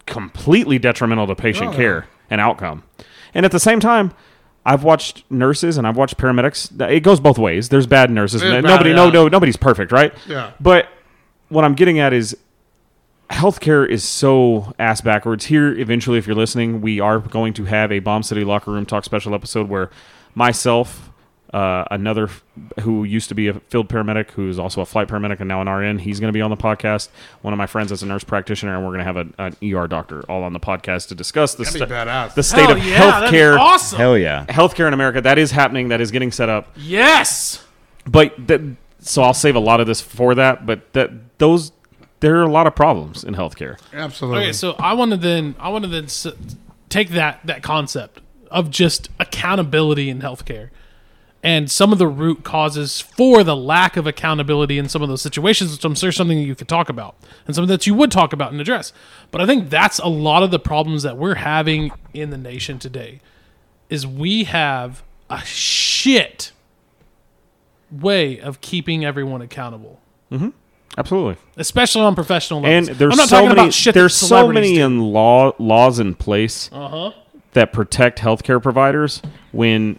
Speaker 4: completely detrimental to
Speaker 2: Oh.
Speaker 4: patient care and outcome. And at the same time, I've watched nurses and I've watched paramedics. It goes both ways. There's bad nurses.
Speaker 2: There's bad,
Speaker 4: nobody, no,
Speaker 2: yeah.
Speaker 4: no, nobody's perfect, right?
Speaker 2: Yeah.
Speaker 4: But what I'm getting at is healthcare is so ass backwards. Here, eventually, if you're listening, we are going to have a Bomb City Locker Room Talk special episode where myself, uh, another f- who used to be a field paramedic, who is also a flight paramedic and now an RN, he's going to be on the podcast. One of my friends is a nurse practitioner, and we're going to have a, an ER doctor all on the podcast to discuss the,
Speaker 2: That'd
Speaker 4: sta-
Speaker 2: be badass.
Speaker 4: the state
Speaker 3: Hell
Speaker 4: of
Speaker 3: yeah, that'd be
Speaker 4: healthcare.
Speaker 3: Awesome.
Speaker 1: Hell yeah.
Speaker 4: Healthcare in America, that is happening, that is getting set up
Speaker 3: yes.
Speaker 4: but that, so I'll save a lot of this for that. But that those there are a lot of problems in healthcare.
Speaker 2: Absolutely.
Speaker 3: Okay, so I want to then I want to then s- take that that concept of just accountability in healthcare and some of the root causes for the lack of accountability in some of those situations, which I'm sure is something you could talk about and something that you would talk about and address. But I think that's a lot of the problems that we're having in the nation today is we have a shit way of keeping everyone accountable
Speaker 4: Absolutely,
Speaker 3: especially on professional
Speaker 4: and
Speaker 3: levels.
Speaker 4: there's
Speaker 3: I'm not
Speaker 4: so
Speaker 3: talking
Speaker 4: many
Speaker 3: about shit that
Speaker 4: there's so
Speaker 3: celebrities
Speaker 4: many
Speaker 3: do.
Speaker 4: in law laws in place that protect healthcare providers when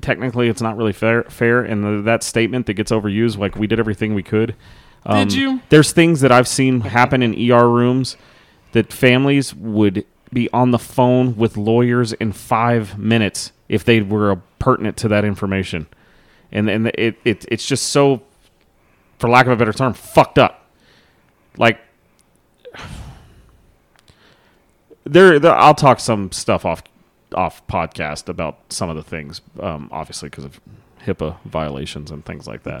Speaker 4: technically it's not really fair. Fair, and the, that statement that gets overused, like we did everything we could. Um,
Speaker 3: Did you?
Speaker 4: There's things that I've seen happen in ER rooms that families would be on the phone with lawyers in five minutes if they were uh, pertinent to that information, and and it, it it's just so, for lack of a better term, fucked up. Like there, there I'll talk some stuff off off podcast about some of the things, um, obviously because of HIPAA violations and things like that.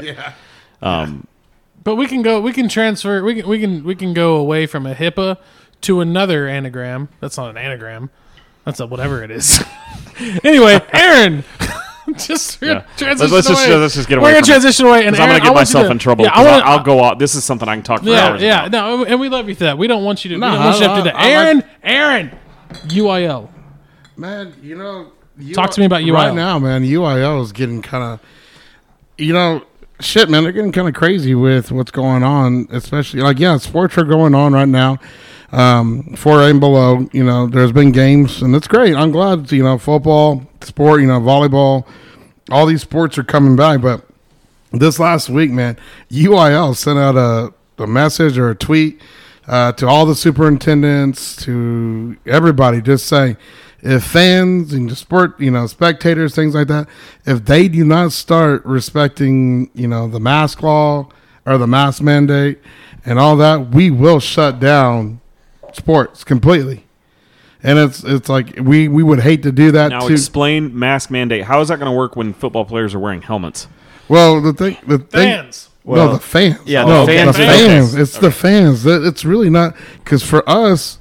Speaker 4: Um,
Speaker 2: yeah.
Speaker 3: But we can go. We can transfer. We can. We can. We can go away from a HIPAA to another anagram. That's not an anagram. That's a whatever it is. anyway, Aaron. Just we're gonna
Speaker 4: Yeah.
Speaker 3: transition
Speaker 4: Let's- let's just-
Speaker 3: away.
Speaker 4: let's just get away
Speaker 3: We're gonna
Speaker 4: from it.
Speaker 3: transition away, and
Speaker 4: Because I'm
Speaker 3: Aaron,
Speaker 4: gonna get
Speaker 3: I want you
Speaker 4: myself
Speaker 3: to-
Speaker 4: in trouble.
Speaker 3: Yeah, I
Speaker 4: 'cause
Speaker 3: wanna,
Speaker 4: I'll, I'll go out. This is something I can talk for
Speaker 3: Yeah,
Speaker 4: hours.
Speaker 3: yeah.
Speaker 4: about.
Speaker 3: No, and we love you for that. We don't want you to.
Speaker 2: No,
Speaker 3: we don't want you to have to do that.
Speaker 2: I- I like-
Speaker 3: Aaron, Aaron, UIL.
Speaker 2: Man, you know, you
Speaker 3: Talk to me about UIL.
Speaker 2: right now, man. UIL is getting kind of, you know, shit, man. They're getting kind of crazy with what's going on, especially like yeah, sports are going on right now. Um, four and below, you know, there's been games, and it's great. I'm glad, you know, football, sport, you know, volleyball, all these sports are coming back. But this last week, man, UIL sent out a, a message or a tweet uh, to all the superintendents, to everybody, just saying if fans and the sport, you know, spectators, things like that, if they do not start respecting, you know, the mask law or the mask mandate and all that, we will shut down sports completely. And it's it's like we, we would hate to do that
Speaker 4: Now
Speaker 2: to
Speaker 4: explain mask mandate. How is that going to work when football players are wearing helmets?
Speaker 2: well the thing the thing
Speaker 3: Fans.
Speaker 1: Well,
Speaker 2: no, the fans.
Speaker 1: yeah, the
Speaker 2: no,
Speaker 1: fans.
Speaker 2: the fans. It's the fans. That- It's really not because for us,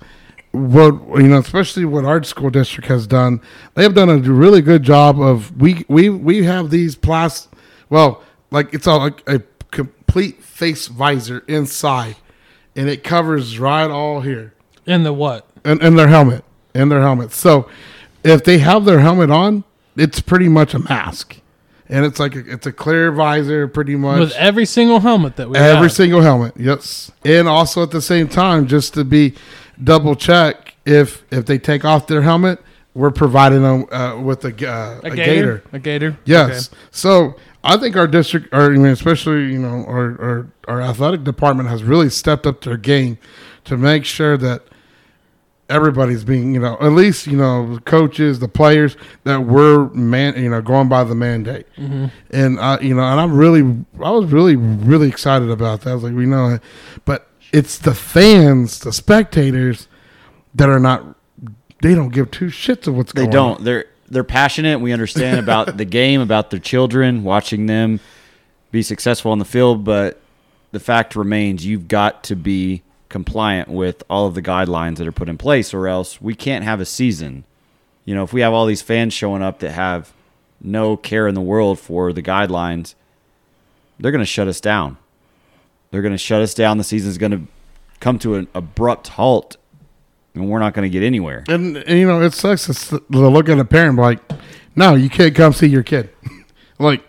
Speaker 2: what you know, especially what our school district has done, they have done a really good job of we we we have these plas, well, like it's all like a complete face visor inside, and it covers right all here
Speaker 3: And the what?
Speaker 2: and, and their helmet and their helmet. So if they have their helmet on, it's pretty much a mask, and it's like a, it's a clear visor, pretty much
Speaker 3: with every single helmet that we
Speaker 2: every
Speaker 3: have.
Speaker 2: single helmet. Yes, and also at the same time, just to be double check if if they take off their helmet, we're providing them uh, with a, g- uh, a, gator.
Speaker 3: A gator.
Speaker 2: Yes. So I think our district, or I mean, especially you know, our, our our athletic department has really stepped up their game to make sure that everybody's being you know at least you know the coaches the players that we're man you know going by the mandate and i you know and i'm really i was really really excited about that i was like we know it but it's the fans the spectators that are not they don't give two shits of what's
Speaker 1: They
Speaker 2: going on
Speaker 1: don't. They're they're passionate. We understand about the game, about their children, watching them be successful on the field, but the fact remains you've got to be compliant with all of the guidelines that are put in place or else we can't have a season. You know, if we have all these fans showing up that have no care in the world for the guidelines, they're going to shut us down. They're going to shut us down. The season's going to come to an abrupt halt and we're not going to get anywhere.
Speaker 2: and, and, you know it sucks it's the, the look at a parent like no you can't come see your kid like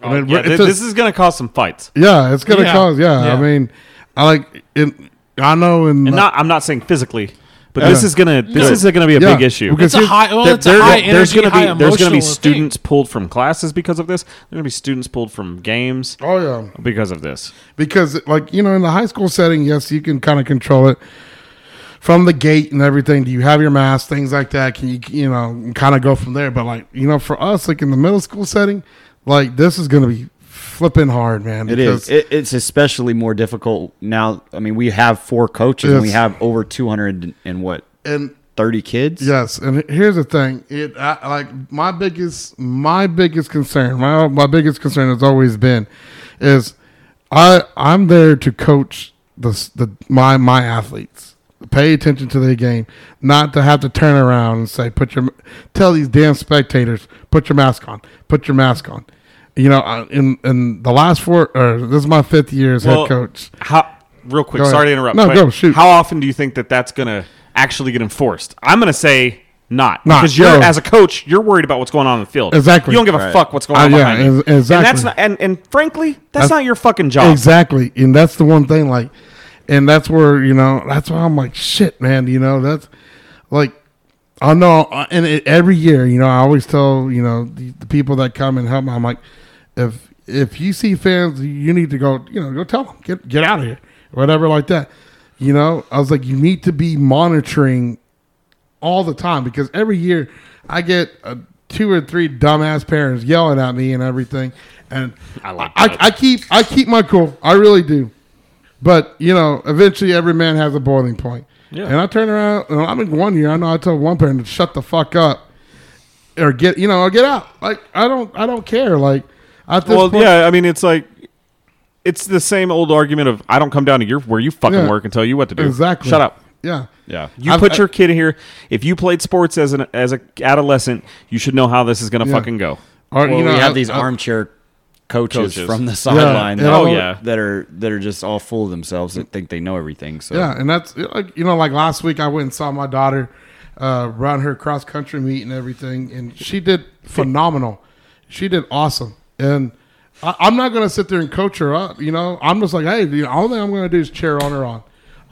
Speaker 2: I mean,
Speaker 4: Oh, Yeah,
Speaker 2: it's
Speaker 4: thi-
Speaker 2: a-
Speaker 4: this is going to cause some fights.
Speaker 2: Yeah, it's gonna
Speaker 3: Yeah.
Speaker 2: cause. Yeah,
Speaker 3: Yeah.
Speaker 2: I mean, I like. It, I know, in
Speaker 4: And not, I'm not saying physically, but this
Speaker 2: Yeah.
Speaker 4: is going to this
Speaker 2: No.
Speaker 4: is going to be a
Speaker 2: Yeah,
Speaker 4: big issue.
Speaker 2: because
Speaker 3: It's a
Speaker 2: here's-
Speaker 3: high. Well,
Speaker 4: There-
Speaker 3: it's a
Speaker 4: there-
Speaker 3: high
Speaker 4: there's
Speaker 3: energy,
Speaker 4: gonna
Speaker 3: high
Speaker 4: be there's going to be
Speaker 3: emotional
Speaker 4: students
Speaker 3: thing.
Speaker 4: pulled from classes because of this. There's going to be students pulled from games
Speaker 2: oh yeah,
Speaker 4: because of this.
Speaker 2: because like you know, in the high school setting, yes, you can kind of control it from the gate and everything. Do you have your mask? Things like that. Can you you know kind of go from there? But like you know, for us, like in the middle school setting, like this is gonna be flipping hard, man.
Speaker 1: It is. It, it's especially more difficult now. I mean, we have four coaches and we
Speaker 2: Yes.
Speaker 1: have over 200 and what,
Speaker 2: and
Speaker 1: 30 kids?
Speaker 2: Yes, and here's the thing. It I, like my biggest my biggest concern. My my biggest concern has always been is I I'm there to coach the s- the my my athletes. Pay attention to their game, not to have to turn around and say put your tell these damn spectators put your mask on, put your mask on. You know, I- in in the last four or this is my fifth year as
Speaker 4: Well,
Speaker 2: head coach.
Speaker 4: How real quick,
Speaker 2: Go ahead.
Speaker 4: sorry to interrupt.
Speaker 2: No,
Speaker 4: but
Speaker 2: go, shoot.
Speaker 4: How often do you think that that's going to actually get enforced? I'm going to say not,
Speaker 2: Not,
Speaker 4: because you're
Speaker 2: no.
Speaker 4: as a coach, you're worried about what's going on in the field.
Speaker 2: Exactly.
Speaker 4: You don't give a
Speaker 1: Right.
Speaker 4: fuck what's going
Speaker 2: Uh,
Speaker 4: on
Speaker 2: yeah,
Speaker 4: behind you.
Speaker 2: ex-
Speaker 4: And
Speaker 2: exactly.
Speaker 4: that's not, and, and frankly, that's,
Speaker 2: That's-
Speaker 4: not your fucking job.
Speaker 2: Exactly. And that's the one thing, like, and that's where, you know, that's why I'm like, shit, man, you know, that's like, I know, uh, and it, every year, you know, I always tell, you know, the, the people that come and help me, I'm like, if, if you see fans, you need to go, you know, go tell them, get, get out of here, whatever, like that. You know, I was like, you need to be monitoring all the time because every year I get uh two or three dumbass parents yelling at me and everything, and I, I, I keep I keep my cool. I really do, but you know, eventually every man has a boiling point. And I turn around, and I'm in one year. I know I told one parent to shut the fuck up, or get you know, or get out. Like I don't, I don't care. Like at this
Speaker 4: Well,
Speaker 2: point,
Speaker 4: yeah, I mean, it's like it's the same old argument of I don't come down to your where you fucking
Speaker 2: Yeah.
Speaker 4: work and tell you what to do.
Speaker 2: exactly.
Speaker 4: Shut up.
Speaker 2: Yeah,
Speaker 4: Yeah, you
Speaker 2: I've-
Speaker 4: put
Speaker 2: I-
Speaker 4: your kid here. If you played sports as an as a adolescent, you should know how this is going to
Speaker 2: Yeah.
Speaker 4: fucking go.
Speaker 2: Or,
Speaker 1: Well,
Speaker 2: you know,
Speaker 1: we have
Speaker 2: I-
Speaker 1: these
Speaker 2: I-
Speaker 1: armchair coaches,
Speaker 4: Coaches.
Speaker 1: from the sideline.
Speaker 2: and
Speaker 1: that-
Speaker 2: I'll-
Speaker 4: Oh, yeah.
Speaker 1: That are that are just all full of themselves that think they know everything. So
Speaker 2: Yeah, and that's like you know, like last week I went and saw my daughter uh, run her cross country meet and everything, and she did phenomenal. She did awesome, and I, I'm not gonna sit there and coach her up. You know, I'm just like, hey, the only thing I'm gonna do is cheer on her on.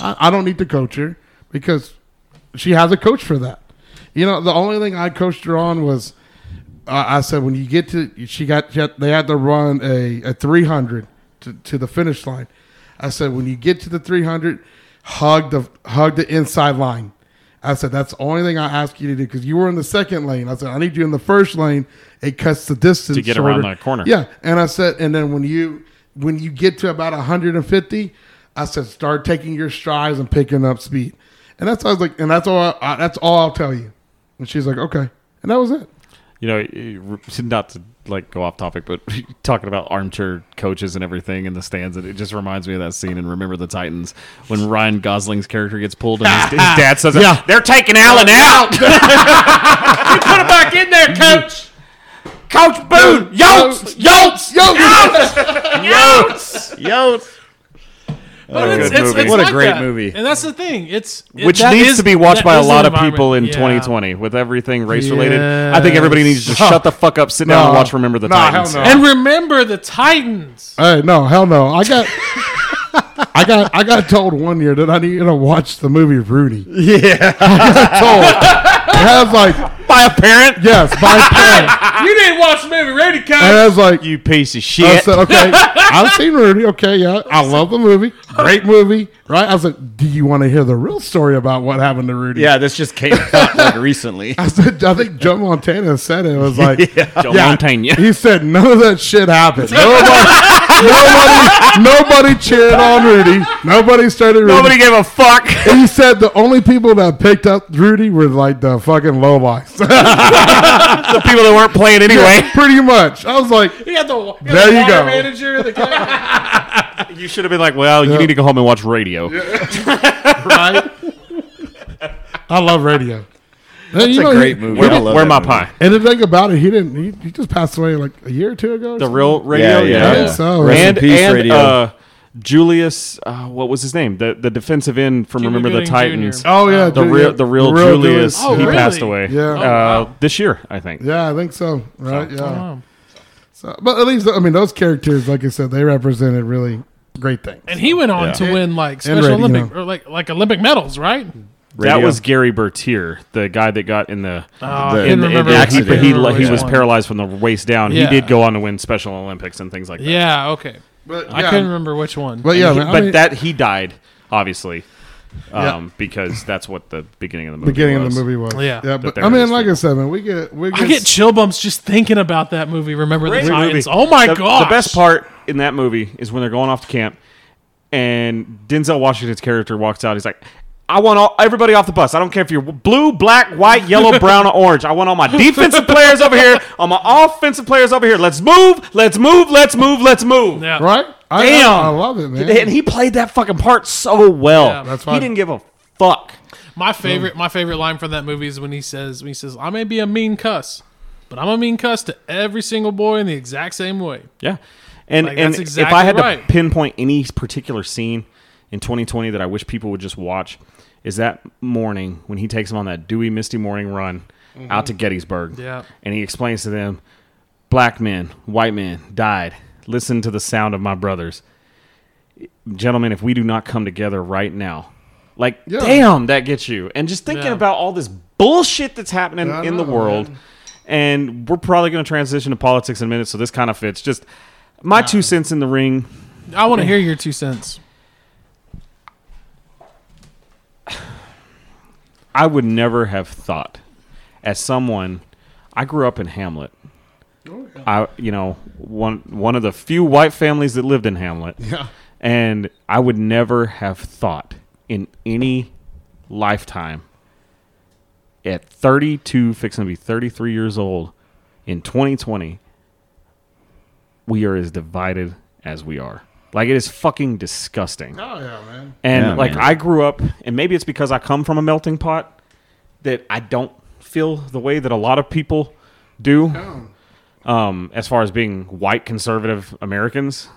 Speaker 2: I, I don't need to coach her because she has a coach for that. You know, the only thing I coached her on was I I said when you get to she got she had- they had to run a, a 300 to, to the finish line. I said when you get to the 300, hug the hug the inside line. I said that's the only thing I ask you to do because you were in the second lane. I said I need you in the first lane. It cuts the distance
Speaker 4: To get around
Speaker 2: shorter.
Speaker 4: that corner.
Speaker 2: Yeah, and I said and then when you when you get to about 150, I said start taking your strides and picking up speed. And that's I was like, and that's all. I, I, that's all I'll tell you. And she's like, okay, and that was it.
Speaker 4: You know, it- not to like go off topic, but talking about armchair coaches and everything in the stands, and it just reminds me of that scene in Remember the Titans when Ryan Gosling's character gets pulled and his, his dad says, "They're taking Allen out. you put him back in there, coach." Coach Boone, Yotes, Yotes, Yotes, Yotes.
Speaker 3: But it's,
Speaker 4: good
Speaker 3: it's,
Speaker 4: movie.
Speaker 3: it's
Speaker 1: What a
Speaker 3: like
Speaker 1: great
Speaker 3: that.
Speaker 1: movie.
Speaker 3: And that's the thing. It's it-
Speaker 4: which
Speaker 3: that
Speaker 4: needs
Speaker 3: is-
Speaker 4: to be watched
Speaker 3: that
Speaker 4: by a
Speaker 3: is
Speaker 4: lot
Speaker 3: an
Speaker 4: of people in
Speaker 3: environment. Yeah.
Speaker 4: 2020 with everything race related. I think everybody needs to just shut the fuck up, sit down, and
Speaker 2: No.
Speaker 4: watch Remember the
Speaker 2: No, hell
Speaker 4: Titans.
Speaker 2: no.
Speaker 3: And remember the Titans.
Speaker 2: Hey, no, hell no. I got. I got I got told one year that I needed to watch the movie Rudy. Yeah, I got told. And I was like,
Speaker 4: By a parent,
Speaker 2: yes, by parent.
Speaker 4: Uh,
Speaker 3: you didn't watch the movie Ready
Speaker 2: And
Speaker 3: Cut.
Speaker 2: I was like,
Speaker 4: you piece of
Speaker 2: I
Speaker 4: shit.
Speaker 2: said, okay, I've seen Rudy. Okay, yeah, I love the movie. Great movie, right? I was like, do you want to hear the real story about what happened to Rudy?
Speaker 1: Yeah, this just came up like recently.
Speaker 2: I said, I think Joe Montana said it. It was like,
Speaker 4: Joe Montana.
Speaker 2: He said none of that shit happened. Nobody, nobody, nobody cheered on Rudy. Nobody started Rudy.
Speaker 4: Nobody gave a fuck.
Speaker 2: he said the only people that picked up Rudy were like the fucking lowlifes.
Speaker 4: the people that weren't playing anyway.
Speaker 2: Pretty much. I was like,
Speaker 3: He had the, he had
Speaker 2: There
Speaker 3: the
Speaker 2: you
Speaker 3: water
Speaker 2: go.
Speaker 3: manager. The guy.
Speaker 4: You should have been like, well, you need to go home and watch radio.
Speaker 2: right? I love radio. That's
Speaker 1: It's a great movie.
Speaker 4: Where,
Speaker 1: I love
Speaker 4: where
Speaker 1: that
Speaker 4: my
Speaker 1: movie.
Speaker 4: pie?
Speaker 2: And the thing about it, he didn't. He, he just passed away like a year or two ago. or
Speaker 4: The
Speaker 2: something.
Speaker 4: real radio?
Speaker 1: Yeah, yeah.
Speaker 2: I think so.
Speaker 1: Rest in
Speaker 4: and,
Speaker 1: peace,
Speaker 4: and
Speaker 1: radio.
Speaker 4: Uh, Julius, uh, what was his name? The the defensive end from
Speaker 3: Cuba
Speaker 4: Remember the
Speaker 3: Gooding Jr.
Speaker 4: Titans.
Speaker 2: Oh yeah,
Speaker 4: uh, The
Speaker 2: Julia-
Speaker 4: real, the real Julius.
Speaker 3: Oh,
Speaker 4: he
Speaker 3: really?
Speaker 4: passed away.
Speaker 2: Yeah. Oh,
Speaker 4: Uh,
Speaker 3: wow.
Speaker 4: this year, I think.
Speaker 2: Yeah, I think so. Right? Yeah.
Speaker 3: Wow.
Speaker 2: So, but at least I mean those characters, like I said, they represented really great things.
Speaker 3: And he went on to win like special
Speaker 2: Ready,
Speaker 3: Olympic
Speaker 2: yeah.
Speaker 3: or like like Olympic medals, right?
Speaker 4: That
Speaker 1: Radio.
Speaker 4: was Gary Bertier, the guy that got in the
Speaker 3: Uh,
Speaker 1: The-
Speaker 3: I
Speaker 1: in
Speaker 3: couldn't
Speaker 1: the- in
Speaker 3: remember.
Speaker 1: the
Speaker 3: I
Speaker 4: he,
Speaker 1: accident.
Speaker 3: couldn't
Speaker 4: but he,
Speaker 3: remember
Speaker 4: like, he
Speaker 3: which
Speaker 4: was
Speaker 3: one.
Speaker 4: paralyzed from the waist down.
Speaker 3: Yeah.
Speaker 4: He did go on to win Special Olympics and things like that.
Speaker 3: Yeah. Okay.
Speaker 2: But yeah,
Speaker 3: I couldn't remember which one.
Speaker 2: But yeah,
Speaker 4: He-
Speaker 2: man, I
Speaker 4: but
Speaker 2: mean,
Speaker 4: that he died, obviously,
Speaker 2: Yeah.
Speaker 4: um, because that's what the beginning of the movie.
Speaker 2: beginning of
Speaker 4: was.
Speaker 2: the movie was.
Speaker 3: Yeah.
Speaker 2: yeah.
Speaker 4: That
Speaker 2: But
Speaker 4: they
Speaker 2: I mean,
Speaker 4: released
Speaker 2: like
Speaker 4: it.
Speaker 2: I said, man, we get we get,
Speaker 3: I get chill bumps just thinking about that movie. Remember the
Speaker 4: Great
Speaker 3: Titans?
Speaker 4: movie.
Speaker 3: Oh my
Speaker 4: The-
Speaker 3: god!
Speaker 4: The best part in that movie is when they're going off to camp, and Denzel Washington's character walks out. He's like. I want all everybody off the bus. I don't care if you're blue, black, white, yellow, brown, or orange. I want all my defensive players over here, all my offensive players over here. Let's move, let's move, let's move, let's move.
Speaker 3: Yeah.
Speaker 2: right. I,
Speaker 4: Damn.
Speaker 2: I, I love it, man.
Speaker 4: And he played that fucking part so well.
Speaker 3: Yeah.
Speaker 2: That's
Speaker 4: he
Speaker 2: fine.
Speaker 4: didn't give a fuck.
Speaker 3: My favorite, my favorite line from that movie is when he says, when he says, "I may be a mean cuss, but I'm a mean cuss to every single boy in the exact same way."
Speaker 4: Yeah. And
Speaker 3: Like,
Speaker 4: and
Speaker 3: that's
Speaker 4: if
Speaker 3: exactly
Speaker 4: I had
Speaker 3: right.
Speaker 4: to pinpoint any particular scene in 2020 that I wish people would just watch is that morning when he takes them on that dewy misty morning run out to Gettysburg.
Speaker 3: Mm-hmm. Yeah.
Speaker 4: And he explains to them black men, white men died. Listen to the sound of my brothers. Gentlemen, if we do not come together right now. Like damn, that gets you. And just thinking
Speaker 3: Yeah.
Speaker 4: about all this bullshit that's happening
Speaker 2: I
Speaker 4: in the
Speaker 2: know,
Speaker 4: world. And we're probably going to transition to politics in a minute, so this kind of fits. Just my two cents in the ring.
Speaker 3: I want to hear your two cents.
Speaker 4: I would never have thought, as someone, I grew up in Hamlet. I, you know, one one of the few white families that lived in Hamlet. Yeah. And I would never have thought in any lifetime at 32, fixing to be 33 years old in 2020, we are as divided as we are. Like, it is fucking disgusting.
Speaker 2: Oh yeah, man.
Speaker 4: And
Speaker 1: Yeah,
Speaker 4: like
Speaker 1: man.
Speaker 4: I grew up, and maybe it's because I come from a melting pot that I don't feel the way that a lot of people do.
Speaker 2: Oh.
Speaker 4: Um, as far as being white conservative Americans,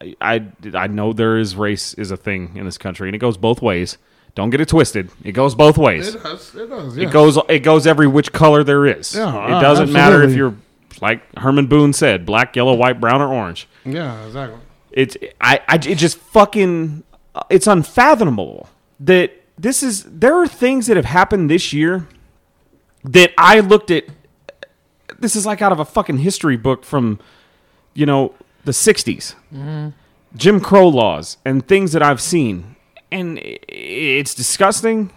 Speaker 4: I, I I know there is race is a thing in this country, and it goes both ways. Don't get it twisted. It goes both ways.
Speaker 2: It does. It does.
Speaker 4: It goes it goes every which color there is.
Speaker 2: Yeah,
Speaker 4: it
Speaker 2: uh,
Speaker 4: doesn't matter if
Speaker 2: absolutely.
Speaker 4: you're like Herman Boone said, black, yellow, white, brown, or orange
Speaker 2: Yeah, exactly.
Speaker 4: it's I, I it just fucking uh, it's unfathomable that this is there are things that have happened this year that I looked at this is like out of a fucking history book from you know the 60s Jim Crow laws and things that I've seen and i- it's disgusting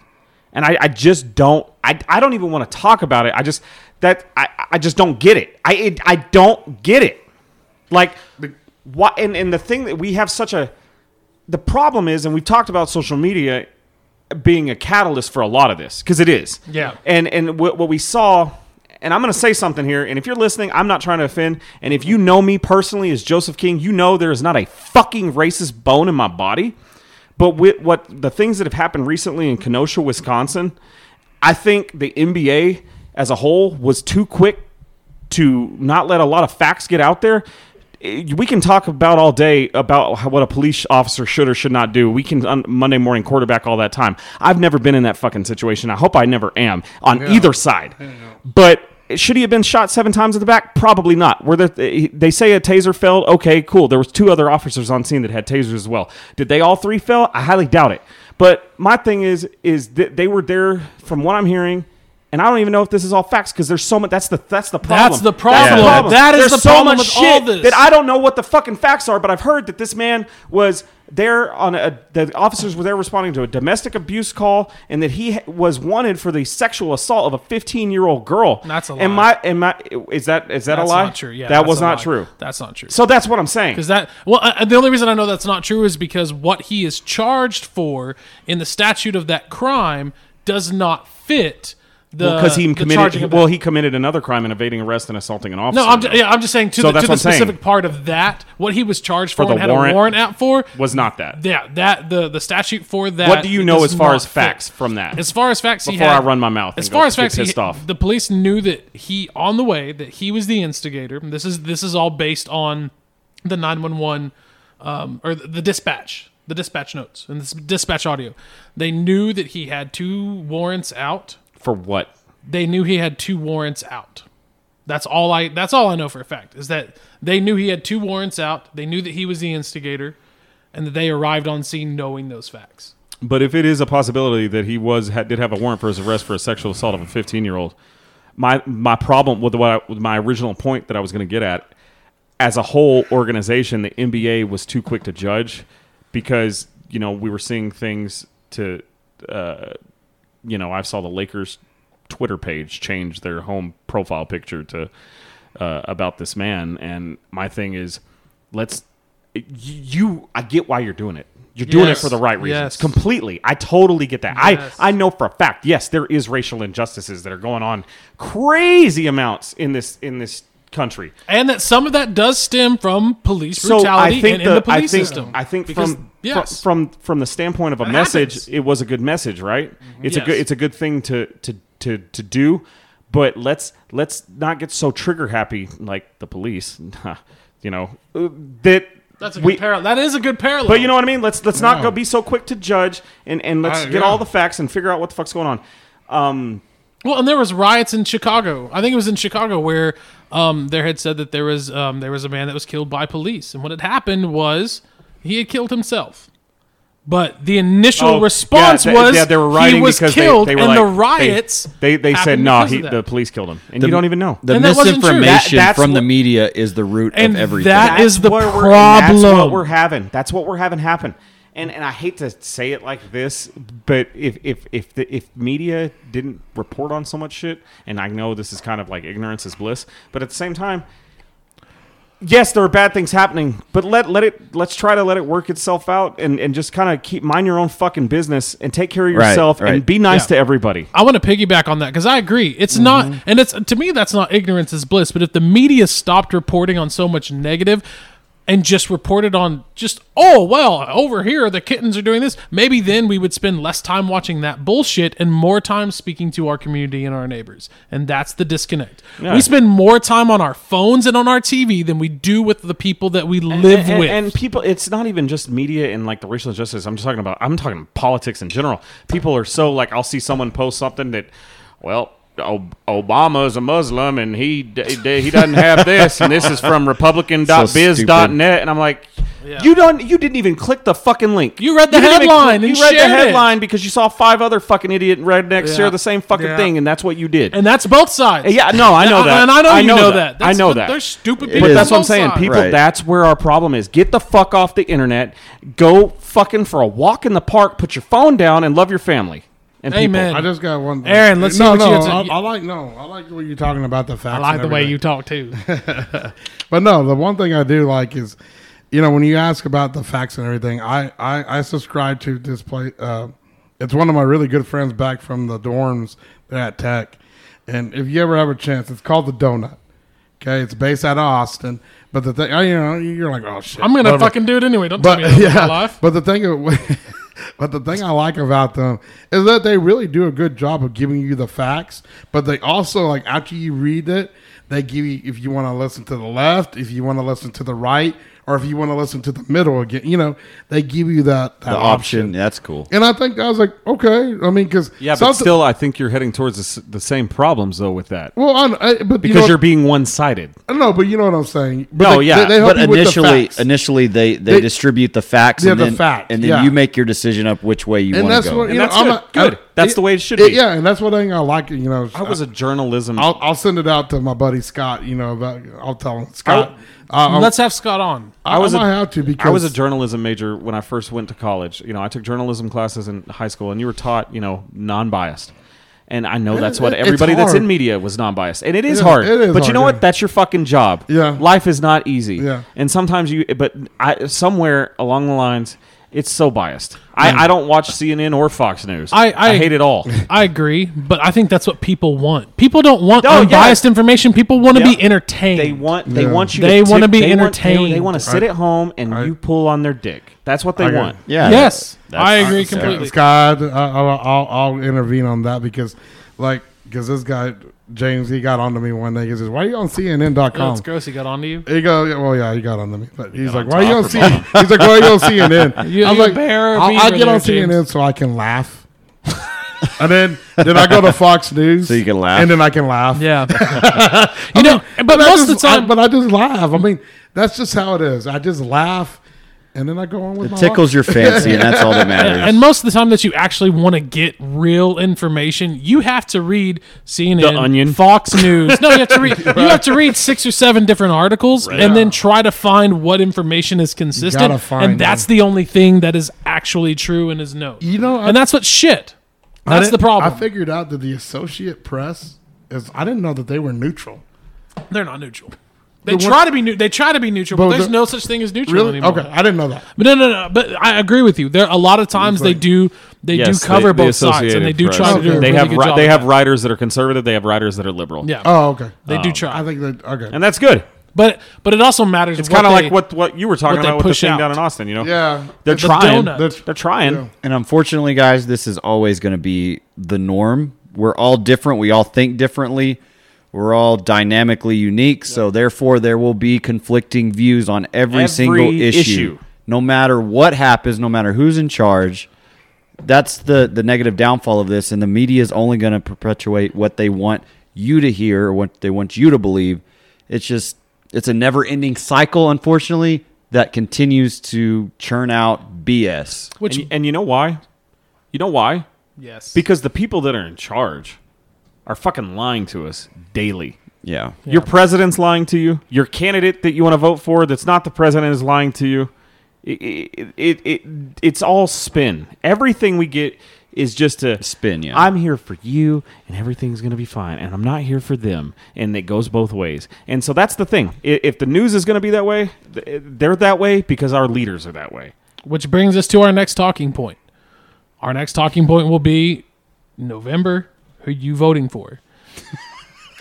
Speaker 4: and I, I just don't I, I don't even want to talk about it I just that I, I just don't get it I it, I don't get it like what and, and the thing that we have such a the problem is and we've talked about social media being a catalyst for a lot of this because it is
Speaker 3: Yeah.
Speaker 4: and and what what we saw and i'm going to say something here and if you're listening i'm not trying to offend and if you know me personally as joseph king you know there is not a fucking racist bone in my body but with what the things that have happened recently in kenosha wisconsin i think the nba as a whole was too quick to not let a lot of facts get out there eh, we can talk about all day about how, what a police officer should or should not do. We can on Monday morning quarterback all that time. I've never been in that fucking situation. I hope I never am on either side. But should he have been shot seven times in the back? Probably not. Were there, eh, they say a taser failed? Okay, cool. There was two other officers on scene that had tasers as well. Did they all three fail? I highly doubt it. But my thing is, is that they were there from what I'm hearing. And I don't even know if this is all facts because there's so much. That's the that's the problem.
Speaker 3: That's the problem. That is
Speaker 4: There's
Speaker 3: the
Speaker 4: so
Speaker 3: problem with
Speaker 4: much shit
Speaker 3: all this.
Speaker 4: That I don't know what the fucking facts are, but I've heard that this man was there on a. The officers were there responding to a domestic abuse call, and that he was wanted for the sexual assault of a 15 year old girl.
Speaker 3: That's a
Speaker 4: Am
Speaker 3: lie.
Speaker 4: I? Am I? Is that is that
Speaker 3: That's
Speaker 4: a lie?
Speaker 3: not true. Yeah,
Speaker 4: that
Speaker 3: that's
Speaker 4: was
Speaker 3: a
Speaker 4: not
Speaker 3: lie.
Speaker 4: true.
Speaker 3: That's not true.
Speaker 4: So that's what I'm saying.
Speaker 3: Because that well, uh, the only reason I know that's not true is because what he is charged for in the statute of that crime does not fit the
Speaker 4: Because he
Speaker 3: uh, the charging
Speaker 4: committed.
Speaker 3: of
Speaker 4: Well,
Speaker 3: that.
Speaker 4: he committed another crime in evading arrest and assaulting an officer.
Speaker 3: No, I'm, ju- yeah, I'm just saying to
Speaker 4: So
Speaker 3: the,
Speaker 4: that's
Speaker 3: to the
Speaker 4: what I'm saying.
Speaker 3: specific part of that, what he was charged for,
Speaker 4: the
Speaker 3: and had
Speaker 4: warrant
Speaker 3: a warrant out for.
Speaker 4: was not that.
Speaker 3: yeah, that the the statute for that.
Speaker 4: What do you know
Speaker 3: does
Speaker 4: as far
Speaker 3: not
Speaker 4: as
Speaker 3: fit.
Speaker 4: facts from that?
Speaker 3: As far as facts, he
Speaker 4: Before
Speaker 3: had-
Speaker 4: I run my mouth
Speaker 3: As
Speaker 4: and
Speaker 3: far
Speaker 4: go
Speaker 3: as
Speaker 4: get
Speaker 3: facts, he-
Speaker 4: pissed off.
Speaker 3: the police knew that he on the way that he was the instigator. This is this is all based on the nine one one um, or the, the dispatch, the dispatch notes and this dispatch audio. They knew that he had two warrants out.
Speaker 4: for what?
Speaker 3: They knew he had two warrants out. That's all I. That's all I know for a fact is that they knew he had two warrants out. They knew that he was the instigator, and that they arrived on scene knowing those facts.
Speaker 6: But if it is a possibility that he was had, did have a warrant for his arrest for a sexual assault of a 15 year old,
Speaker 4: my my problem with what I, with my original point that I was going to get at as a whole organization the NBA was too quick to judge because you know we were seeing things to uh, you know I saw the Lakers Twitter page change their home profile picture to uh, about this man and my thing is let's y- you I get why you're doing it you're doing
Speaker 3: Yes.
Speaker 4: it for the right reasons
Speaker 3: Yes.
Speaker 4: completely I totally get that
Speaker 3: Yes.
Speaker 4: I I know for a fact, yes, there is racial injustices that are going on crazy amounts in this in this country.
Speaker 3: and that some of that does stem from police
Speaker 4: So
Speaker 3: brutality
Speaker 4: I think
Speaker 3: and in the police
Speaker 4: I think,
Speaker 3: system.
Speaker 4: I think
Speaker 3: Because-
Speaker 4: from,
Speaker 3: yes.
Speaker 4: from from from the standpoint of a message,
Speaker 3: happens. Mm-hmm.
Speaker 4: it was a good message, right? It's a
Speaker 3: Yes.
Speaker 4: good it's a good thing to to to to do, but let's let's not get so trigger happy like the police, you know, uh, that
Speaker 3: That's a good
Speaker 4: we-
Speaker 3: parallel. That is a good parallel.
Speaker 4: But you know what I mean. Let's let's not go be so quick to judge, and and let's
Speaker 2: Uh,
Speaker 4: get
Speaker 2: yeah.
Speaker 4: all the facts and figure out what the fuck's going on. Um,
Speaker 3: well, and there was riots in Chicago. I think it was in Chicago where um, there had said that there was um, there was a man that was killed by police, and what had happened was he had killed himself. But the initial
Speaker 4: Oh,
Speaker 3: response
Speaker 4: yeah, they-
Speaker 3: was
Speaker 4: yeah, they were
Speaker 3: he
Speaker 4: rioting
Speaker 3: was
Speaker 4: because they-
Speaker 3: killed,
Speaker 4: they were
Speaker 3: and
Speaker 4: like-
Speaker 3: the
Speaker 4: they-
Speaker 3: riots.
Speaker 4: They they said
Speaker 3: happened
Speaker 4: no,
Speaker 3: because
Speaker 4: he,
Speaker 3: of that.
Speaker 4: the police killed him, and you don't even know.
Speaker 1: The
Speaker 3: And that wasn't true. That-
Speaker 1: misinformation
Speaker 4: that's
Speaker 1: from the
Speaker 4: what-
Speaker 1: media is the root
Speaker 3: And
Speaker 1: of everything.
Speaker 3: that is the
Speaker 4: where we're-
Speaker 3: problem.
Speaker 4: That's what we're having. That's what we're having happen. And and I hate to say it like this, but if if if the, if media didn't report on so much shit, and I know this is kind of like ignorance is bliss, but at the same time. Yes, there are bad things happening, but let let it let's try to let it work itself out and, and just kind of keep mind your own fucking business and take care of
Speaker 1: Right,
Speaker 4: yourself and
Speaker 1: right.
Speaker 4: be nice
Speaker 3: Yeah.
Speaker 4: to everybody.
Speaker 3: I want to piggyback on that because I agree. It's
Speaker 4: Mm-hmm.
Speaker 3: not, and it's to me that's not ignorance is bliss. But if the media stopped reporting on so much negative and just reported on just oh well over here the kittens are doing this, maybe then we would spend less time watching that bullshit and more time speaking to our community and our neighbors. And that's the disconnect. We spend more time on our phones and on our TV than we do with the people that we live
Speaker 4: and, and-
Speaker 3: with.
Speaker 4: and people it's not even just media and like the racial injustice i'm just talking about i'm talking politics in general people are so like i'll see someone post something that well Ob- Obama is a Muslim and he d- d- he doesn't have this and this is from
Speaker 1: So stupid.
Speaker 4: Republican.biz.net and I'm like, you don't you didn't even click the fucking link.
Speaker 3: You read the
Speaker 4: didn't even
Speaker 3: headline
Speaker 4: click-
Speaker 3: and
Speaker 4: you read the
Speaker 3: shared it.
Speaker 4: headline because you saw five other fucking idiot rednecks
Speaker 3: Yeah.
Speaker 4: share the same fucking
Speaker 3: Yeah.
Speaker 4: thing and that's what you did.
Speaker 3: And that's both sides.
Speaker 4: Yeah, no, I know
Speaker 3: And
Speaker 4: that.
Speaker 3: And I know
Speaker 4: I
Speaker 3: you
Speaker 4: know
Speaker 3: know
Speaker 4: that.
Speaker 3: that.
Speaker 4: I know that.
Speaker 3: They're stupid
Speaker 1: It
Speaker 3: people.
Speaker 4: But
Speaker 1: is.
Speaker 4: that's what I'm
Speaker 3: both
Speaker 4: saying.
Speaker 3: sides.
Speaker 4: People,
Speaker 1: Right.
Speaker 4: that's where our problem is. Get the fuck off the internet. Go fucking for a walk in the park. Put your phone down and love your family. And people.
Speaker 3: Amen.
Speaker 2: I just got one. Thing.
Speaker 3: Aaron, let's
Speaker 2: no,
Speaker 3: see what
Speaker 2: no.
Speaker 3: you had to-
Speaker 2: I, I like no. I like what you're talking about the facts.
Speaker 3: I like
Speaker 2: and
Speaker 3: the way
Speaker 2: everything.
Speaker 3: you talk too.
Speaker 2: But no, the one thing I do like is, you know, when you ask about the facts and everything, I I, I subscribe to this play. Uh, it's one of my really good friends back from the dorms there at Tech, and if you ever have a chance, it's called the Donut. Okay, it's based out of Austin, but the thing, I, you know, you're like, oh shit,
Speaker 3: I'm gonna
Speaker 2: whatever.
Speaker 3: fucking do it anyway. Don't
Speaker 2: But
Speaker 3: tell me yeah,
Speaker 2: yeah,
Speaker 3: my life.
Speaker 2: but the thing, of- but the thing I like about them is that they really do a good job of giving you the facts. But they also like after you read it, They give you if you want to listen to the left, if you want to listen to the right, or if you want to listen to the middle again. You know, they give you that, that
Speaker 1: The option. That's cool.
Speaker 2: And I think I was like, okay. I mean, because
Speaker 4: Yeah, but still, I think you're heading towards the, s- the same problems though with that
Speaker 2: Well, I, I, but you
Speaker 4: because you're
Speaker 2: know,
Speaker 4: being one sided.
Speaker 2: I don't know, but you know what I'm saying. But
Speaker 4: No, yeah,
Speaker 2: help
Speaker 1: But
Speaker 2: you with the
Speaker 1: initially,
Speaker 2: facts.
Speaker 1: initially they, they,
Speaker 2: They-
Speaker 1: distribute the facts,
Speaker 2: Yeah,
Speaker 1: and
Speaker 2: the
Speaker 1: then,
Speaker 2: fact,
Speaker 1: and then
Speaker 2: yeah.
Speaker 1: you make your decision up which way you
Speaker 2: and
Speaker 1: want
Speaker 2: that's
Speaker 1: to go.
Speaker 2: what you know,
Speaker 4: that's
Speaker 2: I'm
Speaker 4: good.
Speaker 2: not-
Speaker 4: Good. That's the way it should be.
Speaker 2: Yeah, and that's what I think I like. You know,
Speaker 4: I was a journalism.
Speaker 2: I'll, I'll send it out to my buddy Scott. You know, about, I'll tell him Scott. I,
Speaker 3: Let's have Scott on.
Speaker 2: I,
Speaker 4: was
Speaker 2: was
Speaker 4: a-
Speaker 2: I might have to because
Speaker 4: I was a journalism major when I first went to college. You know, I took journalism classes in high school, and you were taught, you know, non-biased. And I know that's what
Speaker 2: It- it's
Speaker 4: everybody that's in
Speaker 2: hard.
Speaker 4: media was non-biased, and it is
Speaker 2: Yeah,
Speaker 4: hard.
Speaker 2: it is
Speaker 4: but you
Speaker 2: hard,
Speaker 4: know
Speaker 2: yeah.
Speaker 4: what? That's your fucking job.
Speaker 2: Yeah.
Speaker 4: life is not easy.
Speaker 2: Yeah.
Speaker 4: and sometimes you, but I somewhere along the lines, it's so biased. I, I don't watch CNN or Fox News.
Speaker 3: I- I-
Speaker 4: hate it all.
Speaker 3: I agree, but I think that's what people want. People don't want
Speaker 4: Oh, yeah.
Speaker 3: unbiased information. People want to
Speaker 4: Yeah.
Speaker 3: be entertained.
Speaker 4: They want. They want you.
Speaker 3: They
Speaker 4: to
Speaker 3: wanna
Speaker 4: tick-
Speaker 3: be
Speaker 4: they want- they- they
Speaker 3: entertained.
Speaker 4: want to sit at home and you pull on their dick. That's what they
Speaker 2: agree.
Speaker 4: want.
Speaker 1: yeah.
Speaker 3: yes,
Speaker 1: that's-
Speaker 3: I agree
Speaker 1: that's-
Speaker 3: completely.
Speaker 2: Scott. I, I'll, I'll, I'll intervene on that because, like, because this guy James, he got onto me one day. He says, "Why are you on
Speaker 3: Oh,
Speaker 2: CNN.com?"
Speaker 3: it's gross. He got onto you.
Speaker 2: He goes, yeah, well, yeah, he got onto me, but he's like, why are you on CNN? He's like, why are you on CNN?
Speaker 3: You-
Speaker 2: I was
Speaker 3: you
Speaker 2: like,
Speaker 3: bear a
Speaker 2: I'll- I
Speaker 3: beaver
Speaker 2: get on
Speaker 3: there, James.
Speaker 2: CNN so I can laugh, and then then I go to Fox News
Speaker 1: So you can laugh.
Speaker 2: and then I can laugh.
Speaker 3: Yeah, you know. But
Speaker 2: I
Speaker 3: most of
Speaker 2: just-
Speaker 3: the time,
Speaker 2: I, but I just laugh. I mean, that's just how it is. I just laugh, and then I go on with
Speaker 1: It
Speaker 2: my
Speaker 1: tickles
Speaker 2: life.
Speaker 1: your fancy, and that's all that matters.
Speaker 3: and most of the time that you actually want to get real information, you have to read CNN,
Speaker 4: The Onion.
Speaker 3: Fox News. No, you have to read. You have to read six or seven different articles, and then try to find what information is consistent.
Speaker 2: find
Speaker 3: and that's
Speaker 2: them.
Speaker 3: the only thing that is actually true and is known.
Speaker 2: You know, I-
Speaker 3: and that's what shit.
Speaker 2: I
Speaker 3: That's the
Speaker 2: didn't-
Speaker 3: problem.
Speaker 2: I figured out that the Associate Press is. I didn't know that they were neutral.
Speaker 3: They're not neutral. They
Speaker 2: The
Speaker 3: try
Speaker 2: one-
Speaker 3: to be new. They try to be neutral, but,
Speaker 2: But
Speaker 3: there's
Speaker 2: the-
Speaker 3: no such thing as neutral
Speaker 2: Really?
Speaker 3: anymore.
Speaker 2: Okay, I didn't know that.
Speaker 3: But no, no, no. But I agree with you. There, a lot of times they do. They
Speaker 4: Yes,
Speaker 3: do cover
Speaker 4: the- the
Speaker 3: both sides, and they
Speaker 4: Associated
Speaker 3: do try
Speaker 4: Press.
Speaker 3: to do. A
Speaker 4: They
Speaker 3: really
Speaker 4: have
Speaker 3: good
Speaker 4: ri-
Speaker 3: job
Speaker 4: they
Speaker 3: at
Speaker 4: have
Speaker 3: that.
Speaker 4: writers that are conservative. They have writers that are liberal.
Speaker 3: Yeah,
Speaker 2: Oh, okay.
Speaker 3: they
Speaker 4: Um,
Speaker 3: do
Speaker 2: I
Speaker 3: try.
Speaker 2: think that okay.
Speaker 4: and that's good.
Speaker 3: But but it also matters.
Speaker 4: It's kind of like what what you were talking
Speaker 3: what they
Speaker 4: about with the
Speaker 3: push
Speaker 4: thing
Speaker 3: out.
Speaker 4: down in Austin. You know,
Speaker 2: yeah,
Speaker 4: they're
Speaker 3: The
Speaker 4: trying.
Speaker 3: donut.
Speaker 4: They're, they're trying.
Speaker 1: And unfortunately, guys, this is always going to be the norm. We're all different. We all think differently. We're all dynamically unique. So, therefore, there will be conflicting views on every,
Speaker 4: Every
Speaker 1: single issue,
Speaker 4: issue.
Speaker 1: No matter what happens, no matter who's in charge. That's the, the negative downfall of this. And the media is only going to perpetuate what they want you to hear or what they want you to believe. It's just, it's a never ending cycle, unfortunately, that continues to churn out BS.
Speaker 3: Which
Speaker 4: And, and you know why? You know why?
Speaker 3: yes,
Speaker 4: Because the people that are in charge are fucking lying to us daily.
Speaker 1: Yeah.
Speaker 4: Your president's lying to you. Your candidate that you want to vote for that's not the president is lying to you. It, it, it, it it's all spin. Everything we get is just a
Speaker 1: Spin, yeah.
Speaker 4: I'm here for you and everything's going to be fine and I'm not here for them and it goes both ways. And so that's the thing. I- If the news is going to be that way, th- eh, they're that way because our leaders are that way.
Speaker 3: which brings us to our next talking point. Our next talking point will be November. Who you voting for?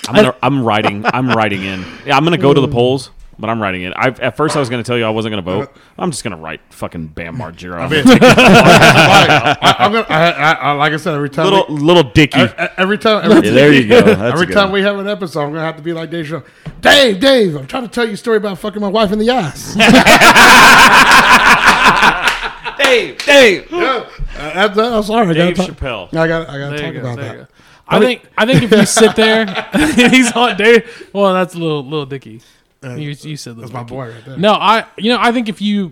Speaker 4: I'm, gonna, I'm writing. I'm writing in. Yeah, I'm going to go to the polls, but I'm writing in. I, at first, I was going to tell you I wasn't going to vote. I'm just going to write fucking Bam Margera. on it.
Speaker 2: I, I, I'm gonna, I, I, I, like I said, every time,
Speaker 4: little little Dicky.
Speaker 2: we, e- every time, every,
Speaker 1: Yeah, there you go. That's
Speaker 2: every
Speaker 1: good.
Speaker 2: time we have an episode, I'm gonna have to be like Dave. Chappelle. Dave, Dave, I'm trying to tell you a story about fucking my wife in the ass. Dave, Dave. Yeah, uh, that, that's all right.
Speaker 4: Dave
Speaker 2: I gotta talk,
Speaker 4: Chappelle.
Speaker 2: I got. I got to
Speaker 3: There
Speaker 2: talk
Speaker 3: you go,
Speaker 2: about
Speaker 3: there you
Speaker 2: that.
Speaker 3: go. I think I think if you sit there, he's on David. Well, that's little little Dicky. you, you said little
Speaker 2: Uh, That's my
Speaker 3: Dicky.
Speaker 2: boy right there.
Speaker 3: No, I you know I think if you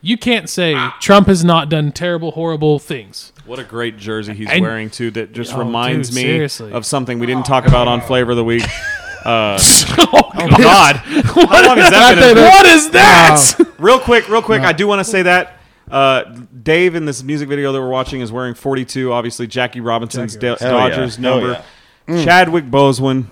Speaker 3: you can't say
Speaker 4: Ah.
Speaker 3: Trump has not done terrible, horrible things.
Speaker 4: What a great jersey he's
Speaker 3: And-
Speaker 4: wearing too. That just
Speaker 3: Oh,
Speaker 4: reminds
Speaker 3: dude,
Speaker 4: me
Speaker 3: seriously.
Speaker 4: of something we didn't talk about on Flavor of the Week. Uh, oh God! How long has that been? Oh, in-
Speaker 3: What is that?
Speaker 4: Real quick, real quick. I do want to say that uh, Dave in this music video that we're watching is wearing 42. Obviously, Jackie Robinson's Da-
Speaker 1: Hell yeah.
Speaker 4: Dodgers
Speaker 1: Hell
Speaker 4: number. Chadwick Boseman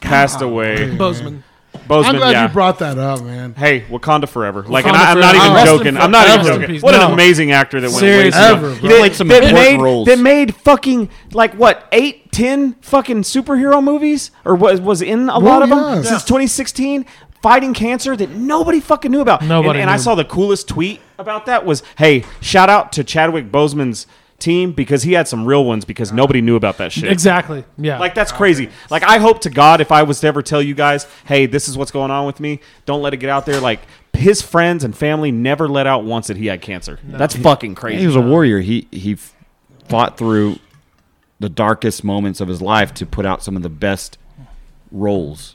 Speaker 4: passed away.
Speaker 3: Bozeman.
Speaker 4: Boseman,
Speaker 2: I'm glad
Speaker 4: yeah.
Speaker 2: you brought that up, man.
Speaker 4: Hey, Wakanda forever. Oh, Like,
Speaker 3: Wakanda
Speaker 4: and I, am not
Speaker 3: forever.
Speaker 4: even
Speaker 2: Rest in
Speaker 4: joking.
Speaker 3: peace.
Speaker 4: I'm not even
Speaker 3: Rest in
Speaker 4: joking.
Speaker 3: peace.
Speaker 4: What an
Speaker 3: No.
Speaker 4: amazing actor that went away.
Speaker 3: Seriously.
Speaker 2: Ever,
Speaker 1: He
Speaker 2: bro.
Speaker 1: played some
Speaker 4: that
Speaker 1: important
Speaker 4: made
Speaker 1: roles.
Speaker 4: that made fucking like what eight ten fucking superhero movies or was was in a lot of them
Speaker 2: yes.
Speaker 4: since 2016 fighting cancer that nobody fucking knew about And-
Speaker 3: Nobody
Speaker 4: and, I
Speaker 3: knew.
Speaker 4: saw the coolest tweet about that was hey shout out to Chadwick Boseman's team because he had some real ones because nobody knew about that shit.
Speaker 3: Exactly. Yeah.
Speaker 4: Like that's crazy. Like I hope to God if I was to ever tell you guys, hey, this is what's going on with me. Don't let it get out there. Like his friends and family never let out once that he had cancer. That's fucking crazy.
Speaker 1: He was a warrior. He he f- fought through the darkest moments of his life to put out some of the best roles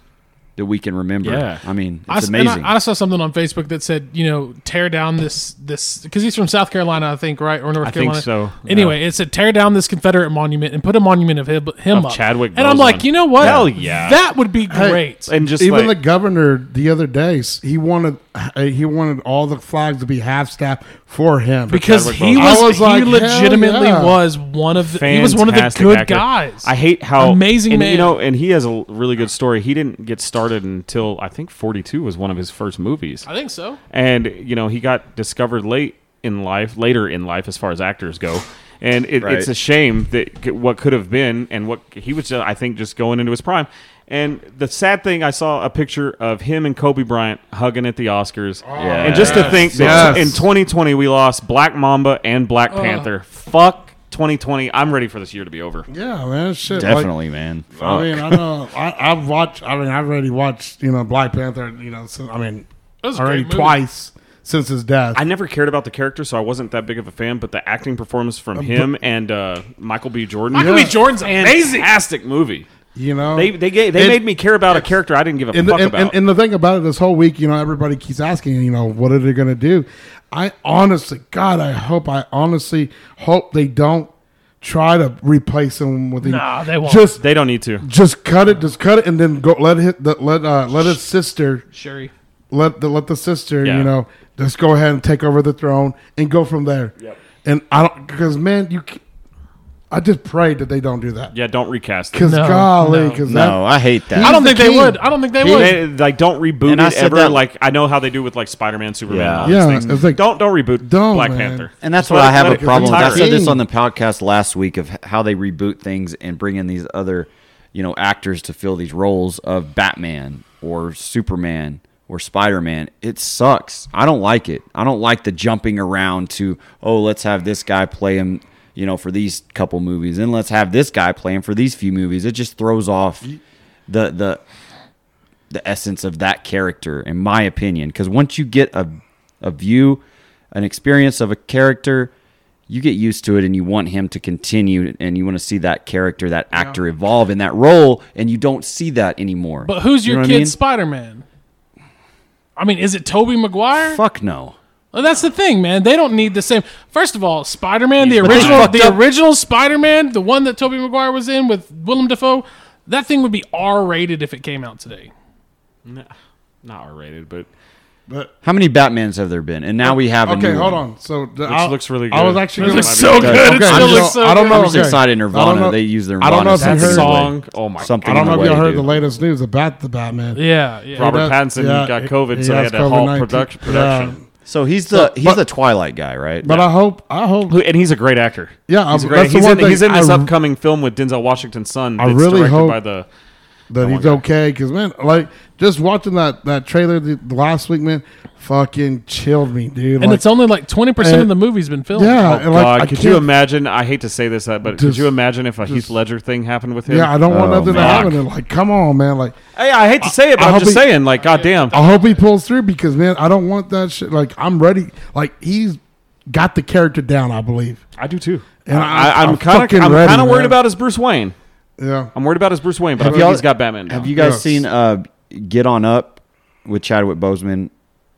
Speaker 1: that we can remember.
Speaker 4: Yeah.
Speaker 1: I mean,
Speaker 3: I
Speaker 1: it's
Speaker 3: s- and I,
Speaker 1: amazing.
Speaker 3: I saw something on Facebook that said, you know, tear down this this because he's from South Carolina, I think, right, or North
Speaker 4: I think
Speaker 3: Carolina.
Speaker 4: so, yeah.
Speaker 3: Anyway, it said tear down this Confederate monument and put a monument of him, him
Speaker 4: Of
Speaker 3: up.
Speaker 4: Chadwick
Speaker 3: and I'm
Speaker 4: Boseman.
Speaker 3: like, you know what?
Speaker 4: Hell yeah.
Speaker 3: that would be great.
Speaker 4: and just
Speaker 2: Even
Speaker 4: like,
Speaker 2: the governor the other day, s- he wanted uh, he wanted all the flags to be half staff for him
Speaker 3: because
Speaker 4: Chadwick
Speaker 3: he
Speaker 4: Boseman.
Speaker 3: was,
Speaker 2: I was like,
Speaker 3: he
Speaker 2: hell
Speaker 3: legitimately
Speaker 2: yeah.
Speaker 3: was one of the, he was one of the
Speaker 4: fantastic
Speaker 3: good
Speaker 4: actor.
Speaker 3: guys.
Speaker 4: I hate how
Speaker 3: Amazing
Speaker 4: and,
Speaker 3: man.
Speaker 4: You know, and he has a l- really good story. He didn't get started until I think 42 was one of his first movies.
Speaker 3: I think so.
Speaker 4: and you know he got discovered late in life later in life as far as actors go and it,
Speaker 1: Right.
Speaker 4: it's a shame that c- what could have been and what he was just, i think just going into his prime and the sad thing i saw a picture of him and kobe bryant hugging at the oscars
Speaker 1: Yeah.
Speaker 4: and just to think that
Speaker 2: Oh, Yes.
Speaker 4: in 2020 we lost black mamba and black panther fuck 2020 i'm ready for this year to be over
Speaker 2: yeah, man, shit, like-
Speaker 1: Definitely, man.
Speaker 2: I
Speaker 1: Fuck.
Speaker 2: mean, I know I, I've watched. I mean, I've already watched. You know, Black Panther. You know, since, I mean,
Speaker 3: was a
Speaker 2: already
Speaker 3: great movie.
Speaker 2: twice since his death.
Speaker 4: I never cared about the character, so I wasn't that big of a fan. But the acting performance from him and uh, Michael B. Jordan,
Speaker 3: Michael B. Jordan's amazing.
Speaker 4: fantastic movie.
Speaker 2: you know,
Speaker 4: They they gave, they
Speaker 2: Uh, And-
Speaker 4: made me care about a character I didn't give a
Speaker 2: and, the,
Speaker 4: fuck
Speaker 2: and,
Speaker 4: about.
Speaker 2: and, and the thing about it, this whole week, you know, everybody keeps asking, you know, what are they going to do? I honestly, God, I hope, I honestly hope they don't try to replace him with
Speaker 3: Nah, they won't.
Speaker 2: Just,
Speaker 4: they don't need to.
Speaker 2: just cut it, just cut it, and then go. Let hit, the, let uh, let his sister,
Speaker 3: Sherry.
Speaker 2: let the let the sister,
Speaker 4: Yeah.
Speaker 2: you know, just go ahead and take over the throne and go from there. And I don't, because man, you, c- I just pray that they don't do that.
Speaker 4: Yeah, don't recast. it.
Speaker 2: Because
Speaker 3: No,
Speaker 2: golly,
Speaker 3: no.
Speaker 2: because
Speaker 1: no, I hate that.
Speaker 3: I don't
Speaker 2: the
Speaker 3: think they
Speaker 2: king.
Speaker 3: would. I don't think they would.
Speaker 4: They, like don't reboot
Speaker 1: And I
Speaker 4: it
Speaker 1: said
Speaker 4: ever.
Speaker 1: that-
Speaker 4: like I know how they do with like Spider Man, Superman,
Speaker 1: Yeah.
Speaker 4: and all
Speaker 2: Yeah,
Speaker 4: these things.
Speaker 2: it's like-
Speaker 4: don't don't reboot
Speaker 2: Don't,
Speaker 4: Black
Speaker 2: man.
Speaker 4: Panther.
Speaker 1: And that's
Speaker 4: Just
Speaker 1: what
Speaker 4: let
Speaker 1: I
Speaker 4: it-
Speaker 1: have
Speaker 4: let
Speaker 1: a
Speaker 4: it go.
Speaker 1: problem with. I
Speaker 4: Retire
Speaker 1: said
Speaker 4: it.
Speaker 1: this on the podcast last week of h- how they reboot things and bring in these other, you know, actors to fill these roles of Batman or Superman or Spider Man. It sucks. I don't like it. I don't like the jumping around to oh, let's have this guy play him, you know, for these couple movies, and let's have this guy play him for these few movies. It just throws off the the the essence of that character, in my opinion. Because once you get a, a view, an experience of a character, you get used to it and you want him to continue and you want to see that character, that actor evolve in that role, and you don't see that anymore.
Speaker 3: But who's
Speaker 1: You
Speaker 3: your
Speaker 1: know what I
Speaker 3: kid
Speaker 1: mean?
Speaker 3: Spider Man? I mean, is it Toby Maguire?
Speaker 1: Fuck no.
Speaker 3: Well, that's the thing, man. They don't need the same. First of all, Spider Man, the
Speaker 1: But they
Speaker 3: original,
Speaker 1: fucked
Speaker 3: the
Speaker 1: up.
Speaker 3: original Spider Man, the one that Toby Maguire was in with Willem Dafoe, that thing would be R rated if it came out today.
Speaker 4: Not R rated, but
Speaker 1: How many Batmans have there been? And now we have a
Speaker 2: Okay,
Speaker 1: new
Speaker 2: hold
Speaker 1: one.
Speaker 2: on. So which
Speaker 4: looks really
Speaker 2: I
Speaker 4: good.
Speaker 2: was actually
Speaker 3: It
Speaker 2: gonna-
Speaker 3: looks so good. It
Speaker 2: Okay,
Speaker 3: still
Speaker 2: I'm
Speaker 3: looks
Speaker 2: just-
Speaker 3: so
Speaker 2: I don't
Speaker 3: good.
Speaker 2: know.
Speaker 1: I'm just
Speaker 2: okay.
Speaker 1: excited
Speaker 2: I
Speaker 1: Nirvana.
Speaker 2: don't know-
Speaker 1: They use their
Speaker 2: I don't know if
Speaker 1: Nirvana
Speaker 2: you
Speaker 1: as
Speaker 2: heard.
Speaker 1: a way-
Speaker 4: song. Oh my!
Speaker 1: Something
Speaker 2: I don't know if
Speaker 1: away,
Speaker 2: you heard
Speaker 1: dude.
Speaker 2: the latest news about the Batman.
Speaker 3: Yeah, yeah.
Speaker 4: Robert
Speaker 2: He does-
Speaker 4: Pattinson
Speaker 2: yeah,
Speaker 4: got
Speaker 2: he-
Speaker 4: COVID,
Speaker 2: he
Speaker 4: so they
Speaker 2: has
Speaker 4: had to halt
Speaker 2: COVID-19.
Speaker 4: production.
Speaker 2: Yeah.
Speaker 4: production.
Speaker 1: So he's the he's
Speaker 2: but-
Speaker 1: the Twilight guy, right?
Speaker 2: But I hope. I hope.
Speaker 4: Who- And he's a great actor.
Speaker 2: Yeah,
Speaker 4: he's
Speaker 2: I'm-
Speaker 4: great.
Speaker 2: that's the
Speaker 4: He's,
Speaker 2: one
Speaker 4: in,
Speaker 2: thing
Speaker 4: he's in this
Speaker 2: I-
Speaker 4: upcoming film with Denzel Washington's son.
Speaker 2: I
Speaker 4: that's
Speaker 2: really
Speaker 4: directed
Speaker 2: hope-
Speaker 4: by the
Speaker 2: that he's okay. Because man, like just watching that that trailer the, the last week, man, fucking chilled me, dude.
Speaker 3: and
Speaker 2: like,
Speaker 3: it's only like twenty percent of
Speaker 2: And-
Speaker 3: the movie's been filmed.
Speaker 2: yeah.
Speaker 4: Oh,
Speaker 2: and like,
Speaker 4: God,
Speaker 2: I
Speaker 4: could
Speaker 2: can't-
Speaker 4: you imagine? I hate to say this, uh, but could
Speaker 2: Just-
Speaker 4: you imagine if a Heath Ledger thing happened with him?
Speaker 2: Yeah, I don't want
Speaker 1: Oh,
Speaker 2: nothing
Speaker 1: man.
Speaker 2: to happen. And like, come on, man. Like,
Speaker 4: Hey, I hate to say it, but
Speaker 2: I
Speaker 4: I, am
Speaker 2: hope
Speaker 4: just
Speaker 2: he-
Speaker 4: saying, like, goddamn.
Speaker 2: I hope he pulls through because man, I don't want that shit. Like, I'm ready. Like, he's got the character down. I believe.
Speaker 4: I do too.
Speaker 2: And
Speaker 4: I,
Speaker 2: I'm-
Speaker 4: I'm
Speaker 2: I'm
Speaker 4: kind
Speaker 2: fucking
Speaker 4: of, I'm
Speaker 2: ready,
Speaker 4: kind of worried
Speaker 2: man.
Speaker 4: about his Bruce Wayne.
Speaker 2: Yeah.
Speaker 4: I'm worried about his Bruce Wayne, but I
Speaker 1: y'all-
Speaker 4: think he's got Batman. Now.
Speaker 1: Have you guys
Speaker 2: Yes.
Speaker 1: seen uh, Get On Up with Chadwick Boseman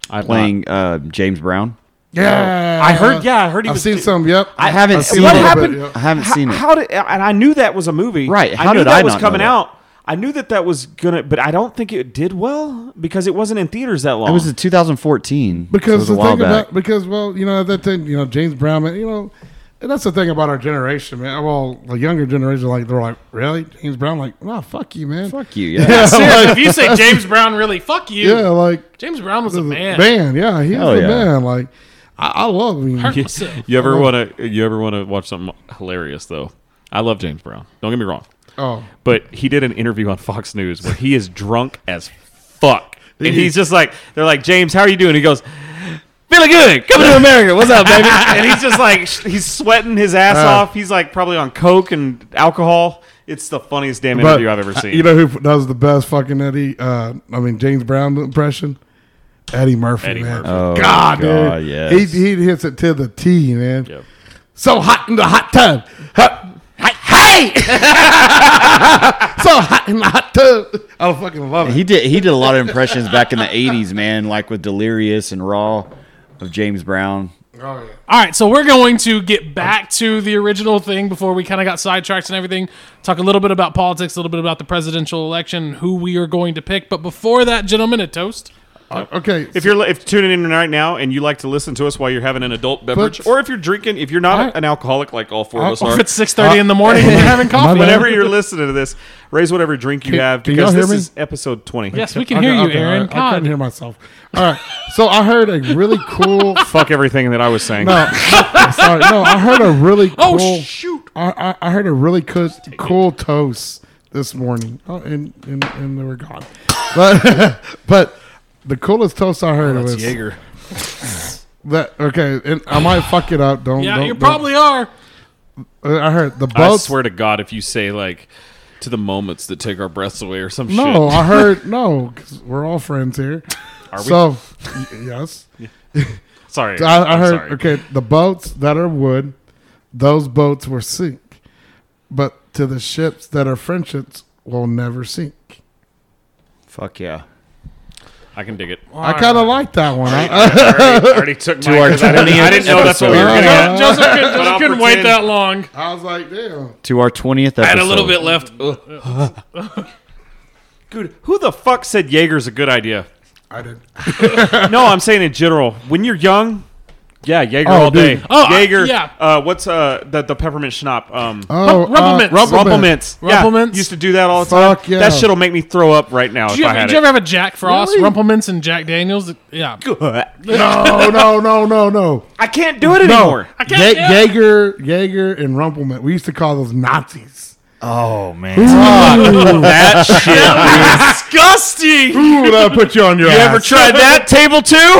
Speaker 4: I
Speaker 1: playing uh, James Brown?
Speaker 2: Yeah.
Speaker 4: I heard- yeah, I heard he
Speaker 2: I've
Speaker 4: was-
Speaker 2: seen some. Yep.
Speaker 1: I haven't
Speaker 2: I've
Speaker 1: seen
Speaker 2: a
Speaker 1: it.
Speaker 4: What
Speaker 2: little
Speaker 4: happened?
Speaker 2: bit, yeah.
Speaker 1: I haven't
Speaker 4: How,
Speaker 1: seen it.
Speaker 4: how did? And I knew that was a movie.
Speaker 1: Right,
Speaker 4: I
Speaker 1: how
Speaker 4: knew
Speaker 1: did
Speaker 4: that
Speaker 1: I
Speaker 4: was
Speaker 1: not know
Speaker 4: coming
Speaker 1: that?
Speaker 4: out? I knew that that was gonna, but I don't think it did well because it wasn't in theaters that long.
Speaker 1: It was in 2014. so it
Speaker 2: because
Speaker 1: was a
Speaker 2: the
Speaker 1: while
Speaker 2: thing
Speaker 1: back.
Speaker 2: about because well you know that thing you know James Brown man, you know and that's the thing about our generation man well the younger generation like they're like really James Brown like nah fuck you man
Speaker 1: Fuck you, yeah.
Speaker 3: Seriously, if you say James Brown, really, fuck you.
Speaker 2: yeah like
Speaker 3: James Brown was a man.
Speaker 2: man yeah he
Speaker 1: Hell
Speaker 2: was
Speaker 1: yeah.
Speaker 2: the man like I, I love him
Speaker 3: Hurt myself.
Speaker 4: you ever want to? You ever want to watch something hilarious though? I love James Brown. Don't get me wrong.
Speaker 2: oh
Speaker 4: but he did an interview on Fox News where he is drunk as fuck. And he's just like, they're like, James, how are you doing? He goes, Feeling good, coming to America. What's up, baby? and he's just like sh- he's sweating his ass
Speaker 2: Uh.
Speaker 4: off. He's like probably on coke and alcohol. It's the funniest damn
Speaker 2: But
Speaker 4: interview I've ever
Speaker 2: uh,
Speaker 4: seen.
Speaker 2: You know who does the best fucking Eddie? Uh, I mean James Brown impression. Eddie Murphy,
Speaker 4: Eddie
Speaker 2: man.
Speaker 4: Murphy.
Speaker 1: Oh,
Speaker 2: God,
Speaker 1: God,
Speaker 2: dude.
Speaker 1: yes.
Speaker 2: He, he hits it to the T, man.
Speaker 4: Yep.
Speaker 2: So hot in the hot tub. Hot- Hey! so hot in the hot tub. I fucking love it.
Speaker 1: He did. He did a lot of impressions back in the '80s, man. Like with Delirious and Raw, of James Brown.
Speaker 2: oh, yeah.
Speaker 3: All right, so we're going to get back to the original thing before we kind of got sidetracked and everything. Talk a little bit about politics, a little bit about the presidential election, who we are going to pick. But before that, gentlemen, a toast.
Speaker 2: Uh, Okay.
Speaker 4: If you're li- if tuning in right now and you like to listen to us while you're having an adult beverage,
Speaker 2: But-
Speaker 4: or if you're drinking, if you're not
Speaker 2: Alright.
Speaker 4: an alcoholic like all four of us
Speaker 2: Or
Speaker 4: are,
Speaker 3: If it's six thirty in the morning and you're
Speaker 4: Uh,
Speaker 3: having coffee,
Speaker 2: bad.
Speaker 4: whenever you're listening to this, raise whatever drink you
Speaker 2: Can-
Speaker 4: have
Speaker 2: can
Speaker 4: because
Speaker 2: y'all hear
Speaker 4: this
Speaker 2: me?
Speaker 4: is episode 20.
Speaker 3: yes, we can
Speaker 2: Okay,
Speaker 3: hear you,
Speaker 2: okay, all
Speaker 3: Aaron.
Speaker 2: right. I couldn't
Speaker 3: God.
Speaker 2: hear myself. All right. So I heard a really cool
Speaker 4: Fuck everything that I was saying.
Speaker 2: No, I'm sorry. No, I heard a really cool.
Speaker 3: Oh, shoot.
Speaker 2: I, I, I heard a really cool, cool toast this morning. Oh, and, and, and they were gone. But, but the coolest toast I heard was
Speaker 7: Jaeger.
Speaker 2: that. Okay, and I might fuck it up. Don't.
Speaker 3: Yeah,
Speaker 2: don't-
Speaker 3: you
Speaker 2: don't-
Speaker 3: probably are.
Speaker 2: I heard the
Speaker 6: I
Speaker 2: boats.
Speaker 6: swear to God, if you say like to the moments that take our breaths away or some shit,
Speaker 2: No, I heard no. Cause we're all friends here. Are we? So y- yes,
Speaker 4: Sorry.
Speaker 2: I, I
Speaker 4: I'm
Speaker 2: heard.
Speaker 4: sorry.
Speaker 2: Okay, the boats that are wood, those boats will sink, but to the ships that are friendships will never sink.
Speaker 1: Fuck yeah.
Speaker 6: I can dig it.
Speaker 2: I kind of like that one. I,
Speaker 4: I already took my. I didn't, I didn't know that's what we were
Speaker 2: episode.
Speaker 4: going to
Speaker 2: Yeah.
Speaker 4: get.
Speaker 2: Uh,
Speaker 3: Joseph couldn't, Joseph
Speaker 4: I'll
Speaker 3: couldn't wait
Speaker 4: pretend.
Speaker 3: that long.
Speaker 2: I was like, damn.
Speaker 1: To our 20th episode.
Speaker 6: I had a little bit left. Ugh.
Speaker 4: Dude, who the fuck said Jaeger's a good idea?
Speaker 2: I did.
Speaker 4: No, I'm saying in general. When you're young, yeah, Jaeger
Speaker 2: Oh,
Speaker 4: all
Speaker 2: dude.
Speaker 4: day.
Speaker 3: Oh, I-
Speaker 4: Jaeger.
Speaker 3: yeah.
Speaker 4: Uh, what's uh the, the peppermint schnapps? Um,
Speaker 2: Oh,
Speaker 3: Rumpelmans.
Speaker 4: Rumplemints. Yeah,
Speaker 3: Rumplemints.
Speaker 4: Used to do that all the
Speaker 2: Fuck
Speaker 4: time.
Speaker 2: yeah.
Speaker 4: That shit'll make me throw up right now
Speaker 3: Did
Speaker 4: if
Speaker 3: you,
Speaker 4: I
Speaker 3: ever,
Speaker 4: had
Speaker 3: did you ever have a Jack Frost, Rumplemans, and Jack Daniels? Yeah.
Speaker 4: it.
Speaker 2: No, Oh, no, no, no, no.
Speaker 4: I can't do it
Speaker 2: No.
Speaker 4: anymore.
Speaker 3: I can't-
Speaker 2: Ye-
Speaker 3: yeah.
Speaker 2: Jaeger, Jaeger, and Rumpelman. We used to call those Nazis.
Speaker 1: Oh, man.
Speaker 4: That shit.
Speaker 3: Disgusting.
Speaker 2: Ooh, that put you on your
Speaker 4: You ever
Speaker 2: ass.
Speaker 4: tried that table too?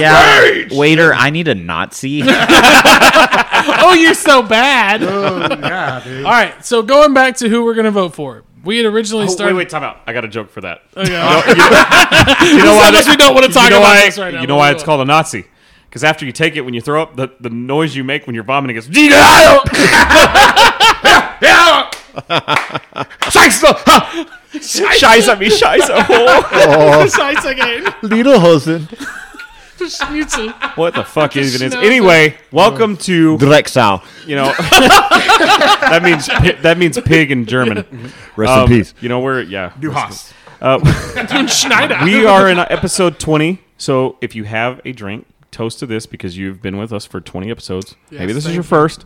Speaker 9: Yeah. Waiter, I need a Nazi.
Speaker 3: oh, you're so bad.
Speaker 2: Oh, yeah, dude.
Speaker 3: All right, so going back to who we're going to vote for. We had originally
Speaker 4: Oh,
Speaker 3: started.
Speaker 4: wait, wait, time out. I got a joke for that.
Speaker 3: Okay.
Speaker 4: You know
Speaker 3: I
Speaker 4: why?
Speaker 3: guess we don't wanna talk
Speaker 4: you know
Speaker 3: about
Speaker 4: why,
Speaker 3: this right now.
Speaker 4: You know why
Speaker 3: We'll
Speaker 4: it's
Speaker 3: do it.
Speaker 4: called a Nazi? Because after you take it, when you throw up, the, the noise you make when you're vomiting is. Scheiße, me scheiße.
Speaker 3: Sites again.
Speaker 1: Little Hosen.
Speaker 3: Schnitzel.
Speaker 4: What the fuck even is?
Speaker 3: Schnauzer.
Speaker 4: Anyway, welcome to
Speaker 1: Drexel.
Speaker 4: you know. that means pi- that means pig in German.
Speaker 1: Rest
Speaker 4: Um,
Speaker 1: in peace.
Speaker 4: You know we're yeah.
Speaker 2: You hoss.
Speaker 3: Dun Schneider.
Speaker 4: Uh, we are in episode 20 so if you have a drink toast to this because you've been with us for 20 episodes maybe this is
Speaker 3: thank
Speaker 4: your first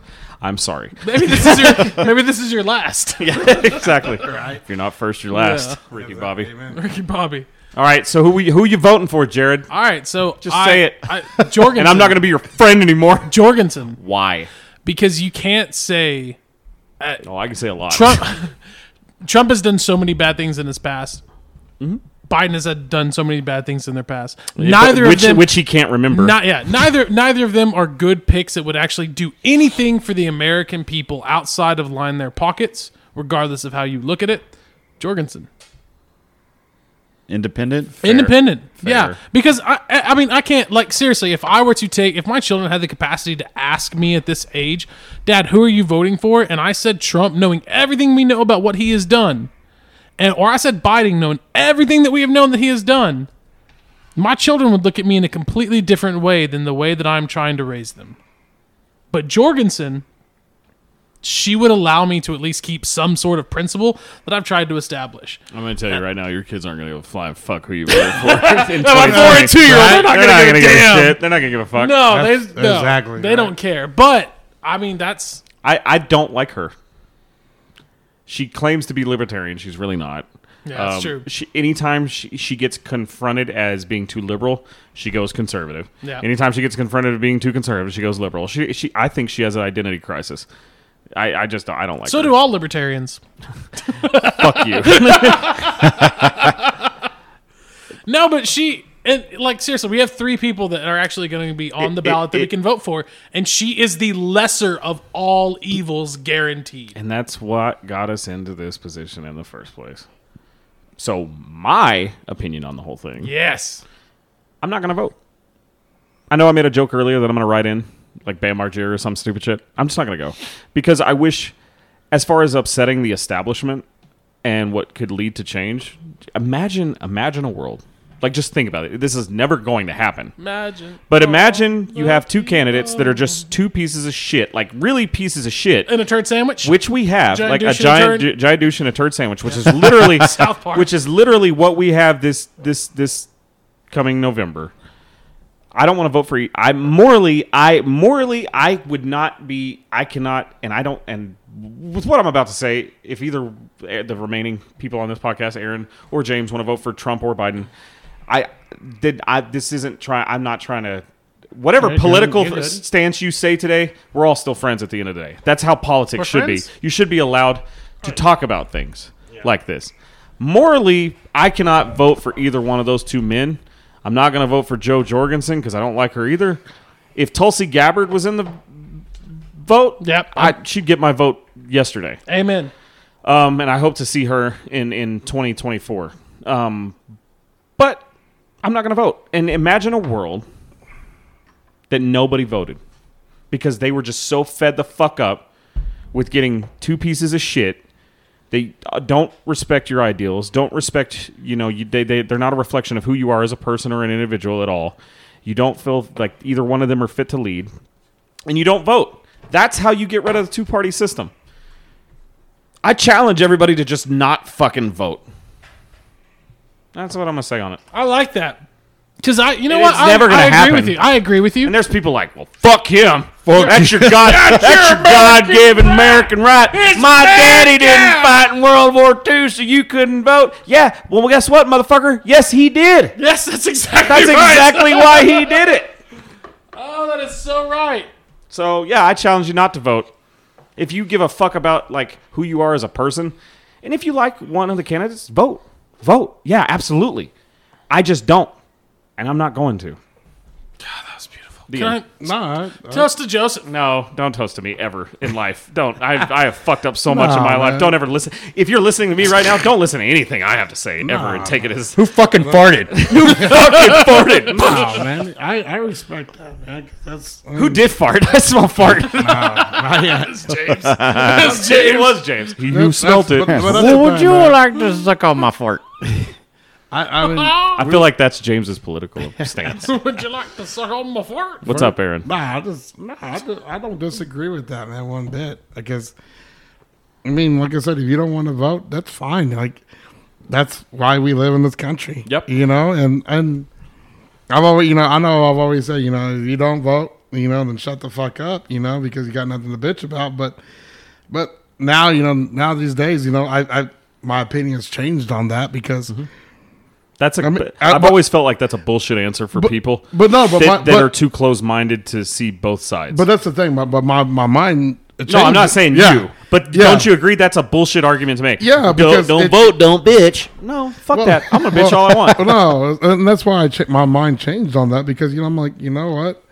Speaker 4: i'm sorry
Speaker 3: Maybe this is your. Maybe this is your last.
Speaker 4: exactly if you're not first you're last
Speaker 3: Yeah.
Speaker 4: ricky bobby
Speaker 3: Ricky Bobby.
Speaker 4: all right so who we, who you voting for jared
Speaker 3: All right, so
Speaker 4: Just say it.
Speaker 3: I, Jorgensen.
Speaker 4: and i'm not going to be your friend anymore
Speaker 3: Jorgensen
Speaker 4: why
Speaker 3: because you can't say
Speaker 4: oh i can say a lot
Speaker 3: Trump. Trump has done so many bad things in his past.
Speaker 4: Mm-hmm.
Speaker 3: Biden has had done so many bad things in their past. Neither
Speaker 4: which,
Speaker 3: of them.
Speaker 4: which he can't remember
Speaker 3: Not yeah. Neither neither of them are good picks that would actually do anything for the American people outside of line their pockets, regardless of how you look at it. Jorgensen,
Speaker 1: Independent.
Speaker 3: independent, yeah. Because I, I I mean, I can't like seriously. If I were to take, if my children had the capacity to ask me at this age, Dad, who are you voting for? And I said Trump, knowing everything we know about what he has done, and or I said Biden, knowing everything that we have known that he has done. My children would look at me in a completely different way than the way that I'm trying to raise them. But Jorgensen, she would allow me to at least keep some sort of principle that I've tried to establish.
Speaker 6: I'm going to tell you right now, your kids aren't going to go fly and fuck who you voted for. In
Speaker 4: Like
Speaker 6: 2020.
Speaker 4: four and two year old, they're not
Speaker 6: They're not
Speaker 4: going
Speaker 6: gonna
Speaker 4: to give a
Speaker 6: damn.
Speaker 4: shit. They're not going to give a fuck.
Speaker 3: No, they
Speaker 2: That's
Speaker 3: no,
Speaker 2: exactly
Speaker 3: they
Speaker 2: right.
Speaker 3: don't care. But I mean, that's
Speaker 4: I, I don't like her. She claims to be libertarian. She's really not. Um,
Speaker 3: Yeah, that's true.
Speaker 4: She, anytime she, she gets confronted as being too liberal, she goes conservative.
Speaker 3: Yeah.
Speaker 4: Anytime she gets confronted as being too conservative, she goes liberal. She, she I think she has an identity crisis. I, I just don't, I don't like
Speaker 3: so
Speaker 4: her.
Speaker 3: do all libertarians.
Speaker 4: Fuck you.
Speaker 3: No, but she and like seriously, we have three people that are actually going to be on the ballot that we can vote for, and she is the lesser of all evils, guaranteed.
Speaker 4: And that's what got us into this position in the first place. So, my opinion on the whole thing
Speaker 3: Yes,
Speaker 4: I'm not going to vote. I know I made a joke earlier that I'm going to write in, like Bam Margera or some stupid shit. I'm just not going to go. Because I wish, as far as upsetting the establishment and what could lead to change, imagine, imagine a world. Like, just think about it. This is never going to happen.
Speaker 3: imagine.
Speaker 4: But imagine you have two candidates that are just two pieces of shit, like really pieces of shit,
Speaker 3: in a turd sandwich.
Speaker 4: which we have,
Speaker 3: Giant
Speaker 4: like
Speaker 3: douche and
Speaker 4: a
Speaker 3: a turd.
Speaker 4: giant gi- giant douche and a turd sandwich, which is literally
Speaker 3: South Park.
Speaker 4: which is literally what we have this this this coming November. I don't want to vote for. e- I morally, I morally, I would not be. I cannot, and I don't. And with what I'm about to say, if either eh, the remaining people on this podcast, Aaron or James, want to vote for Trump or Biden, I did. I this isn't try. I'm not trying to. Whatever
Speaker 10: you're
Speaker 4: political
Speaker 10: good.
Speaker 4: stance you say today, we're all still friends at the end of the day. That's how politics
Speaker 3: We're
Speaker 4: should
Speaker 3: friends?
Speaker 4: be. You should be allowed to talk about things like this. Morally, I cannot vote for either one of those two men. I'm not going to vote for Joe Jorgensen because I don't like her either. If Tulsi Gabbard was in the vote,
Speaker 3: Yep.
Speaker 4: I, she'd get my vote yesterday.
Speaker 3: Amen.
Speaker 4: Um, and I hope to see her in in 2024. Um, but I'm not going to vote. And imagine a world that nobody voted because they were just so fed the fuck up with getting two pieces of shit. They uh, don't respect your ideals. Don't respect you know you, they they they're not a reflection of who you are as a person or an individual at all. You don't feel like either one of them are fit to lead, and you don't vote. That's how you get rid of the two party system. I challenge everybody to just not fucking vote. That's what I'm gonna say on it.
Speaker 3: I like that because I, you know
Speaker 4: It's
Speaker 3: what, I-
Speaker 4: never gonna
Speaker 3: I, agree
Speaker 4: happen.
Speaker 3: with you. I agree with you.
Speaker 4: And there's people like, well, fuck him. Fuck that's your god. that's, your God-given American right. My daddy didn't fight in World War II, so you couldn't vote. Yeah. Well, guess what, motherfucker? Yes, he did.
Speaker 3: yes, that's exactly.
Speaker 4: That's
Speaker 3: right.
Speaker 4: exactly why he did it.
Speaker 3: Oh, that is so right.
Speaker 4: So yeah, I challenge you not to vote. If you give a fuck about like who you are as a person, and if you like one of the candidates, vote. Vote. Yeah, absolutely. I just don't, and I'm not going to.
Speaker 3: That's beautiful.
Speaker 4: The
Speaker 3: Can
Speaker 4: end.
Speaker 3: I-
Speaker 2: Nah, I-
Speaker 3: Toast to Joseph.
Speaker 4: No, don't toast to me ever in life. Don't. I, I have fucked up so much in my
Speaker 2: Nah,
Speaker 4: life.
Speaker 2: man.
Speaker 4: Don't ever listen. If you're listening to me right now, don't listen to anything I have to say ever and take it as
Speaker 11: Who fucking farted?
Speaker 4: farted.
Speaker 2: Wow, man. I, I respect that, man. 'cause That's
Speaker 4: Who did fart? I smell fart. it was James. You
Speaker 2: That's-
Speaker 4: smelt
Speaker 2: that's- but-
Speaker 4: it.
Speaker 2: but
Speaker 1: Well,
Speaker 2: that's
Speaker 1: would
Speaker 2: fine,
Speaker 1: you
Speaker 2: man.
Speaker 1: like to suck on my fart?
Speaker 2: I, I mean,
Speaker 4: I feel like that's James's political stance.
Speaker 3: Would you like to suck on my fart?
Speaker 4: What's up, Aaron?
Speaker 2: nah, I just, nah, I, just, I don't disagree with that, man, one bit. I guess, I mean, like I said, if you don't want to vote, that's fine. Like, that's why we live in this country.
Speaker 4: Yep.
Speaker 2: You know, and, and I've always, you know, I know I've always said, you know, if you don't vote, you know, then shut the fuck up, you know, because you got nothing to bitch about. But, but now, you know, now these days, you know, I, I, my opinion has changed on that because
Speaker 4: Mm-hmm. That's a.
Speaker 2: I mean, I-
Speaker 4: have
Speaker 2: but-
Speaker 4: always felt like that's a bullshit answer for people.
Speaker 2: but no, but
Speaker 4: that,
Speaker 2: my-
Speaker 4: that
Speaker 2: but-
Speaker 4: are too close-minded to see both sides.
Speaker 2: But that's the thing. But, but my my mind. it
Speaker 4: no, I'm
Speaker 2: changed.
Speaker 4: not saying
Speaker 2: Yeah.
Speaker 4: you. But
Speaker 2: Yeah.
Speaker 4: don't you agree that's a bullshit argument to make?
Speaker 2: Yeah,
Speaker 4: Don't-
Speaker 2: because
Speaker 4: don't
Speaker 2: it-
Speaker 4: vote. Don't
Speaker 1: Bitch.
Speaker 4: No, fuck
Speaker 2: Well-
Speaker 4: that. I'm gonna bitch all I want.
Speaker 2: no, and that's why I cha- my mind changed on that because you know I'm like you know what,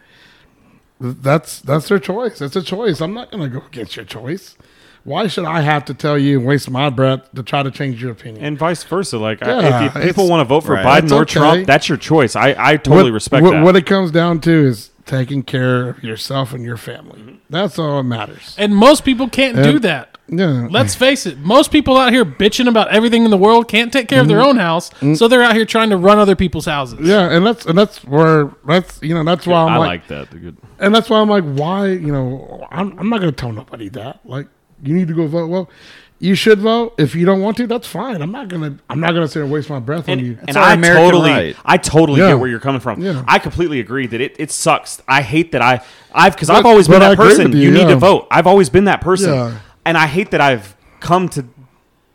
Speaker 2: that's that's their choice. It's a choice. I'm not gonna go against your choice. Why should I have to tell you and waste my breath to try to change your opinion?
Speaker 4: and vice versa. Like, I-
Speaker 2: Yeah,
Speaker 4: if you-
Speaker 2: it's-
Speaker 4: people want to vote for
Speaker 1: Right.
Speaker 4: Biden
Speaker 2: That's
Speaker 4: or
Speaker 2: okay.
Speaker 4: Trump, that's your choice. I, I totally respect
Speaker 2: what,
Speaker 4: that.
Speaker 2: What it comes down to is taking care of yourself and your
Speaker 4: Mm-hmm.
Speaker 2: family. That's all that matters.
Speaker 3: And most people can't do
Speaker 2: And-
Speaker 3: that.
Speaker 2: Yeah.
Speaker 3: Let's face it, most people out here bitching about everything in the world can't take care of their own house, so they're out here trying to run other people's houses.
Speaker 2: Mm-hmm. yeah, and that's and that's where that's you know that's why I'm
Speaker 4: I
Speaker 2: like,
Speaker 4: like that. Good.
Speaker 2: and that's why I'm like, why? You know, I'm, I'm not going to tell nobody that. Like, you need to go vote. Well, you should vote. If you don't want to, that's fine. I'm not gonna. I'm not gonna sit and waste my breath on you.
Speaker 4: And
Speaker 1: our
Speaker 4: I
Speaker 1: American
Speaker 4: totally,
Speaker 1: right.
Speaker 4: I totally
Speaker 2: Yeah.
Speaker 4: get where you're coming from.
Speaker 2: Yeah.
Speaker 4: I completely agree that it, it sucks. I hate that I, I've because I've
Speaker 2: But-
Speaker 4: always
Speaker 2: but
Speaker 4: been
Speaker 2: I
Speaker 4: that
Speaker 2: agree
Speaker 4: person.
Speaker 2: with
Speaker 4: You
Speaker 2: you,
Speaker 4: need
Speaker 2: yeah.
Speaker 4: to vote. I've always been that person,
Speaker 2: Yeah.
Speaker 4: and I hate that I've come to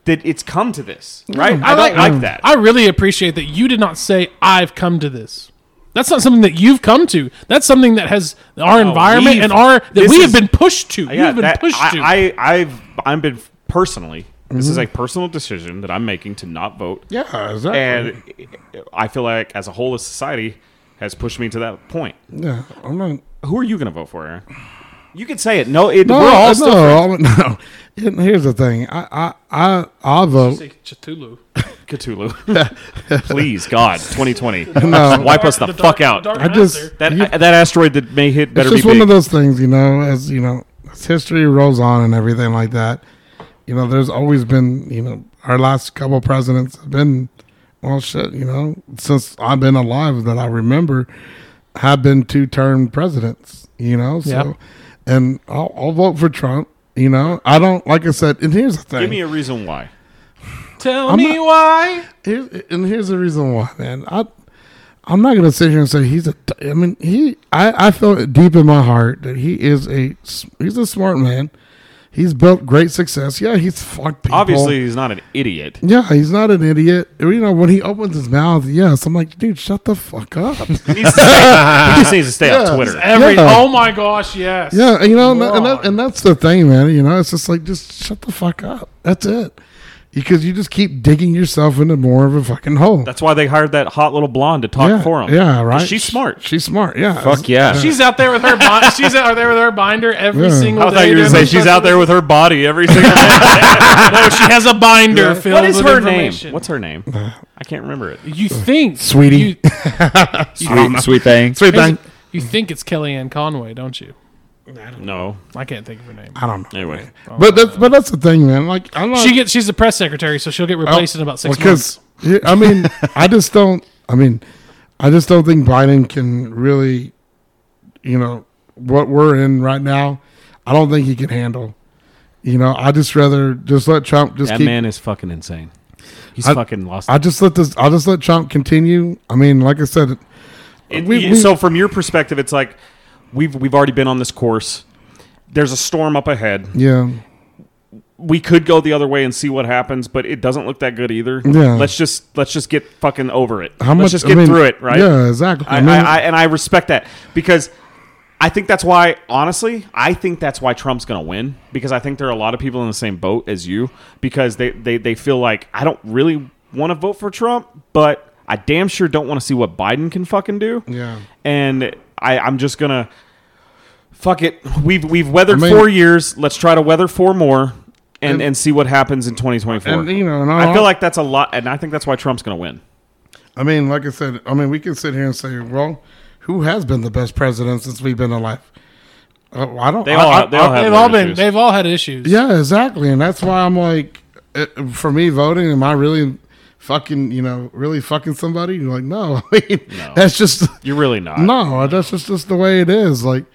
Speaker 4: that. It's come to this, right? I, don't
Speaker 3: I-
Speaker 4: like, that.
Speaker 3: I really appreciate that you did not say, I've come to this. That's not something that you've come to. That's something that has our environment
Speaker 4: we've-
Speaker 3: and our that
Speaker 4: this
Speaker 3: we
Speaker 4: is-
Speaker 3: have been pushed to.
Speaker 4: yeah,
Speaker 3: You've been
Speaker 4: that-
Speaker 3: pushed
Speaker 4: I,
Speaker 3: to.
Speaker 4: I, I've, I've been personally This is a personal decision that I'm making to not vote.
Speaker 2: Mm-hmm. Yeah, exactly.
Speaker 4: And I feel like, as a whole of society, has pushed me to that point.
Speaker 2: yeah, I'm not.
Speaker 4: Who are you going to vote for, Aaron? You can say it. No, it,
Speaker 2: No,
Speaker 4: we're all
Speaker 2: no,
Speaker 4: still
Speaker 2: all- no. And Here's the thing. I, I, I, I'll vote.
Speaker 3: Say Cthulhu.
Speaker 4: Cthulhu. Please, God, 2020, wipe us the, fuck out.
Speaker 3: Dark
Speaker 2: I just,
Speaker 4: that that asteroid that may hit better
Speaker 2: it's just
Speaker 4: be
Speaker 2: one
Speaker 4: big.
Speaker 2: of those things, you know. As you know, as history rolls on and everything like that, you know, there's always been, you know, our last couple presidents have been, well, shit, you know, since I've been alive that I remember, have been two-term presidents, you know. So,
Speaker 3: Yeah.
Speaker 2: and I'll, I'll vote for Trump. You know, I don't like I said. And here's the thing.
Speaker 4: Give me a reason why.
Speaker 3: Tell
Speaker 2: I'm
Speaker 3: me
Speaker 2: not-
Speaker 3: why.
Speaker 2: Here's, and here's the reason why, man. I I'm not gonna sit here and say he's a. t- I mean, he. I I feel it deep in my heart that he is a. s- He's a smart man. He's built great success. Yeah, he's fucked people.
Speaker 4: Obviously, he's not an idiot.
Speaker 2: Yeah, he's not an idiot. You know, when he opens his mouth, yes, I'm like, dude, shut the fuck up.
Speaker 4: He, needs to stay, he just needs to stay
Speaker 2: Ah. Yeah.
Speaker 4: off Twitter.
Speaker 3: Every,
Speaker 2: Yeah.
Speaker 3: Oh my gosh, yes.
Speaker 2: Yeah, you know, and, that- and, that, and that's the thing, man. You know, it's just like just shut the fuck up. That's it. Because you just keep digging yourself into more of a fucking hole.
Speaker 4: That's why they hired that hot little blonde to talk
Speaker 2: yeah,
Speaker 4: for him.
Speaker 2: Yeah, right.
Speaker 4: She's smart.
Speaker 2: She's smart. Yeah.
Speaker 1: Fuck yeah.
Speaker 3: She's out there with her. Bi- she's out there with her binder every
Speaker 2: Yeah.
Speaker 3: single
Speaker 4: I
Speaker 3: day.
Speaker 4: thought you were going to
Speaker 3: during
Speaker 4: say
Speaker 3: the
Speaker 4: she's out there
Speaker 3: festival.
Speaker 4: with her body every single day.
Speaker 3: No, she has a binder filled
Speaker 4: what is
Speaker 3: with
Speaker 4: her name?
Speaker 3: information.
Speaker 4: What's her name?
Speaker 2: Uh,
Speaker 4: I can't remember it.
Speaker 3: You think,
Speaker 2: Sweetie.
Speaker 3: You,
Speaker 1: Sweet, sweet thing.
Speaker 2: Sweet thing.
Speaker 3: you think it's Kellyanne Conway, don't you?
Speaker 4: No.
Speaker 3: I can't think of her name.
Speaker 2: I don't know.
Speaker 4: Anyway,
Speaker 2: But that's but that's the thing, man. Like I'm
Speaker 4: Uh,
Speaker 2: not
Speaker 3: She gets. She's the press secretary, so she'll get
Speaker 4: Oh,
Speaker 3: replaced in about six months.
Speaker 2: because yeah, I mean I just don't I mean I just don't think Biden can really you know what we're in right now. I don't think he can handle. You know, I just rather just let Trump just
Speaker 4: that
Speaker 2: keep.
Speaker 4: man is fucking insane. He's
Speaker 2: I-
Speaker 4: fucking lost.
Speaker 2: I just let this. I just let Trump continue. I mean, like I said,
Speaker 4: It-
Speaker 2: We-
Speaker 4: you-
Speaker 2: we-
Speaker 4: so from your perspective, it's like we've we've already been on this course. There's a storm up ahead.
Speaker 2: yeah,
Speaker 4: We could go the other way and see what happens, but it doesn't look that good either.
Speaker 2: Yeah.
Speaker 4: Let's just let's just get fucking over it.
Speaker 2: how
Speaker 4: let's
Speaker 2: much?
Speaker 4: just
Speaker 2: I
Speaker 4: get
Speaker 2: mean,
Speaker 4: through it, right?
Speaker 2: Yeah, exactly.
Speaker 4: I,
Speaker 2: mean,
Speaker 4: I, I, and I respect that because I think that's why, honestly, I think that's why Trump's going to win because I think there are a lot of people in the same boat as you because they, they, they feel like I don't really want to vote for Trump, but I damn sure don't want to see what Biden can fucking do.
Speaker 2: Yeah.
Speaker 4: And I, I'm just going to fuck it. We've, we've weathered
Speaker 2: I mean-
Speaker 4: four years. Let's try to weather four more. And, and, see what happens in 2024.
Speaker 2: And, you know, and
Speaker 4: I
Speaker 2: I'll-
Speaker 4: feel like that's a lot, and I think that's why Trump's going to win.
Speaker 2: I mean, like I said, I mean, we can sit here and say, well, who has been the best president since we've been alive? Uh, I don't.
Speaker 4: They
Speaker 2: I-
Speaker 4: all,
Speaker 2: I-
Speaker 4: they all have
Speaker 3: They've
Speaker 4: their
Speaker 3: all been.
Speaker 4: issues.
Speaker 3: They've all had issues.
Speaker 2: Yeah, exactly, and that's why I'm like, uh for me voting, am I really fucking, you know, really fucking somebody? You're like, no, I mean, that's just
Speaker 4: You're really not.
Speaker 2: no, that's just just the way it is. Like,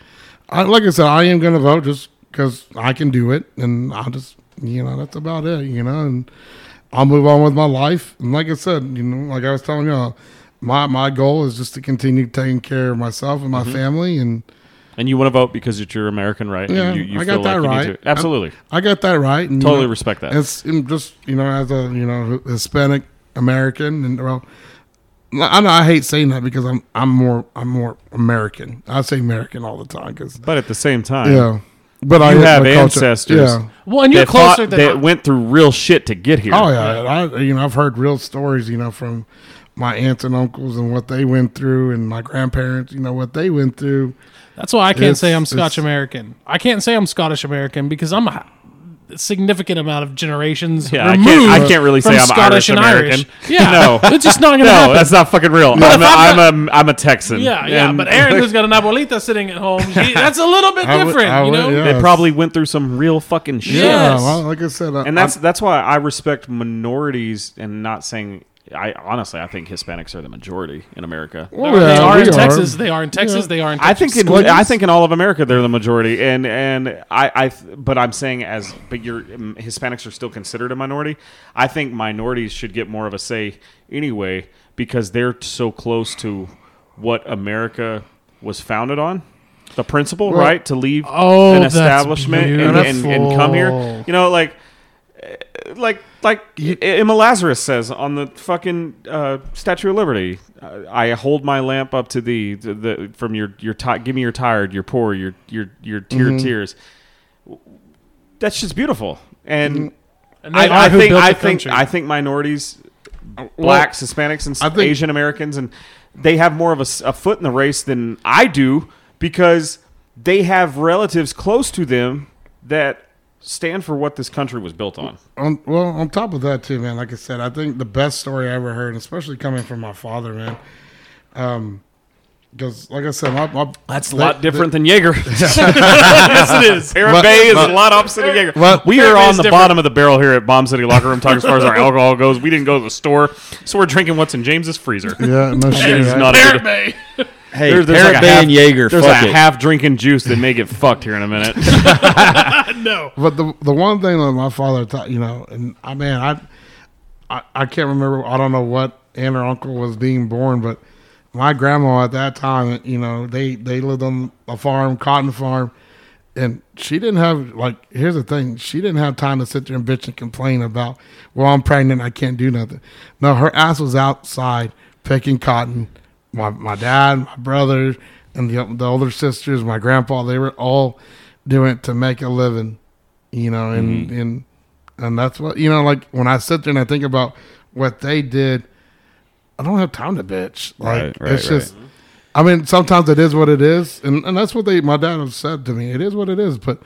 Speaker 2: I like I said, I am gonna vote just because I can do it, and I'll just, you know, that's about it, you know, and I'll move on with my life. And like I said, you know, like I was telling y'all, my my goal is just to continue taking care of myself and my family and.
Speaker 4: And you want to vote because it's your American right. and
Speaker 2: Yeah,
Speaker 4: you, you
Speaker 2: I got
Speaker 4: feel
Speaker 2: that
Speaker 4: like You
Speaker 2: right.
Speaker 4: need to. Absolutely.
Speaker 2: I got that right. And, you
Speaker 4: Totally
Speaker 2: know,
Speaker 4: respect that.
Speaker 2: It's um, just you know as a you know Hispanic American and well, I know I hate saying that because I'm I'm more I'm more American. I say American all the time because
Speaker 4: but at the same time,
Speaker 2: yeah, but I
Speaker 4: you
Speaker 2: am
Speaker 4: have
Speaker 2: a culture-
Speaker 4: ancestors.
Speaker 2: Yeah.
Speaker 3: Well, and you're
Speaker 4: that, fought-
Speaker 3: closer than
Speaker 4: that went through real shit to get here.
Speaker 2: Oh yeah, I, you know I've heard real stories, you know, from my aunts and uncles and what they went through, and my grandparents, you know, what they went through.
Speaker 3: That's why I can't
Speaker 2: It's-
Speaker 3: say I'm
Speaker 2: it's-
Speaker 3: Scotch American. I can't say I'm Scottish American because I'm a significant amount of generations
Speaker 4: Yeah, I
Speaker 3: removed.
Speaker 4: can't, I can't really
Speaker 3: from
Speaker 4: say I'm
Speaker 3: Scottish
Speaker 4: Irish
Speaker 3: and
Speaker 4: American.
Speaker 3: Irish. Yeah,
Speaker 4: no,
Speaker 3: it's just not gonna
Speaker 4: no,
Speaker 3: happen.
Speaker 4: that's not fucking real. I'm, a,
Speaker 3: I'm
Speaker 4: I'm, a, I'm a Texan.
Speaker 3: yeah, yeah.
Speaker 4: And
Speaker 3: But Aaron, who's got an abuelita sitting at home, he- that's a little bit
Speaker 2: I would-
Speaker 3: different,
Speaker 2: I
Speaker 3: you
Speaker 2: would-
Speaker 3: know.
Speaker 2: yeah.
Speaker 4: they probably went through some real fucking shit.
Speaker 3: Yes.
Speaker 2: Yeah, well, like I said, I-
Speaker 4: and that's that's why I respect minorities and not saying. I honestly, I think Hispanics are the majority in America.
Speaker 2: I,
Speaker 3: They
Speaker 2: yeah,
Speaker 3: are
Speaker 2: we
Speaker 3: in Texas. They are in Texas. They are in. Texas.
Speaker 4: I think in,
Speaker 2: Sluggies?
Speaker 4: I think in all of America they're the majority, and and I, I th- but I'm saying as but your um, Hispanics are still considered a minority. I think minorities should get more of a say anyway because they're so close to what America was founded on, the principle
Speaker 2: Well-
Speaker 4: right to leave
Speaker 3: Oh,
Speaker 4: an
Speaker 3: that's
Speaker 4: establishment and, and, and come
Speaker 3: beautiful.
Speaker 4: here. You know, like eh, like like Emma Lazarus says on the fucking uh, Statue of Liberty, I I hold my lamp up to thee. The, the from your your ti give me your tired, your poor,
Speaker 3: Mm-hmm. Mm-hmm.
Speaker 4: your your your tear tears. That's just beautiful, and
Speaker 3: And
Speaker 4: I,
Speaker 3: they
Speaker 4: I
Speaker 3: are who
Speaker 4: think
Speaker 3: built the
Speaker 4: I think
Speaker 3: country.
Speaker 4: I think minorities, blacks, Hispanics, and
Speaker 2: I think-
Speaker 4: Asian Americans, and they have more of a, s- a foot in the race than I do because they have relatives close to them that stand for what this country was built on.
Speaker 2: on well on top of that too man like i said i think the best story i ever heard and especially coming from my father man um because like i said my, my that's
Speaker 4: A lot different than Jaeger.
Speaker 3: yes, it is.
Speaker 4: Aaron
Speaker 2: But-
Speaker 4: Bay is
Speaker 2: but-
Speaker 4: a lot opposite of Jaeger.
Speaker 2: But-
Speaker 4: we
Speaker 3: Aaron
Speaker 4: are
Speaker 3: Bay
Speaker 4: on
Speaker 3: is
Speaker 4: the
Speaker 3: different.
Speaker 4: bottom of the barrel here at Bomb City Locker Room talk as far as our alcohol goes. We didn't go to the store, so we're drinking what's in James's freezer.
Speaker 2: yeah no shit
Speaker 4: It's
Speaker 2: right?
Speaker 4: not a good-
Speaker 3: Aaron Bay.
Speaker 1: Hey,
Speaker 4: There- there's
Speaker 1: Parrot
Speaker 4: like a
Speaker 1: Bay
Speaker 4: half-
Speaker 1: and Jaeger.
Speaker 4: There's
Speaker 1: fuck
Speaker 4: a
Speaker 1: it.
Speaker 4: half drinking juice that may get fucked here in a minute.
Speaker 2: but the the one thing that my father taught you know and i man i i, I can't remember i don't know what aunt or uncle was being born but my grandma at that time you know they they lived on a farm cotton farm and she didn't have like here's the thing she didn't have time to sit there and bitch and complain about well i'm pregnant i can't do nothing no her ass was outside picking cotton my, my dad my brother and the, the older sisters my grandpa they were all doing it to make a living you know and and and that's what you know like when i sit there and i think about what they did i don't have time to bitch like
Speaker 1: Right, right,
Speaker 2: it's just i mean sometimes it is what it is and, and that's what they my dad has said to me it is what it is but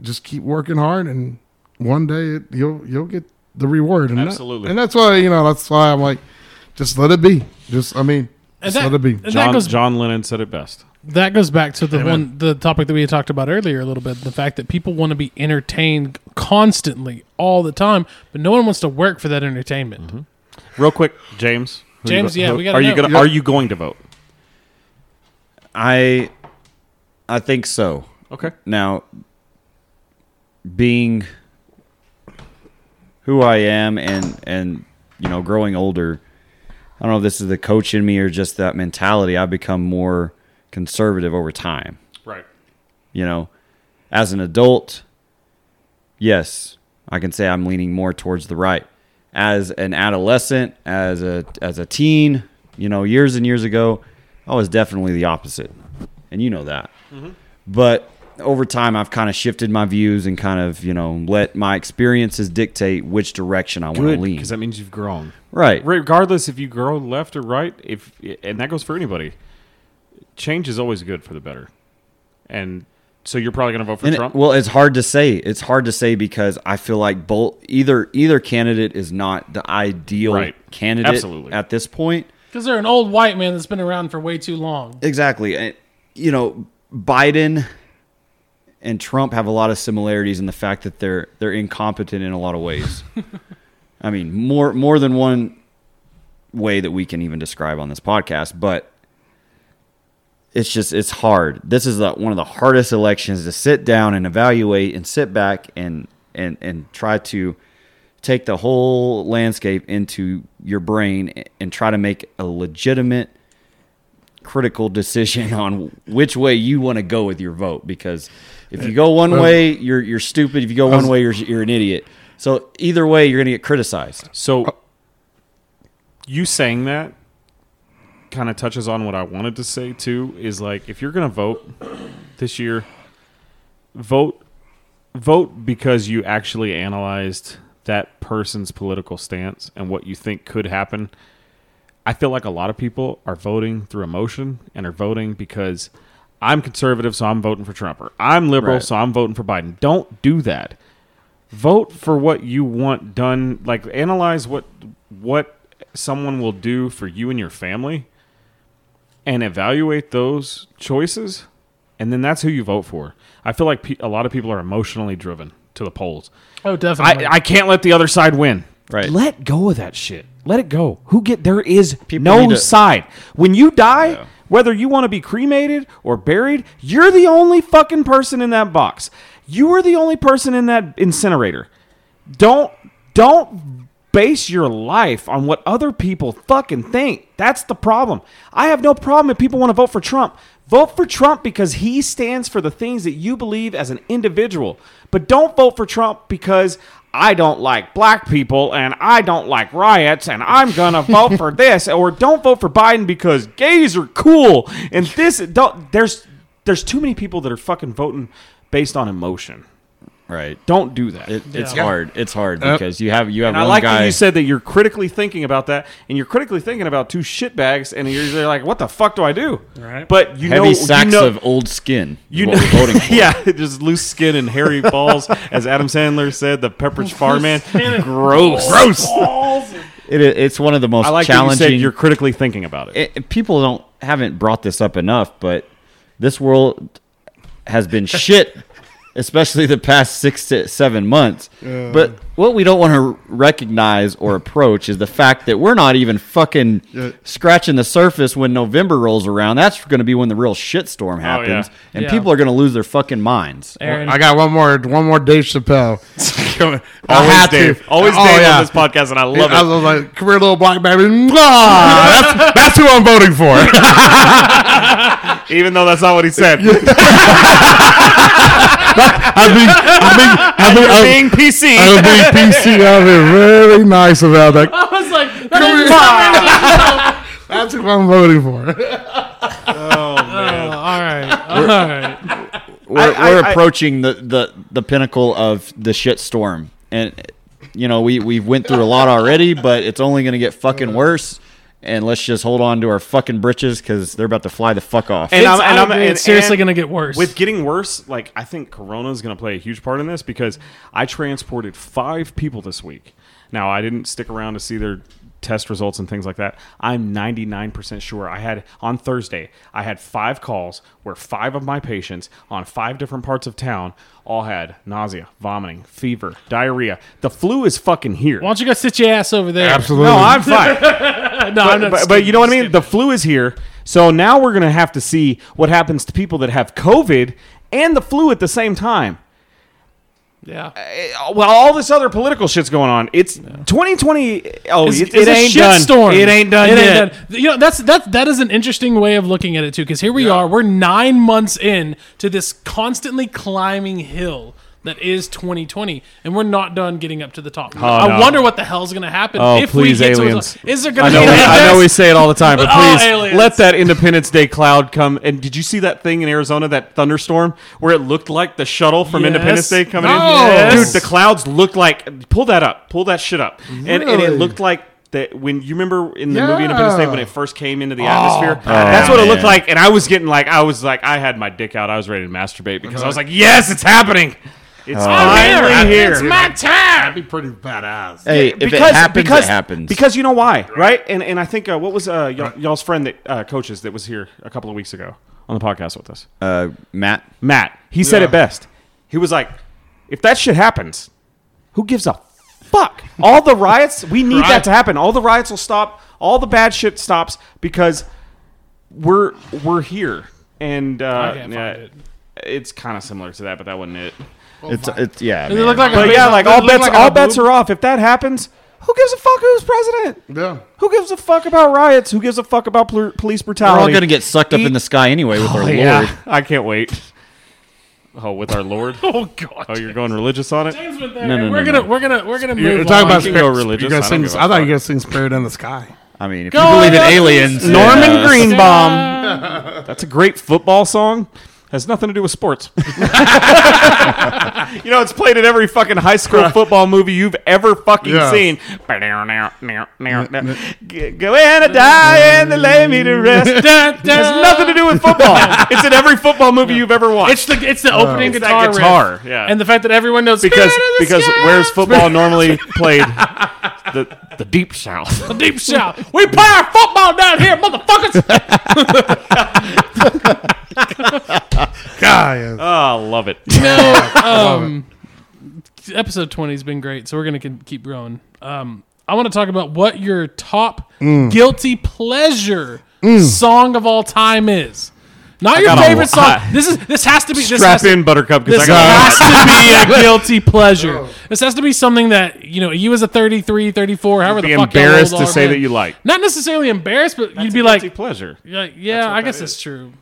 Speaker 2: just keep working hard and one day it, you'll you'll get the reward and that-
Speaker 4: Absolutely.
Speaker 2: and that's why you know that's why i'm like just let it be just i mean
Speaker 3: And
Speaker 2: just let it be
Speaker 3: and that
Speaker 4: John,
Speaker 3: goes
Speaker 4: John Lennon said it best.
Speaker 3: that goes back to the one the topic that we had talked about earlier a little bit the fact that people want to be entertained constantly all the time but no one wants to work for that entertainment
Speaker 4: Real quick, James. who you
Speaker 3: James,
Speaker 4: vo-
Speaker 3: yeah,
Speaker 4: who-
Speaker 3: we gotta
Speaker 4: are
Speaker 3: know.
Speaker 4: you gonna, are you going to vote?
Speaker 1: I I think so.
Speaker 4: Okay.
Speaker 1: Now being who I am and and you know growing older, I don't know if this is the coach in me or just that mentality. I've become more conservative over time.
Speaker 4: Right.
Speaker 1: You know, as an adult, yes, I can say I'm leaning more towards the right. As an adolescent, as a as a teen, you know, years and years ago, I was definitely the opposite, and you know that.
Speaker 4: Mm-hmm.
Speaker 1: But over time, I've kind of shifted my views and kind of you know let my experiences dictate which direction I want to
Speaker 4: Good,
Speaker 1: lean.
Speaker 4: because that means you've grown.
Speaker 1: Right,
Speaker 4: Regardless if you grow left or right, if and that goes for anybody, change is always good for the better. And so you're probably going to vote for
Speaker 1: And it-
Speaker 4: Trump.
Speaker 1: well, it's hard to say. It's hard to say because I feel like both either either candidate is not the ideal
Speaker 4: Right.
Speaker 1: candidate
Speaker 4: Absolutely.
Speaker 1: at this point.
Speaker 3: because they're an old white man that's been around for way too long
Speaker 1: Exactly. And, you know, Biden and Trump have a lot of similarities in the fact that they're they're incompetent in a lot of ways. I mean, more more than one way that we can even describe on this podcast, but it's just it's hard. This is the, one of the hardest elections to sit down and evaluate and sit back and and and try to take the whole landscape into your brain and try to make a legitimate critical decision on which way you want to go with your vote because if you go one way you're you're stupid if you go one way you're you're an idiot so either way you're going to get criticized
Speaker 4: So you saying that kind of touches on what I wanted to say too is like if you're going to vote this year vote vote because you actually analyzed that person's political stance and what you think could happen. I feel like a lot of people are voting through emotion and are voting because I'm conservative so I'm voting for Trump or I'm liberal
Speaker 1: Right.
Speaker 4: so I'm voting for Biden. Don't do that vote for what you want done like analyze what what someone will do for you and your family and evaluate those choices and then that's who you vote for i feel like pe- a lot of people are emotionally driven to the polls
Speaker 3: oh definitely
Speaker 4: I, I can't let the other side win
Speaker 1: Right.
Speaker 4: let go of that shit let it go who get there is
Speaker 1: People
Speaker 4: no
Speaker 1: need to-
Speaker 4: side when you die whether you want to be cremated or buried you're the only fucking person in that box you are the only person in that incinerator don't don't base your life on what other people fucking think. That's the problem. I have no problem if people want to vote for Trump. Vote for Trump because he stands for the things that you believe as an individual. But don't vote for Trump because I don't like black people and I don't like riots and I'm going to vote for this or don't vote for Biden because gays are cool and this don't there's there's too many people that are fucking voting based on emotion
Speaker 1: Right.
Speaker 4: Don't do that.
Speaker 1: It, it's
Speaker 3: Yeah.
Speaker 1: hard. It's hard
Speaker 2: Uh,
Speaker 1: because you have you have
Speaker 4: and I
Speaker 1: one
Speaker 4: like that
Speaker 1: guy.
Speaker 4: you said that you're critically thinking about that, and you're critically thinking about two shitbags, and you're they're like, "What the fuck do I do?"
Speaker 8: Right.
Speaker 4: But you
Speaker 1: heavy
Speaker 4: know,
Speaker 1: sacks
Speaker 4: you know,
Speaker 1: of old skin. is
Speaker 4: you
Speaker 1: what
Speaker 4: know,
Speaker 1: we're voting for.
Speaker 4: yeah, just loose skin and hairy balls, as Adam Sandler said. The Pepperidge Farm man, gross, gross.
Speaker 1: It, it's one of the most
Speaker 4: I like that you
Speaker 1: challenging.
Speaker 4: said you're critically thinking about it.
Speaker 1: it- people don't haven't brought this up enough, but this world has been shit, especially the past six to seven months. But what we don't want to recognize or approach is the fact that we're not even fucking
Speaker 2: Yeah.
Speaker 1: scratching the surface when November rolls around. That's going to be when the real shitstorm happens, and
Speaker 3: Oh, Yeah.
Speaker 1: people are going to lose their fucking minds.
Speaker 3: Aaron,
Speaker 2: I got one more, one more Dave Chappelle. Coming. I
Speaker 4: always
Speaker 2: had to.
Speaker 4: Dave, always
Speaker 2: Oh,
Speaker 4: Dave
Speaker 2: yeah.
Speaker 4: on this podcast, and I love
Speaker 2: I
Speaker 4: it.
Speaker 2: was like, come here, little black baby. Mwah! That's, that's who I'm voting for.
Speaker 4: Even though that's not what he said,
Speaker 2: I've been, I've been, I've been,
Speaker 4: being PC.
Speaker 2: i have been PC. I've been very nice about that.
Speaker 3: I was like, that is not
Speaker 2: That's who I'm voting for.
Speaker 3: real. all right, all right.
Speaker 1: we're,
Speaker 4: I-
Speaker 1: we're
Speaker 4: I-
Speaker 1: approaching the, the the pinnacle of the shit storm and you know we we've went through a lot already but it's only going to get fucking worse and let's just hold on to our fucking britches because they're about to fly the fuck off
Speaker 4: And
Speaker 3: It's,
Speaker 4: I'm- and I'm-
Speaker 3: it's
Speaker 4: and-
Speaker 3: seriously
Speaker 4: and-
Speaker 3: gonna get worse.
Speaker 4: With getting worse, like I think Corona is going to play a huge part in this because I transported five people this week. Now I didn't stick around to see their test results and things like that. I'm 99% sure I had on Thursday. I had five calls where five of my patients on five different parts of town all had nausea, vomiting, fever, diarrhea. The flu is fucking here.
Speaker 3: Why don't you go sit your ass over there?
Speaker 2: Absolutely.
Speaker 4: no, I'm fine
Speaker 3: No, I'm not
Speaker 4: but, but- but
Speaker 3: stupid.
Speaker 4: you know what I mean? The flu is here. So now we're going to have to see what happens to people that have COVID and the flu at the same time. Eh,
Speaker 3: Yeah,
Speaker 4: Well, all this other political shit's going on. It's 2020. Oh,
Speaker 3: It's-
Speaker 4: it,
Speaker 3: it's
Speaker 4: it
Speaker 3: a
Speaker 4: ain't
Speaker 3: shit
Speaker 4: done.
Speaker 3: storm.
Speaker 4: It ain't done
Speaker 3: It
Speaker 4: yet.
Speaker 3: ain't done. You know, that's that that is an interesting way of looking at it too. Because here we are, we're nine months in to this constantly climbing hill that is 2020, and we're not done getting up to the top. I
Speaker 4: Oh, no.
Speaker 3: wonder what the hell's going to happen
Speaker 4: Oh,
Speaker 3: if
Speaker 4: please,
Speaker 3: we get to
Speaker 4: aliens.
Speaker 3: the top. Is there
Speaker 4: I
Speaker 3: going to
Speaker 4: know,
Speaker 3: be?
Speaker 4: we,
Speaker 3: an
Speaker 4: I know
Speaker 3: apex?
Speaker 4: we say it all the time, but
Speaker 3: Oh,
Speaker 4: please
Speaker 3: aliens.
Speaker 4: let that Independence Day cloud come. And did you see that thing in Arizona, that thunderstorm, where it looked like the shuttle from
Speaker 3: Yes.
Speaker 4: Independence Day coming
Speaker 3: No.
Speaker 4: in?
Speaker 3: Yes.
Speaker 4: Dude, the clouds looked like. Pull that up. Pull that shit up. And, and it looked like. That when you remember in the movie
Speaker 2: Yeah.
Speaker 4: Independence Day when it first came into the atmosphere,
Speaker 3: Oh.
Speaker 4: that's what it looked like, and I was getting like I was like I had my dick out, I was ready to masturbate because I was like, yes, it's happening, it's finally here,
Speaker 3: Oh. It's my time.
Speaker 2: That'd be pretty badass.
Speaker 1: hey if it happens it happens
Speaker 4: because you know why, right? And and I think uh, what was uh, y'all, y'all's friend that uh, coaches that was here a couple of weeks ago on the podcast with us,
Speaker 1: uh, matt
Speaker 4: Matt. He said
Speaker 2: Yeah.
Speaker 4: it best. He was like, "If that shit happens, who gives a fuck? All the riots, we need that to happen. All the riots will stop. All the bad shit stops because we're we're here." And uh,
Speaker 3: I can't
Speaker 4: yeah,
Speaker 3: find it.
Speaker 4: it's kind of similar to that, but that wasn't it.
Speaker 1: it's it's yeah
Speaker 3: Does it
Speaker 1: man.
Speaker 3: look like a
Speaker 4: But
Speaker 3: big-
Speaker 4: yeah, like all
Speaker 3: does it look
Speaker 4: bets
Speaker 3: like a
Speaker 4: all bets
Speaker 3: boob?
Speaker 4: are off. If that happens, who gives a fuck who's president?
Speaker 2: Yeah.
Speaker 4: Who gives a fuck about riots? Who gives a fuck about pl- police
Speaker 1: we're
Speaker 4: brutality?
Speaker 1: all gonna get sucked up in the sky anyway with our
Speaker 4: Oh,
Speaker 1: lord
Speaker 4: yeah. I can't wait. Oh, with our Lord.
Speaker 3: Oh god.
Speaker 4: Oh, you're going religious on it.
Speaker 3: James went there.
Speaker 1: No, no, no,
Speaker 3: we're
Speaker 1: no.
Speaker 3: gonna we're gonna we're gonna
Speaker 2: You're
Speaker 3: move
Speaker 2: talking
Speaker 3: on.
Speaker 2: about
Speaker 4: can
Speaker 2: spirit.
Speaker 4: go
Speaker 2: religious.
Speaker 4: religious,
Speaker 2: You
Speaker 4: I
Speaker 2: guys
Speaker 4: don't
Speaker 2: sing,
Speaker 4: give a
Speaker 2: I thought
Speaker 4: fuck.
Speaker 2: you guys sing Spirit in the Sky.
Speaker 1: i mean if
Speaker 3: Going
Speaker 1: you believe in
Speaker 3: up to the
Speaker 1: aliens uh,
Speaker 4: Norman
Speaker 1: yeah.
Speaker 4: Greenbaum. That's a great football song. Has nothing to do with sports. you know, it's played in every fucking high school football movie you've ever fucking
Speaker 2: Yeah.
Speaker 4: seen. G- Go in and die and they lay me to rest. It
Speaker 3: Dun, dun.
Speaker 4: has nothing to do with football. It's in every football movie you've ever watched.
Speaker 3: It's the it's the opening
Speaker 4: It's that
Speaker 3: guitar,
Speaker 4: guitar,
Speaker 3: riff,
Speaker 4: yeah.
Speaker 3: and the fact that everyone knows
Speaker 4: because
Speaker 3: "Spirit of the
Speaker 4: because
Speaker 3: Sky."
Speaker 4: where's football normally played? The the deep south.
Speaker 3: The deep shout. We play our football down here, motherfuckers.
Speaker 2: God, yes.
Speaker 4: Ah, love it.
Speaker 3: no, um, episode twenty has been great, so we're gonna con- keep going. Um, I want to talk about what your top
Speaker 4: Mm.
Speaker 3: guilty pleasure song of all time is. Not your
Speaker 4: got a
Speaker 3: favorite song.
Speaker 4: lot.
Speaker 3: This is this has to be this has
Speaker 4: Strap
Speaker 3: to-
Speaker 4: in, Buttercup, because I
Speaker 3: This
Speaker 4: got Oh.
Speaker 3: has to be a guilty pleasure. This has to be something that, you know, you as a 33, 34, however
Speaker 4: be
Speaker 3: the fuck y'all old
Speaker 4: embarrassed to
Speaker 3: are,
Speaker 4: say
Speaker 3: man.
Speaker 4: that you like.
Speaker 3: Not necessarily embarrassed, but you'd
Speaker 4: It's
Speaker 3: be
Speaker 4: a
Speaker 3: like,
Speaker 4: guilty pleasure.
Speaker 3: you're like, yeah, I
Speaker 4: what
Speaker 3: guess
Speaker 4: that
Speaker 3: that's true.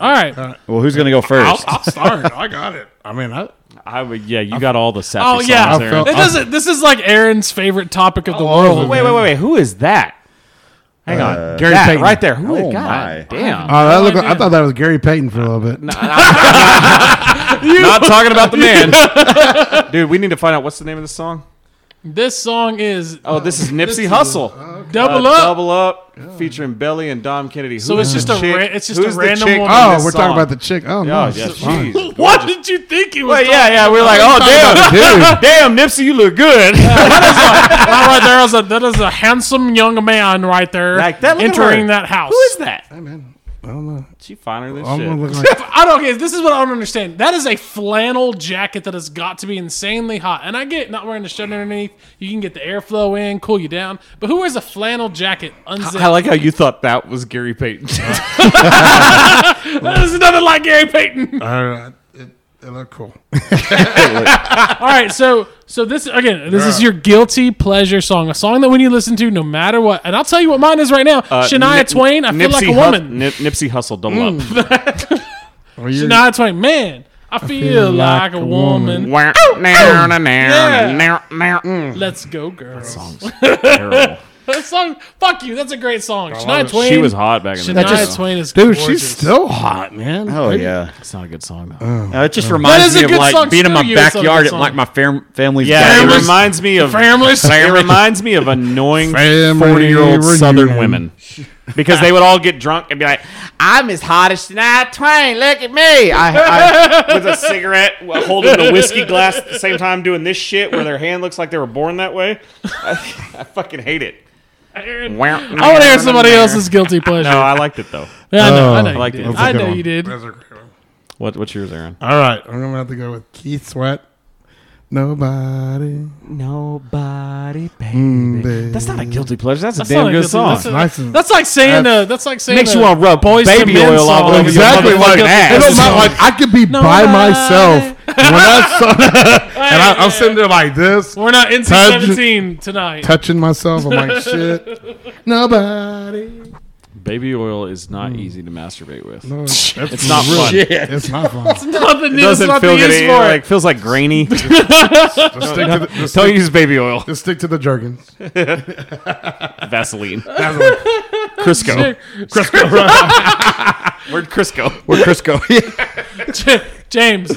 Speaker 3: All right.
Speaker 1: well who's gonna go first
Speaker 2: I'll start. I got it. I mean, I,
Speaker 4: I would, yeah, you got all the sappy
Speaker 3: oh, yeah.
Speaker 4: songs
Speaker 2: I
Speaker 4: there. Oh,
Speaker 2: felt-
Speaker 3: It doesn't, this is like Aaron's favorite topic of the
Speaker 2: Oh,
Speaker 3: world.
Speaker 4: wait, wait, wait, wait. Who is that? Hang on, Gary
Speaker 2: That
Speaker 4: Payton, right
Speaker 2: right
Speaker 4: there. Who?
Speaker 1: Oh,
Speaker 4: God
Speaker 1: my.
Speaker 4: damn.
Speaker 2: Oh, that
Speaker 3: no
Speaker 2: looked, I
Speaker 3: idea.
Speaker 2: thought that was Gary Payton for a little bit.
Speaker 4: Not talking about the man. Dude, we need to find out what's the name of this song.
Speaker 3: This song is
Speaker 4: Oh, this is Nipsey Hustle.
Speaker 3: double
Speaker 4: Uh,
Speaker 3: up.
Speaker 4: Double up, featuring Belly and Dom Kennedy.
Speaker 3: So
Speaker 4: Who's
Speaker 3: it's
Speaker 4: the
Speaker 3: just a
Speaker 4: chick-
Speaker 3: ra- it's just a
Speaker 4: who's the
Speaker 3: random
Speaker 4: chick
Speaker 3: woman.
Speaker 4: in
Speaker 2: Oh,
Speaker 4: this
Speaker 2: we're talking
Speaker 4: song?
Speaker 2: about the chick. Oh,
Speaker 4: Oh,
Speaker 2: no.
Speaker 4: yeah,
Speaker 2: she's fine.
Speaker 4: jeez.
Speaker 3: What did you think he was?
Speaker 4: Well,
Speaker 3: talking
Speaker 4: yeah, yeah. We're like, oh damn,
Speaker 2: Dude,
Speaker 4: damn, Nipsey, you look good.
Speaker 3: That right there is a that is a handsome young man right there
Speaker 4: Like that, look at
Speaker 3: entering
Speaker 4: her.
Speaker 3: that house.
Speaker 4: Who is that?
Speaker 2: I don't know.
Speaker 4: She finer than
Speaker 2: I'm
Speaker 4: shit.
Speaker 2: gonna look like
Speaker 3: I don't get this is what I don't understand. That is a flannel jacket that has got to be insanely hot. And I get not wearing a shirt underneath. You can get the airflow in, cool you down. But who wears a flannel jacket unzipped?
Speaker 4: I like how you thought that was Gary Payton. Uh.
Speaker 3: that is nothing like Gary Payton.
Speaker 2: I don't know. It, it looked cool.
Speaker 3: All right, so so this again, this is your guilty pleasure song, a song that when you listen to, no matter what. And I'll tell you what mine is right now. Shania
Speaker 4: Nip-
Speaker 3: Twain, I feel like a
Speaker 4: Uh, Nipsey Hus-
Speaker 3: woman. Mm.
Speaker 4: Nip- Nipsey Hustle, double up.
Speaker 2: Well, you're-
Speaker 3: Shania Twain, man, I feel, like, a woman.
Speaker 4: Wah, nah, nah, nah,
Speaker 3: Yeah.
Speaker 4: nah, nah, nah.
Speaker 3: Let's go, girls.
Speaker 4: Terrible.
Speaker 3: That song, fuck you. That's a great song. Shania Twain.
Speaker 4: She was hot back in the
Speaker 3: Shania
Speaker 4: day.
Speaker 2: just-
Speaker 3: Twain is
Speaker 2: Dude,
Speaker 3: gorgeous.
Speaker 2: she's still hot, man.
Speaker 1: Oh yeah,
Speaker 4: That's not a good song. Though.
Speaker 1: Uh, it just
Speaker 3: is
Speaker 1: reminds
Speaker 3: a
Speaker 1: me of
Speaker 3: good song.
Speaker 1: like being in
Speaker 3: Still,
Speaker 1: my
Speaker 3: you, it's not a good
Speaker 1: backyard at
Speaker 3: song.
Speaker 1: like my fam- family's
Speaker 4: Yeah,
Speaker 1: backyard.
Speaker 4: it reminds me of
Speaker 3: Families.
Speaker 4: It reminds me of annoying
Speaker 2: Family
Speaker 4: forty-year-old
Speaker 2: reunion.
Speaker 4: Southern women because they would all get drunk and be like, "I'm as hot as Shania Twain. Look at me." I, I, with a cigarette, while holding the whiskey glass at the same time, doing this shit where their hand looks like they were born that way. I, I fucking hate it.
Speaker 3: I
Speaker 4: I
Speaker 3: want to hear somebody else's guilty pleasure.
Speaker 4: No, I liked it though.
Speaker 3: yeah, I know, I know
Speaker 2: Oh,
Speaker 3: you
Speaker 4: liked
Speaker 3: did.
Speaker 4: it. That's
Speaker 2: a
Speaker 3: I
Speaker 2: good
Speaker 3: know
Speaker 2: one.
Speaker 3: you did.
Speaker 4: What, what's yours, Aaron?
Speaker 2: All right, I'm gonna have to go with Keith Sweat. Nobody,
Speaker 4: Nobody, baby.
Speaker 2: baby.
Speaker 4: That's not a guilty pleasure. That's a
Speaker 3: That's
Speaker 4: damn
Speaker 3: not a
Speaker 4: good
Speaker 3: guilty-
Speaker 4: song.
Speaker 3: That's, a-
Speaker 2: Nice and-
Speaker 3: that's like saying uh, that's like saying
Speaker 4: Makes you
Speaker 3: uh,
Speaker 4: want to rub
Speaker 3: Boys to
Speaker 4: baby
Speaker 3: Men
Speaker 4: oil all
Speaker 3: song.
Speaker 4: over
Speaker 2: exactly
Speaker 4: your
Speaker 2: like
Speaker 4: motherfucking
Speaker 2: that.
Speaker 4: ass.
Speaker 2: It was not like I could be by myself when that song, and I, I'm sitting there like this,
Speaker 3: We're not NC
Speaker 2: Touch-
Speaker 3: seventeen tonight.
Speaker 2: touching myself. I'm like, shit. Nobody.
Speaker 4: Baby oil is not easy to masturbate with.
Speaker 2: No, that's it's
Speaker 4: not fun.
Speaker 2: It's not fun. Just
Speaker 3: Nothing is
Speaker 4: doesn't
Speaker 3: what
Speaker 4: feel
Speaker 3: they
Speaker 4: good.
Speaker 3: use
Speaker 4: It,
Speaker 3: for
Speaker 4: like feels like grainy.
Speaker 2: stick to the, just,
Speaker 4: Don't use baby oil.
Speaker 2: just stick to the jerkins.
Speaker 4: Vaseline. Crisco. Word Crisco.
Speaker 1: We're Crisco.
Speaker 3: it. James,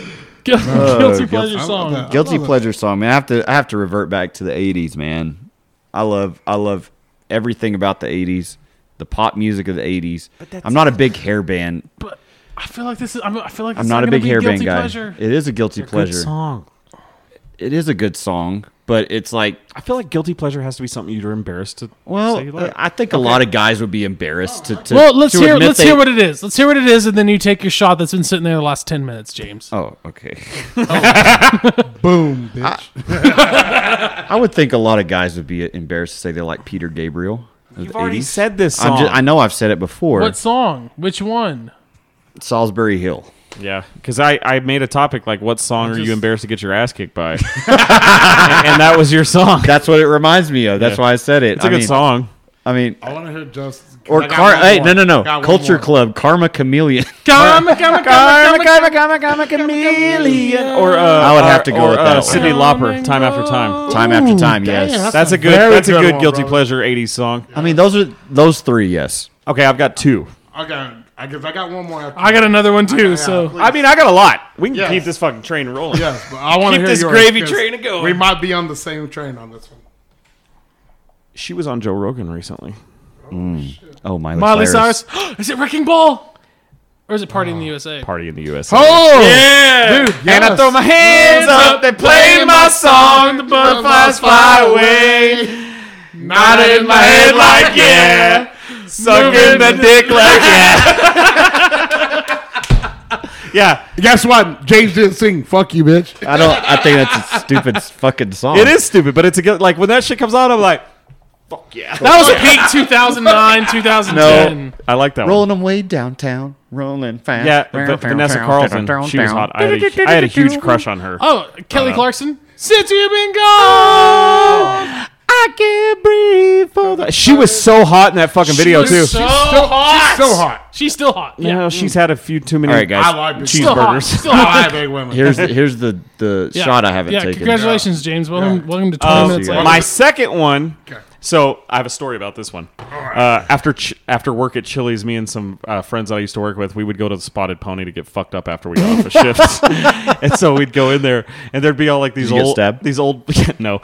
Speaker 3: gu-
Speaker 4: Oh,
Speaker 3: guilty pleasure song.
Speaker 2: I
Speaker 1: Guilty
Speaker 2: love it.
Speaker 1: pleasure song, man. I have to I have to revert back to the '80s, man. I love I love everything about the '80s, the pop music of the '80s. I'm not a big hair band.
Speaker 3: But I feel like this is. I'm, I feel like
Speaker 1: I'm
Speaker 3: it's
Speaker 1: not a
Speaker 3: gonna
Speaker 1: big
Speaker 3: be
Speaker 1: hair band
Speaker 3: guilty
Speaker 1: guy.
Speaker 3: pleasure.
Speaker 1: It is a guilty pleasure.
Speaker 4: song.
Speaker 1: It is a good song, but it's like
Speaker 4: I feel like guilty pleasure has to be something you're embarrassed to
Speaker 1: well, uh,
Speaker 4: say you like.
Speaker 1: I think a lot of guys would be embarrassed to. to
Speaker 3: Well, let's
Speaker 1: to
Speaker 3: hear
Speaker 1: admit
Speaker 3: let's
Speaker 1: they-
Speaker 3: hear what it is. Let's hear what it is, and then you take your shot that's been sitting there the last ten minutes, James.
Speaker 1: Oh, okay.
Speaker 2: Boom, bitch.
Speaker 1: I would think a lot of guys would be embarrassed to say they like Peter Gabriel. of
Speaker 4: You've
Speaker 1: the
Speaker 4: already
Speaker 1: 80s.
Speaker 4: said this
Speaker 1: I'm
Speaker 4: song.
Speaker 1: just, I know I've said it before.
Speaker 3: What song? Which one?
Speaker 1: Salisbury Hill.
Speaker 4: yeah, because I, I made a topic like, what song are
Speaker 3: just-
Speaker 4: you embarrassed to get your ass kicked by? and, and that was your song.
Speaker 1: That's what it reminds me of. That's why I said it.
Speaker 4: It's a
Speaker 1: I
Speaker 4: good
Speaker 1: mean,
Speaker 4: song.
Speaker 1: I mean,
Speaker 2: I want to hear Justin.
Speaker 1: or
Speaker 2: I got
Speaker 1: car.
Speaker 2: one
Speaker 1: Hey,
Speaker 2: more.
Speaker 1: no, no, no.
Speaker 2: Got one
Speaker 1: Culture
Speaker 2: more.
Speaker 1: Club, Karma Chameleon.
Speaker 3: Karma, karma, karma, karma,
Speaker 4: Karma, karma, karma, chameleon. Or uh,
Speaker 1: I would have
Speaker 4: or-
Speaker 1: to go
Speaker 4: or,
Speaker 1: with
Speaker 4: uh,
Speaker 1: that one.
Speaker 4: Sydney Lauper, time after time.
Speaker 1: time after time, yes.
Speaker 4: That's a good.
Speaker 2: very
Speaker 4: That's a
Speaker 2: good
Speaker 4: good
Speaker 2: one,
Speaker 4: guilty
Speaker 2: brother.
Speaker 4: pleasure '80s song.
Speaker 1: I mean, those are those three. Yes.
Speaker 4: Okay, I've got two.
Speaker 2: I got. I guess I got one more. After
Speaker 3: I got another one too. so
Speaker 4: I mean, I got a lot. We can
Speaker 2: Yes.
Speaker 4: keep this fucking train rolling.
Speaker 2: Yes, but I want to
Speaker 4: Keep
Speaker 2: hear
Speaker 4: this
Speaker 2: yours,
Speaker 4: gravy
Speaker 2: 'cause
Speaker 4: train going.
Speaker 2: We might be on the same train on this one.
Speaker 4: She was on Joe Rogan recently.
Speaker 1: Oh, Miley,
Speaker 3: Miley
Speaker 1: Cyrus.
Speaker 3: Cyrus. is it Wrecking Ball? Or is it Party in the USA?
Speaker 4: Party in the U.S.
Speaker 2: Oh,
Speaker 4: yeah,
Speaker 2: dude,
Speaker 4: And I
Speaker 2: yes.
Speaker 4: throw my hands up. They play my song. The butterflies fly away. Not in my head like yeah. Sucking the dick like yeah. yeah,
Speaker 2: Guess what? James didn't sing. Fuck you, bitch.
Speaker 1: I don't. I think that's a stupid fucking song.
Speaker 4: it is stupid, but it's a good. Like when that shit comes out, I'm like, fuck yeah.
Speaker 3: That was peak 2009, 2010.
Speaker 4: I like that one.
Speaker 1: Rolling them way downtown, rolling fast.
Speaker 4: Yeah, but Vanessa Carlson, she was hot. I had, a, I had a huge crush on her.
Speaker 3: Oh, Kelly
Speaker 4: Uh,
Speaker 3: Clarkson. Since you've been gone.
Speaker 4: Oh, I can't breathe for the. She was so hot in that fucking video
Speaker 3: She's
Speaker 4: too.
Speaker 3: So hot.
Speaker 2: She's so hot.
Speaker 3: She's still hot.
Speaker 4: You
Speaker 3: Yeah.
Speaker 4: know, she's had a few too many.
Speaker 1: All right, guys.
Speaker 2: I like big
Speaker 4: Cheese-
Speaker 3: Still hot.
Speaker 4: cheeseburgers.
Speaker 3: Still hot.
Speaker 2: big women.
Speaker 1: Here's the, here's the the
Speaker 3: Yeah.
Speaker 1: shot I haven't
Speaker 3: yeah,
Speaker 1: taken.
Speaker 3: Oh, Congratulations, James. Welcome, welcome to 20
Speaker 4: Um,
Speaker 3: minutes later.
Speaker 4: my second one.
Speaker 2: Okay.
Speaker 4: So I have a story about this one. Uh, after ch- after work at Chili's, me and some uh, friends that I used to work with, we would go to the Spotted Pony to get fucked up after we got off of shifts. and so we'd go in there, and there'd be all like these
Speaker 5: you get
Speaker 4: old
Speaker 5: stabbed?
Speaker 4: these old no.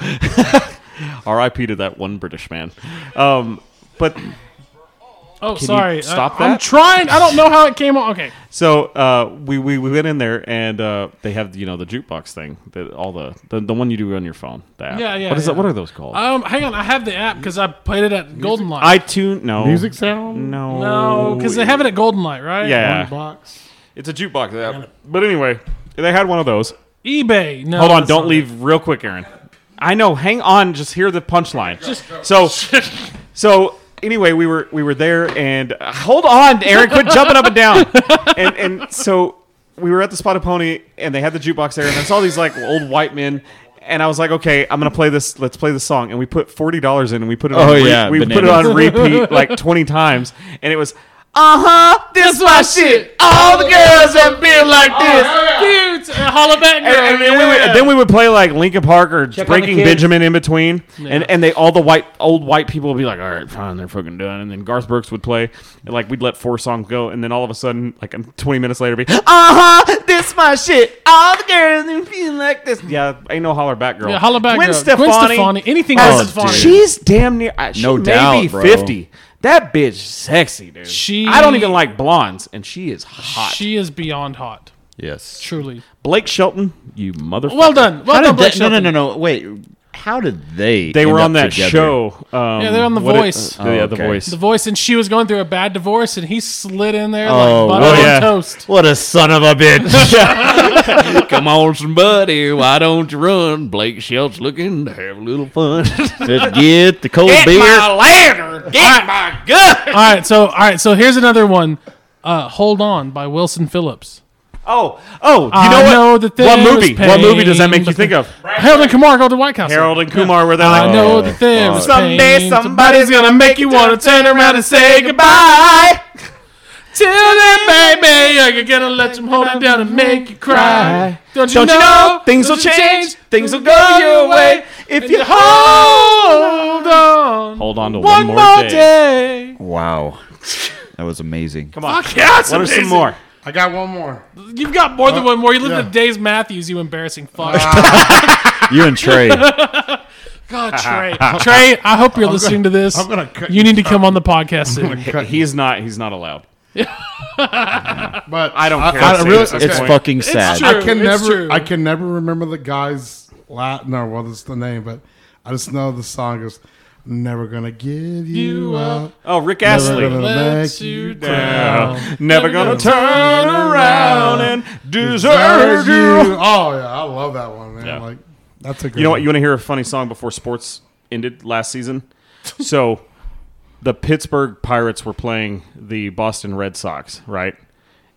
Speaker 4: R.I.P. to that one British man. Um, but
Speaker 3: Oh, sorry. I-
Speaker 4: stop
Speaker 3: I'm
Speaker 4: that?
Speaker 3: trying. I don't know how it came on. Okay.
Speaker 4: So uh, we, we we went in there and uh, they have you know the jukebox thing that all the the, the one you do on your phone. The app.
Speaker 3: Yeah, yeah,
Speaker 4: What is
Speaker 3: yeah.
Speaker 4: that? What are those called?
Speaker 3: Um, hang on. I have the app because I played it at Golden Light.
Speaker 4: iTunes? No.
Speaker 2: Music sound?
Speaker 4: No.
Speaker 3: no, because they have it at Golden Light, right?
Speaker 4: Yeah.
Speaker 2: Box.
Speaker 4: It's a jukebox app. But anyway, they had one of those.
Speaker 3: eBay. No.
Speaker 4: Hold on,
Speaker 3: that's
Speaker 4: don't
Speaker 3: not
Speaker 4: leave real quick, Aaron. I know. Hang on. Just hear the punchline. So, so anyway, we were we were there, and uh, hold on, Aaron, quit jumping up and down. And and so we were at the Spotted Pony, and they had the jukebox there, and I saw these like old white men. And I was like, okay, I'm gonna play this. Let's play this song. And we put forty dollars in, and we put it. On
Speaker 5: Oh,
Speaker 4: re-
Speaker 5: yeah,
Speaker 4: we put it
Speaker 5: bananas.
Speaker 4: on repeat like twenty times, and it was, uh huh, this my shit. Oh, All the girls have been like this.
Speaker 3: it. Dude, uh, holla back, girl.
Speaker 4: And, and then, we would, then we would play like Linkin Park or
Speaker 12: on the
Speaker 4: Breaking
Speaker 12: Kids.
Speaker 4: Benjamin in between, and and they all the white old white people would be like, all right, fine, they're fucking done. And then Garth Brooks would play, and like we'd let four songs go, and then all of a sudden, like um, twenty minutes later, be uh huh, this my shit. All the girls are feeling like this. Yeah, ain't no holler back girl.
Speaker 3: Yeah, holla back,
Speaker 4: Gwen
Speaker 3: girl. Gwen
Speaker 4: Stefani,
Speaker 3: Stefani, anything
Speaker 4: has- Oh,
Speaker 3: Gwen Stefani.
Speaker 4: She's damn near. I- She
Speaker 5: No
Speaker 4: may
Speaker 5: doubt,
Speaker 4: be
Speaker 5: bro.
Speaker 4: fifty. That bitch sexy, dude.
Speaker 3: She-
Speaker 4: I don't even like blondes, and she is hot.
Speaker 3: She is beyond hot.
Speaker 1: Yes.
Speaker 3: Truly.
Speaker 4: Blake Shelton, you motherfucker.
Speaker 3: Well done. Well
Speaker 5: How
Speaker 3: done,
Speaker 5: did
Speaker 3: Blake
Speaker 5: they, no, no,
Speaker 3: Shelton.
Speaker 5: no, no. Wait. How did they?
Speaker 4: They
Speaker 5: end
Speaker 4: were
Speaker 5: up
Speaker 4: on that
Speaker 5: together?
Speaker 4: show. Um,
Speaker 3: Yeah, they're on The
Speaker 4: what it-
Speaker 3: Voice.
Speaker 4: uh, yeah, The
Speaker 5: okay.
Speaker 4: Voice.
Speaker 3: The voice, and she was going through a bad divorce, and he slid in there
Speaker 5: Oh,
Speaker 3: like butter
Speaker 5: well,
Speaker 3: on
Speaker 4: yeah.
Speaker 3: toast.
Speaker 5: What a son of a bitch! Come on, somebody, why don't you run? Blake Shelt's looking to have a little fun. Just get the cold beer.
Speaker 4: lantern. Get my gun.
Speaker 3: All right, so all right, so here's another one. Uh, Hold on by Wilson Phillips.
Speaker 4: Oh, oh, you
Speaker 3: I
Speaker 4: know what?
Speaker 3: know that
Speaker 4: what
Speaker 3: there's
Speaker 4: movie? what movie does
Speaker 3: pain,
Speaker 4: that make you
Speaker 3: but
Speaker 4: think
Speaker 3: the-
Speaker 4: of?
Speaker 3: Harold and Kumar go to White House.
Speaker 4: Harold and Kumar, where they're
Speaker 3: I
Speaker 4: like,
Speaker 3: know that there was
Speaker 4: Someday
Speaker 3: pain.
Speaker 4: somebody's gonna make you wanna turn around and say
Speaker 3: goodbye. Till then, baby, I could get to let them hold it down and make you cry. Don't you,
Speaker 4: Don't
Speaker 3: know,
Speaker 4: you know things
Speaker 3: Don't
Speaker 4: will
Speaker 3: you
Speaker 4: change? Things will go your way if you
Speaker 3: Hold
Speaker 4: hold
Speaker 3: on.
Speaker 4: hold on to
Speaker 3: One more day.
Speaker 1: Wow. That was amazing.
Speaker 4: Come on,
Speaker 3: Yeah, that's
Speaker 4: what are some
Speaker 3: amazing.
Speaker 4: more?
Speaker 2: I got one more.
Speaker 3: You've got more than one more. You live in
Speaker 2: yeah.
Speaker 3: Dave's Matthews, you embarrassing fuck.
Speaker 4: Ah.
Speaker 1: You and Trey.
Speaker 3: God, Trey. Trey, I hope you're listening to this.
Speaker 2: I'm gonna cut
Speaker 3: you need to come on the podcast soon.
Speaker 2: Cut you.
Speaker 4: He's not. He's not allowed.
Speaker 2: But I
Speaker 4: don't care.
Speaker 2: I,
Speaker 4: Say
Speaker 2: really,
Speaker 4: this at
Speaker 1: It's
Speaker 4: Point.
Speaker 1: fucking sad.
Speaker 3: true.
Speaker 2: I can
Speaker 3: It's
Speaker 2: never.
Speaker 3: true.
Speaker 2: I can never remember the guy's Latin or what is the name, but I just know the song is "Never Gonna Give You,
Speaker 3: You
Speaker 2: Up."
Speaker 4: Oh, Rick
Speaker 2: Never
Speaker 4: Astley.
Speaker 2: gonna
Speaker 3: Let
Speaker 2: let
Speaker 3: you
Speaker 2: you
Speaker 3: down.
Speaker 4: Never gonna turn around and desert
Speaker 2: Serve
Speaker 4: you.
Speaker 2: you. Oh yeah, I love that one, man. Like that's a good.
Speaker 4: You know what? You
Speaker 2: One.
Speaker 4: want to hear a funny song before sports ended last season? So, the Pittsburgh Pirates were playing the Boston Red Sox, right?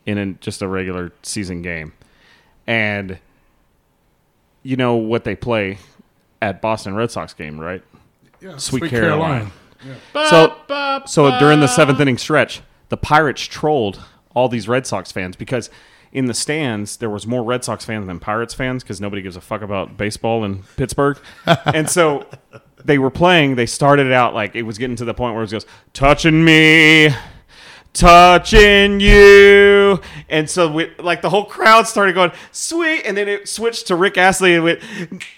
Speaker 4: In an, just a regular season game. And you know what they play at Boston Red Sox game, right?
Speaker 2: Yeah,
Speaker 4: Sweet Caroline.
Speaker 3: So,
Speaker 4: So during the seventh inning stretch, the Pirates trolled all these Red Sox fans because in the stands there was more Red Sox fans than Pirates fans because nobody gives a fuck about baseball in Pittsburgh, and so they were playing. They started it out like it was getting to the point where it goes touching me. Touching you, and so we, like the whole crowd started going sweet, and then it switched to Rick Astley, and went,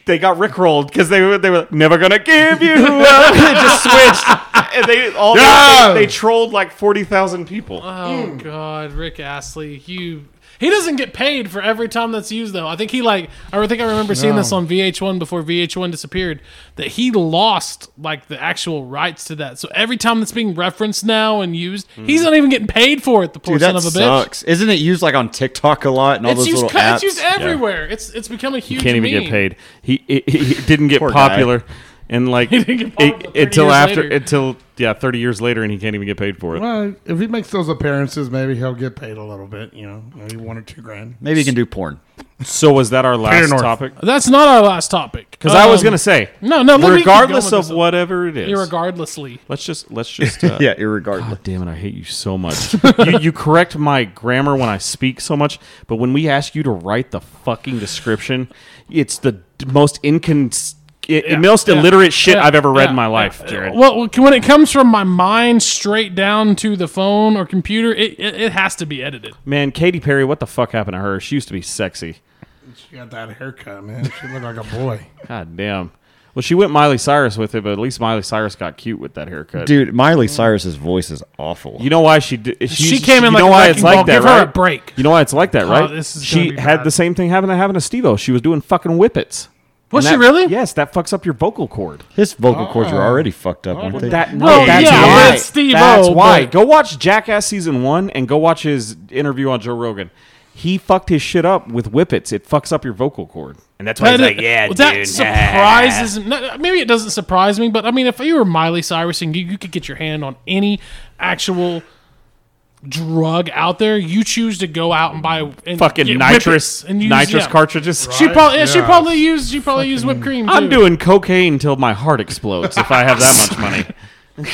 Speaker 4: they got rickrolled because they were they were like, never gonna give you up. it just switched, and they all
Speaker 2: Yeah.
Speaker 4: they, they trolled like forty thousand people. Hmm.
Speaker 3: oh God, Rick Astley, you. He doesn't get paid for every time that's used, though. I think he like. I think I remember seeing this on VH1 before VH1 disappeared. That he lost like the actual rights to that. So every time that's being referenced now and used,
Speaker 4: Hmm.
Speaker 3: he's not even getting paid for it. The poor
Speaker 1: Dude,
Speaker 3: son
Speaker 1: that
Speaker 3: of a bitch.
Speaker 1: sucks. Isn't it used like on TikTok a lot and all
Speaker 3: It's
Speaker 1: those
Speaker 3: used,
Speaker 1: little
Speaker 3: cu-
Speaker 1: apps?
Speaker 3: it's used everywhere. It's it's become a huge.
Speaker 4: Can't even
Speaker 3: meme.
Speaker 4: get paid. He he, he didn't get
Speaker 1: Poor guy.
Speaker 4: popular, and like
Speaker 3: didn't get popular 30
Speaker 4: until
Speaker 3: years
Speaker 4: after
Speaker 3: later.
Speaker 4: until yeah thirty years later, and he can't even get paid for it.
Speaker 2: Well, if he makes those appearances, maybe he'll get paid a little bit. You know, maybe one or two grand.
Speaker 1: Maybe you can do porn.
Speaker 4: So was that our last
Speaker 2: North.
Speaker 4: topic?
Speaker 3: That's not our last topic. Um,
Speaker 4: Because I was gonna say
Speaker 3: no, no. Let me keep
Speaker 4: regardless
Speaker 3: going
Speaker 4: of
Speaker 3: with
Speaker 4: whatever it is,
Speaker 3: this. irregardlessly.
Speaker 4: let's just let's just uh,
Speaker 1: Yeah, irregardless.
Speaker 4: Damn it, I hate you so much. you, you correct my grammar when I speak so much, but when we ask you to write the fucking description, it's the d- most incon- i- most illiterate shit
Speaker 3: Yeah.
Speaker 4: I've ever read
Speaker 3: Yeah.
Speaker 4: in my life, Jared.
Speaker 3: Well, when it comes from my mind straight down to the phone or computer, it, it, it has to be edited.
Speaker 4: Man, Katy Perry, what the fuck happened to her? She used to be sexy.
Speaker 2: She got that haircut, man. She looked like a boy.
Speaker 4: God damn. Well, she went Miley Cyrus with it, but at least Miley Cyrus got cute with that haircut.
Speaker 1: Dude, Miley Cyrus's voice is awful.
Speaker 4: You know why she did? she's-
Speaker 3: she came in
Speaker 4: you
Speaker 3: like
Speaker 4: know
Speaker 3: a
Speaker 4: why
Speaker 3: wrecking
Speaker 4: it's like
Speaker 3: ball.
Speaker 4: that,
Speaker 3: Give
Speaker 4: right?
Speaker 3: her a break. Oh,
Speaker 4: You know why it's like that, right?
Speaker 3: this is gonna
Speaker 4: she
Speaker 3: be
Speaker 4: had
Speaker 3: bad.
Speaker 4: the same thing happen to happen to Steve-O. She was doing fucking whippets.
Speaker 3: Was
Speaker 4: And
Speaker 3: she
Speaker 4: that-
Speaker 3: really?
Speaker 4: Yes, that fucks up your vocal cord.
Speaker 1: His
Speaker 3: Oh.
Speaker 1: vocal cords are already fucked up, aren't they?
Speaker 4: That, no,
Speaker 3: Well,
Speaker 4: that's
Speaker 3: yeah, but
Speaker 4: why.
Speaker 3: it's Steve-O,
Speaker 4: that's why.
Speaker 3: but-
Speaker 4: Go watch Jackass season one and go watch his interview on Joe Rogan. He fucked his shit up with whippets. It fucks up your vocal cord, and that's why he's
Speaker 3: That-
Speaker 4: like, "Yeah,
Speaker 3: well, that
Speaker 4: dude."
Speaker 3: surprises no, maybe it doesn't surprise me but i mean if you were miley cyrus and you, you could get your hand on any actual drug out there you choose to go out and buy and
Speaker 4: Fucking
Speaker 3: get
Speaker 4: nitrous,
Speaker 3: whippets and use-
Speaker 4: nitrous
Speaker 3: yeah.
Speaker 4: cartridges.
Speaker 3: she probably yeah, she probably used she probably used whipped cream
Speaker 4: I'm
Speaker 3: too.
Speaker 4: doing cocaine till my heart explodes if I have that much money.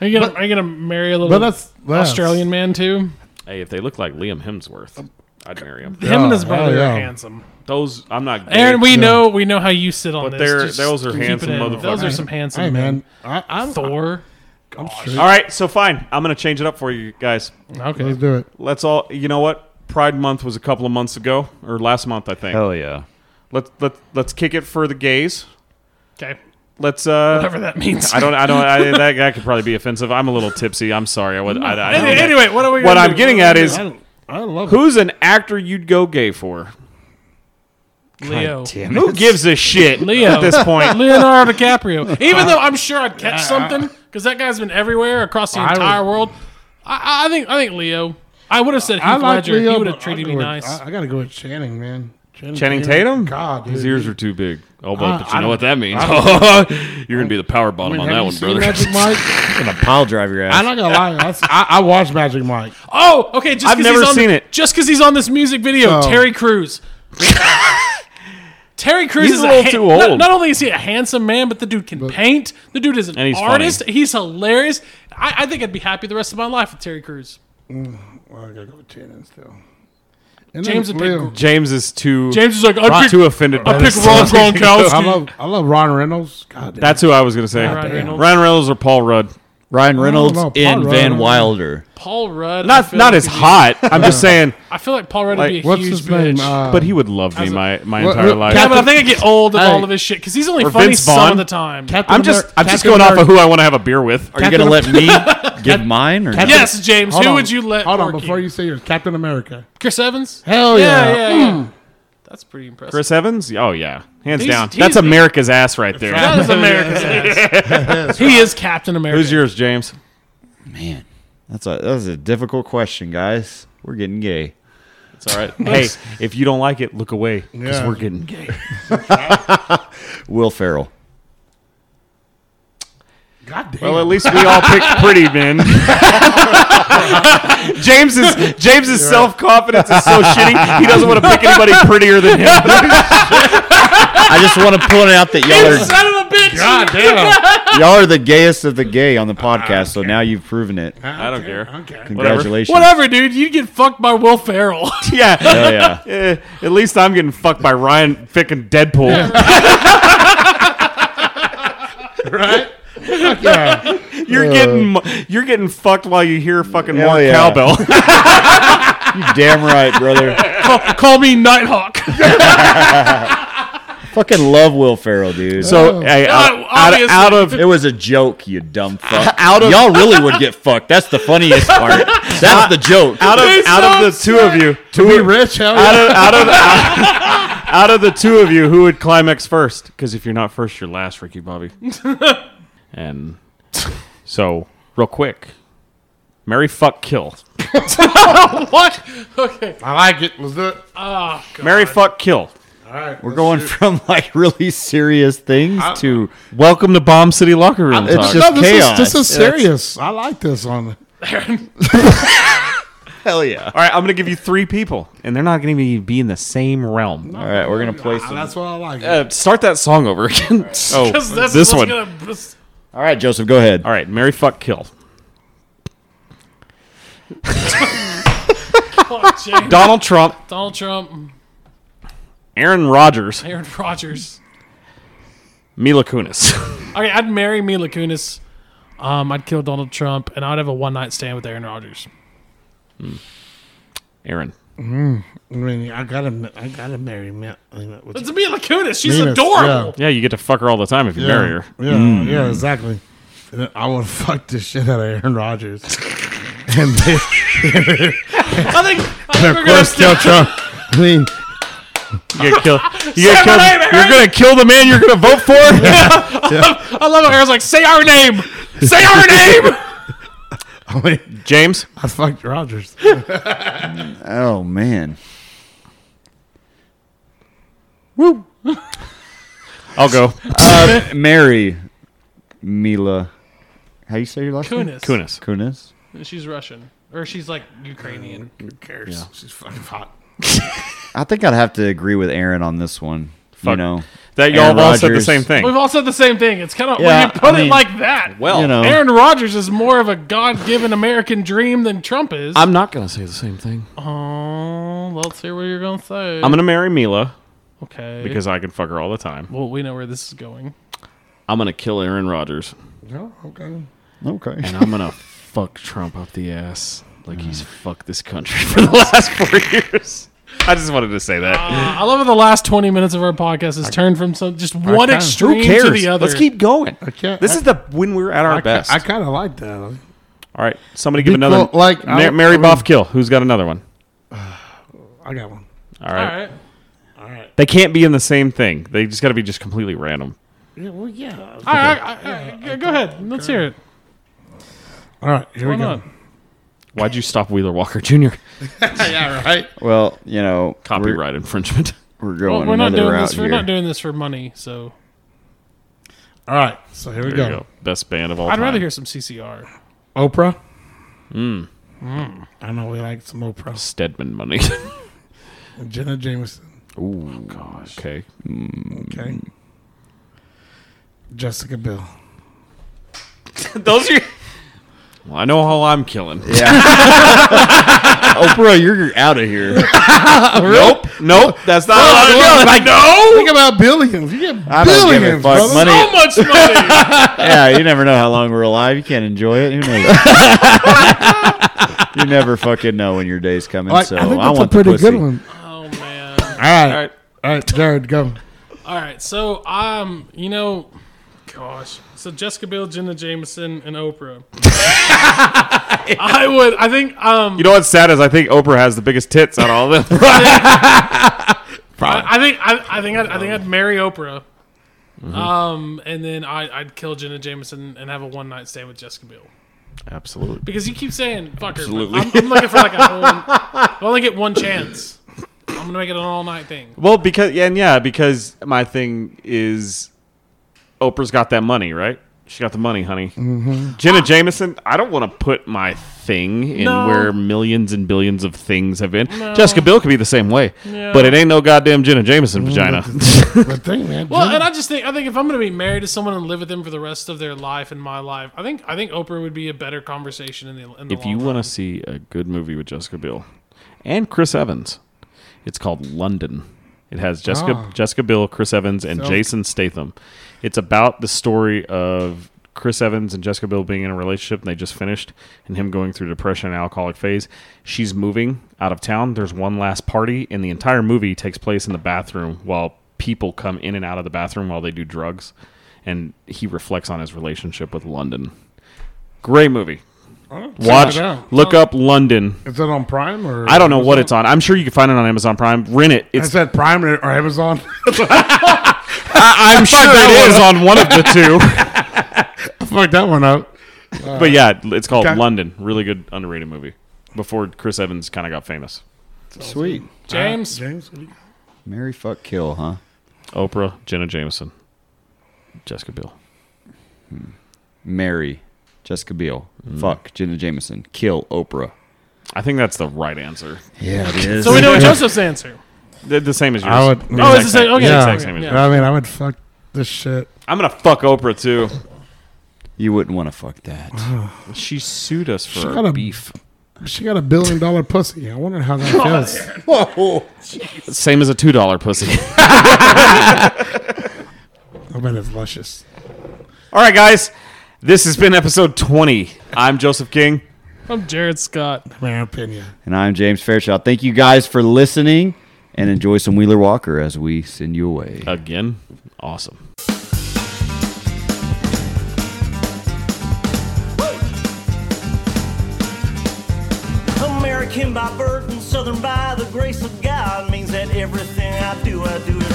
Speaker 3: are you gonna are you gonna marry a little
Speaker 2: But that's, that's
Speaker 3: australian man too
Speaker 4: Hey, if they look like Liam Hemsworth, I'd marry him.
Speaker 3: him and his
Speaker 2: hell
Speaker 3: brother
Speaker 2: yeah.
Speaker 3: are handsome
Speaker 4: Those I'm not.
Speaker 3: aaron we know we know how you sit on
Speaker 4: But
Speaker 3: this
Speaker 4: they're-
Speaker 3: Just
Speaker 4: those are
Speaker 3: keep it
Speaker 4: handsome
Speaker 3: in. those are
Speaker 4: motherfuckers.
Speaker 3: some handsome
Speaker 2: Hey,
Speaker 3: men
Speaker 2: man. I, I'm,
Speaker 3: thor
Speaker 2: I'm sure.
Speaker 4: All right, so fine. I'm gonna change it up for you guys.
Speaker 3: okay
Speaker 2: Let's do it.
Speaker 4: Let's all. You know what? Pride Month was a couple of months ago, or last month, I think.
Speaker 1: Hell yeah.
Speaker 4: Let's let let's kick it for the gays.
Speaker 3: okay
Speaker 4: Let's. uh
Speaker 3: whatever that means
Speaker 4: I don't. I don't. I, that, that could probably be offensive. I'm a little tipsy. I'm sorry. I would. I, I don't know.
Speaker 3: anyway what are we
Speaker 4: what
Speaker 3: gonna
Speaker 4: I'm
Speaker 3: do?
Speaker 4: getting at is,
Speaker 2: I love
Speaker 4: who's an actor you'd go gay for?
Speaker 3: Leo.
Speaker 4: Who gives a shit
Speaker 3: Leo.
Speaker 4: at this point?
Speaker 3: Leonardo DiCaprio. Even though I'm sure I'd catch something because that guy's been everywhere across the
Speaker 2: Uh, I
Speaker 3: entire
Speaker 2: would-
Speaker 3: world. I, I think I think Leo. I would have said Heath
Speaker 2: I like
Speaker 3: Ledger.
Speaker 2: Leo,
Speaker 3: he would have
Speaker 2: but
Speaker 3: treated
Speaker 2: I
Speaker 3: me
Speaker 2: go with-
Speaker 3: nice.
Speaker 2: I, I gotta go with Channing, man.
Speaker 4: Channing Tatum.
Speaker 2: God, dude.
Speaker 4: His ears are too big.
Speaker 9: Oh, but,
Speaker 2: Uh,
Speaker 9: but
Speaker 2: I
Speaker 9: you know what that means. You're gonna be the power
Speaker 2: I
Speaker 9: bottom
Speaker 2: mean,
Speaker 9: on
Speaker 2: have
Speaker 9: that
Speaker 2: you
Speaker 9: one,
Speaker 2: seen
Speaker 9: brother.
Speaker 2: Magic Mike?
Speaker 1: I'm gonna pile drive your
Speaker 2: I'm
Speaker 1: ass.
Speaker 2: not gonna lie. That's, I, I watched Magic Mike.
Speaker 3: oh, okay. Just
Speaker 4: I've
Speaker 3: 'cause
Speaker 4: never
Speaker 3: he's on
Speaker 4: seen
Speaker 3: the-
Speaker 4: it.
Speaker 3: Just because he's on this music video,
Speaker 2: Oh.
Speaker 3: Terry Crews. Terry Crews
Speaker 4: He's
Speaker 3: is
Speaker 4: a little
Speaker 3: ha-
Speaker 4: too
Speaker 3: not- Not,
Speaker 4: old.
Speaker 3: only is he a handsome man, but the dude can paint. The dude is an
Speaker 4: And he's funny.
Speaker 3: artist. He's hilarious. I, I think I'd be happy the rest of my life with Terry Crews.
Speaker 2: Well, I gotta go with Channing still. And
Speaker 3: James would pick
Speaker 2: Mm, Leo.
Speaker 4: James is too.
Speaker 3: James is like,
Speaker 4: not
Speaker 3: I'd
Speaker 4: too
Speaker 3: pick,
Speaker 4: offended.
Speaker 3: I'd
Speaker 4: by
Speaker 3: pick
Speaker 4: this.
Speaker 3: Ron
Speaker 2: I
Speaker 3: Gronkowski.
Speaker 2: love I love Ron Reynolds. God, damn.
Speaker 4: That's who I was gonna say.
Speaker 3: Ryan Reynolds.
Speaker 4: Ryan Reynolds or Paul Rudd.
Speaker 1: Ryan Reynolds
Speaker 2: Oh, no, Paul
Speaker 1: and
Speaker 2: Rudd.
Speaker 1: Van Wilder.
Speaker 3: Paul Rudd. I
Speaker 4: Not
Speaker 3: feel
Speaker 4: not
Speaker 3: like
Speaker 4: as
Speaker 3: he'd be-
Speaker 4: hot. I'm just saying,
Speaker 3: I feel like Paul Rudd would
Speaker 4: Like,
Speaker 3: be a
Speaker 2: what's
Speaker 3: huge
Speaker 2: his
Speaker 3: bitch.
Speaker 2: name? Uh,
Speaker 4: but he would love me my, my
Speaker 2: what-
Speaker 4: entire
Speaker 2: what-
Speaker 4: life.
Speaker 3: yeah, but I think I get old of all of his shit because he's only funny
Speaker 4: Vince
Speaker 3: some
Speaker 4: Vaughn.
Speaker 3: of the time.
Speaker 2: Captain
Speaker 4: I'm just
Speaker 2: Amer-
Speaker 4: I'm just
Speaker 2: Captain
Speaker 4: going off
Speaker 2: Amer-
Speaker 4: of who I want to have a beer with.
Speaker 1: Are you gonna let me give mine or
Speaker 2: Captain-
Speaker 3: yes, James.
Speaker 2: Hold
Speaker 3: who
Speaker 2: on.
Speaker 3: would you let?
Speaker 2: Hold on,
Speaker 3: work
Speaker 2: before
Speaker 3: you?
Speaker 2: you say yours, Captain America.
Speaker 3: Chris Evans.
Speaker 2: Hell
Speaker 3: yeah,
Speaker 2: yeah!
Speaker 3: yeah, yeah. That's pretty impressive.
Speaker 4: Chris Evans? Oh yeah, hands
Speaker 3: He's-
Speaker 4: down.
Speaker 3: he's-
Speaker 4: That's America's ass right there.
Speaker 3: that is America's ass. he is Captain America.
Speaker 4: Who's yours, James?
Speaker 1: man? That's a that's a difficult question, guys. We're getting gay.
Speaker 4: It's all right. hey, if you don't like it, look away because
Speaker 2: Yeah.
Speaker 4: we're getting gay.
Speaker 1: Will Ferrell.
Speaker 2: God damn.
Speaker 4: Well, at least we all picked pretty men. James is James's self confidence is so shitty. He doesn't want to pick anybody prettier than him.
Speaker 1: I just want to point out that y'all
Speaker 3: Son of a bitch!
Speaker 1: are y'all are the gayest of the gay on the podcast. So now you've proven it.
Speaker 4: I don't care.
Speaker 2: okay.
Speaker 1: Congratulations.
Speaker 3: Whatever, dude. You get fucked by Will Ferrell.
Speaker 4: Yeah.
Speaker 1: Hell yeah.
Speaker 4: Eh, at least I'm getting fucked by Ryan fickin' Deadpool.
Speaker 2: Yeah.
Speaker 4: You're getting mu- you're getting fucked while you hear fucking
Speaker 1: Uh. Hell
Speaker 4: Mark
Speaker 1: yeah.
Speaker 4: Cowbell.
Speaker 1: You damn right, brother.
Speaker 3: call, call me Nighthawk.
Speaker 1: Fucking love Will Ferrell, dude.
Speaker 4: so hey,
Speaker 3: Oh,
Speaker 4: out, out, out of
Speaker 1: It was a joke, you dumb fuck.
Speaker 4: Out of-
Speaker 1: y'all really would get fucked. That's the funniest part. That's the joke.
Speaker 4: out of out of the two of you,
Speaker 2: to be rich, hell
Speaker 4: out
Speaker 2: yeah.
Speaker 4: of out of out, out of the two of you, who would climax first? Because if you're not first, you're last, Ricky Bobby. and so, real quick, Mary fuck kill.
Speaker 3: what? Okay.
Speaker 2: I like it. Let's do it.
Speaker 4: Mary fuck kill.
Speaker 2: All right.
Speaker 1: We're going from like really serious things to
Speaker 4: Welcome to Bomb City Locker Room.
Speaker 1: It's
Speaker 4: talk.
Speaker 1: just
Speaker 2: no, this
Speaker 1: chaos.
Speaker 2: is this is
Speaker 1: Yeah, that's-
Speaker 2: serious. I like this one.
Speaker 1: hell yeah.
Speaker 4: All right, I'm gonna give you three people, and they're not gonna even be in the same realm.
Speaker 1: All right, we're gonna play
Speaker 2: Ah,
Speaker 1: some.
Speaker 2: That's what I like.
Speaker 4: Uh, start that song over again. oh,
Speaker 3: Because that's
Speaker 4: this
Speaker 3: what's
Speaker 4: one.
Speaker 3: Gonna,
Speaker 1: All right, Joseph, go ahead.
Speaker 4: All right, Mary fuck kill.
Speaker 3: fuck, James.
Speaker 4: Donald Trump,
Speaker 3: Donald Trump,
Speaker 4: Aaron Rodgers,
Speaker 3: Aaron Rodgers,
Speaker 4: Mila Kunis.
Speaker 3: Okay, I'd marry Mila Kunis. Um, I'd kill Donald Trump, and I'd have a one night stand with Aaron Rodgers.
Speaker 4: Aaron.
Speaker 2: I mean, I gotta, I gotta marry Mila.
Speaker 3: It's Mila Kunis. She's
Speaker 2: Venus,
Speaker 3: adorable.
Speaker 4: Yeah, you get to fuck her all the time if you
Speaker 2: Yeah,
Speaker 4: marry her.
Speaker 2: yeah,
Speaker 4: Mm.
Speaker 2: yeah, exactly. And then I would fuck the shit out of Aaron Rodgers, and then,
Speaker 3: I think, I
Speaker 2: and
Speaker 3: think we're
Speaker 2: of
Speaker 3: gonna
Speaker 2: course
Speaker 3: stick
Speaker 2: kill Trump. I mean,
Speaker 4: You get kill, you get
Speaker 3: Say my
Speaker 4: killed-
Speaker 3: name, Aaron!
Speaker 4: you're gonna kill the man you're gonna vote for.
Speaker 3: I love how Aaron's like, say our name, say our name.
Speaker 2: I mean,
Speaker 4: James.
Speaker 2: I fucked Rodgers.
Speaker 1: Oh man,
Speaker 4: I'll go. Uh,
Speaker 1: Mary Mila. How you say your last name?
Speaker 3: Kunis.
Speaker 4: Kunis.
Speaker 1: Kunis.
Speaker 3: She's Russian, or she's like Ukrainian.
Speaker 2: Who cares? She's fucking hot.
Speaker 1: I think I'd have to agree with Aaron on this one. You
Speaker 4: Fuck.
Speaker 1: know,
Speaker 4: That y'all
Speaker 1: Aaron
Speaker 4: all said the
Speaker 1: Rodgers.
Speaker 4: same thing.
Speaker 3: We've all said the same thing. It's kind of
Speaker 1: Yeah,
Speaker 3: when you put
Speaker 1: I
Speaker 3: it
Speaker 1: mean,
Speaker 3: like that.
Speaker 1: you know,
Speaker 3: Aaron Rodgers is more of a God-given American dream than Trump is.
Speaker 4: I'm not gonna say the same thing.
Speaker 3: oh, let's hear what you're gonna say.
Speaker 4: I'm gonna marry Mila
Speaker 3: okay,
Speaker 4: because I can fuck her all the time.
Speaker 3: well, we know where this is going.
Speaker 4: I'm gonna kill Aaron Rodgers
Speaker 2: No, okay.
Speaker 1: okay.
Speaker 4: and I'm gonna fuck Trump up the ass like he's fucked this country for the last four years. I just wanted to say that.
Speaker 3: Uh, I love how the last 20 minutes of our podcast has turned from some just one extreme
Speaker 4: Who
Speaker 3: to
Speaker 4: cares?
Speaker 3: the other.
Speaker 4: Let's keep going.
Speaker 2: I can't.
Speaker 4: This
Speaker 2: I,
Speaker 4: is the when we're at our
Speaker 2: I,
Speaker 4: best.
Speaker 2: I kind of like that.
Speaker 4: all right, somebody give
Speaker 2: Be-
Speaker 4: another
Speaker 2: well, like,
Speaker 4: Ma-
Speaker 2: I-
Speaker 4: Mary
Speaker 2: I
Speaker 4: Boff Kill. Who's got another one?
Speaker 2: I got one.
Speaker 4: All
Speaker 3: All
Speaker 4: right.
Speaker 3: right.
Speaker 4: They can't be in the same thing. They just got to be just completely random.
Speaker 2: Yeah, well, yeah.
Speaker 3: All right, all right, all right. Go- Go ahead. Let's hear it.
Speaker 2: All right, here
Speaker 3: Why
Speaker 2: we go.
Speaker 3: not?
Speaker 4: Why'd you stop Wheeler Walker Jr.?
Speaker 2: Yeah, right.
Speaker 1: Well, you know, we're,
Speaker 4: Copyright infringement.
Speaker 1: we're
Speaker 3: Well,
Speaker 1: going
Speaker 3: we're not
Speaker 1: another
Speaker 3: doing
Speaker 1: route
Speaker 3: this. We're
Speaker 1: here.
Speaker 3: not doing this for money. So
Speaker 2: All right, so here we
Speaker 4: There
Speaker 2: go.
Speaker 4: you go. Best band of all
Speaker 3: I'd
Speaker 4: time.
Speaker 3: rather hear some CCR.
Speaker 2: Oprah. Mm. I know we like some Oprah.
Speaker 4: Stedman money.
Speaker 2: Jenna Jameson.
Speaker 4: Gosh. Okay.
Speaker 2: Okay.
Speaker 4: Mm.
Speaker 2: Jessica Bill.
Speaker 4: Those are. Well, I know how I'm killing.
Speaker 1: Oprah, you're out of here.
Speaker 4: nope. Nope. That's not how I'm killing.
Speaker 2: like, no. Think about billions. You get
Speaker 1: I don't give a
Speaker 2: billions,
Speaker 1: fuck.
Speaker 2: brother.
Speaker 1: Money.
Speaker 3: So much money.
Speaker 1: yeah, you never know how long we're alive. You can't enjoy it. Who knows? you never fucking know when your day's coming.
Speaker 2: Like,
Speaker 1: so
Speaker 2: I
Speaker 1: I,
Speaker 2: think that's
Speaker 1: want
Speaker 2: a pretty
Speaker 1: the pussy.
Speaker 2: good one.
Speaker 3: oh man.
Speaker 2: All right. All right. Jared, go.
Speaker 3: All right. So um, you know, gosh. So Jessica Biel, Jenna Jameson, and Oprah. I would. I think. Um.
Speaker 4: You know what's sad is I think Oprah has the biggest tits out of all of them.
Speaker 3: I, I think. I, I think. I'd, I think I'd marry Oprah.
Speaker 4: mm-hmm.
Speaker 3: Um. And then I, I'd kill Jenna Jameson and have a one night stand with Jessica Biel.
Speaker 4: Absolutely.
Speaker 3: Because you keep saying fucker. Absolutely. I'm, I'm looking for like a whole. I only get one chance. I'm gonna make it an all night thing.
Speaker 4: Well, because yeah, and yeah, because my thing is Oprah's got that money, right? She got the money, honey. Jenna Jameson, I don't want to put my thing in
Speaker 3: No.
Speaker 4: where millions and billions of things have been.
Speaker 3: No.
Speaker 4: Jessica Bill could be the same way,
Speaker 3: Yeah.
Speaker 4: but it ain't no goddamn Jenna Jameson vagina.
Speaker 2: But thing, man.
Speaker 3: Well, and
Speaker 2: Jenna-
Speaker 3: I just think I think if I'm going to be married to someone and live with them for the rest of their life and my life, I think I think Oprah would be a better conversation in the. In the
Speaker 4: if you want to see a good movie with Jessica Biel and Chris Evans, it's called London. It has Jessica
Speaker 2: Ah.
Speaker 4: Jessica Biel, Chris Evans, and
Speaker 2: So-
Speaker 4: Jason Statham. It's about the story of Chris Evans and Jessica Biel being in a relationship, and they just finished, and him going through depression and alcoholic phase. She's moving out of town. There's one last party, and the entire movie takes place in the bathroom while people come in and out of the bathroom while they do drugs. And he reflects on his relationship with London. Great movie. Watch,
Speaker 2: Check it out.
Speaker 4: look up London.
Speaker 2: Is it on Prime or?
Speaker 4: I don't know what it's on. I'm sure you can find it on Amazon Prime. Rent it.
Speaker 2: I
Speaker 4: It's
Speaker 2: said Prime or or Amazon.
Speaker 4: I'm sure it is on one of the two.
Speaker 2: Fuck that one up.
Speaker 4: but yeah, it's called
Speaker 2: Okay.
Speaker 4: London. Really good underrated movie. Before Chris Evans kind of got famous.
Speaker 1: Sweet.
Speaker 3: James,
Speaker 2: James. what do you-
Speaker 1: Mary fuck kill, huh?
Speaker 4: Oprah, Jenna Jameson, Jessica Biel.
Speaker 1: Mary, Jessica Biel, fuck Jenna Jameson, kill Oprah.
Speaker 4: I think that's the right answer.
Speaker 1: Yeah, it is.
Speaker 3: so we know what Joseph's answer.
Speaker 4: The, the same as yours.
Speaker 2: I would-
Speaker 3: Oh, it's the same. Okay,
Speaker 2: Yeah.
Speaker 4: exact same as
Speaker 3: yeah.
Speaker 4: yours.
Speaker 2: I mean, I would fuck this shit.
Speaker 4: I'm gonna fuck Oprah too.
Speaker 1: you wouldn't want to fuck that.
Speaker 4: She sued us for
Speaker 2: She
Speaker 4: our
Speaker 2: got a-
Speaker 4: beef.
Speaker 2: She got a billion dollar pussy. I wonder how that feels.
Speaker 4: Same as a two dollar pussy.
Speaker 2: I I bet it's luscious.
Speaker 4: All right, guys. This has been episode 20. I'm Joseph King.
Speaker 3: I'm Jared Scott.
Speaker 2: My opinion.
Speaker 1: And I'm James Fairchild. Thank you guys for listening and enjoy some Wheeler Walker as we send you away.
Speaker 4: Again, awesome.
Speaker 13: American by birth and Southern by the grace of God means that everything I do, I do it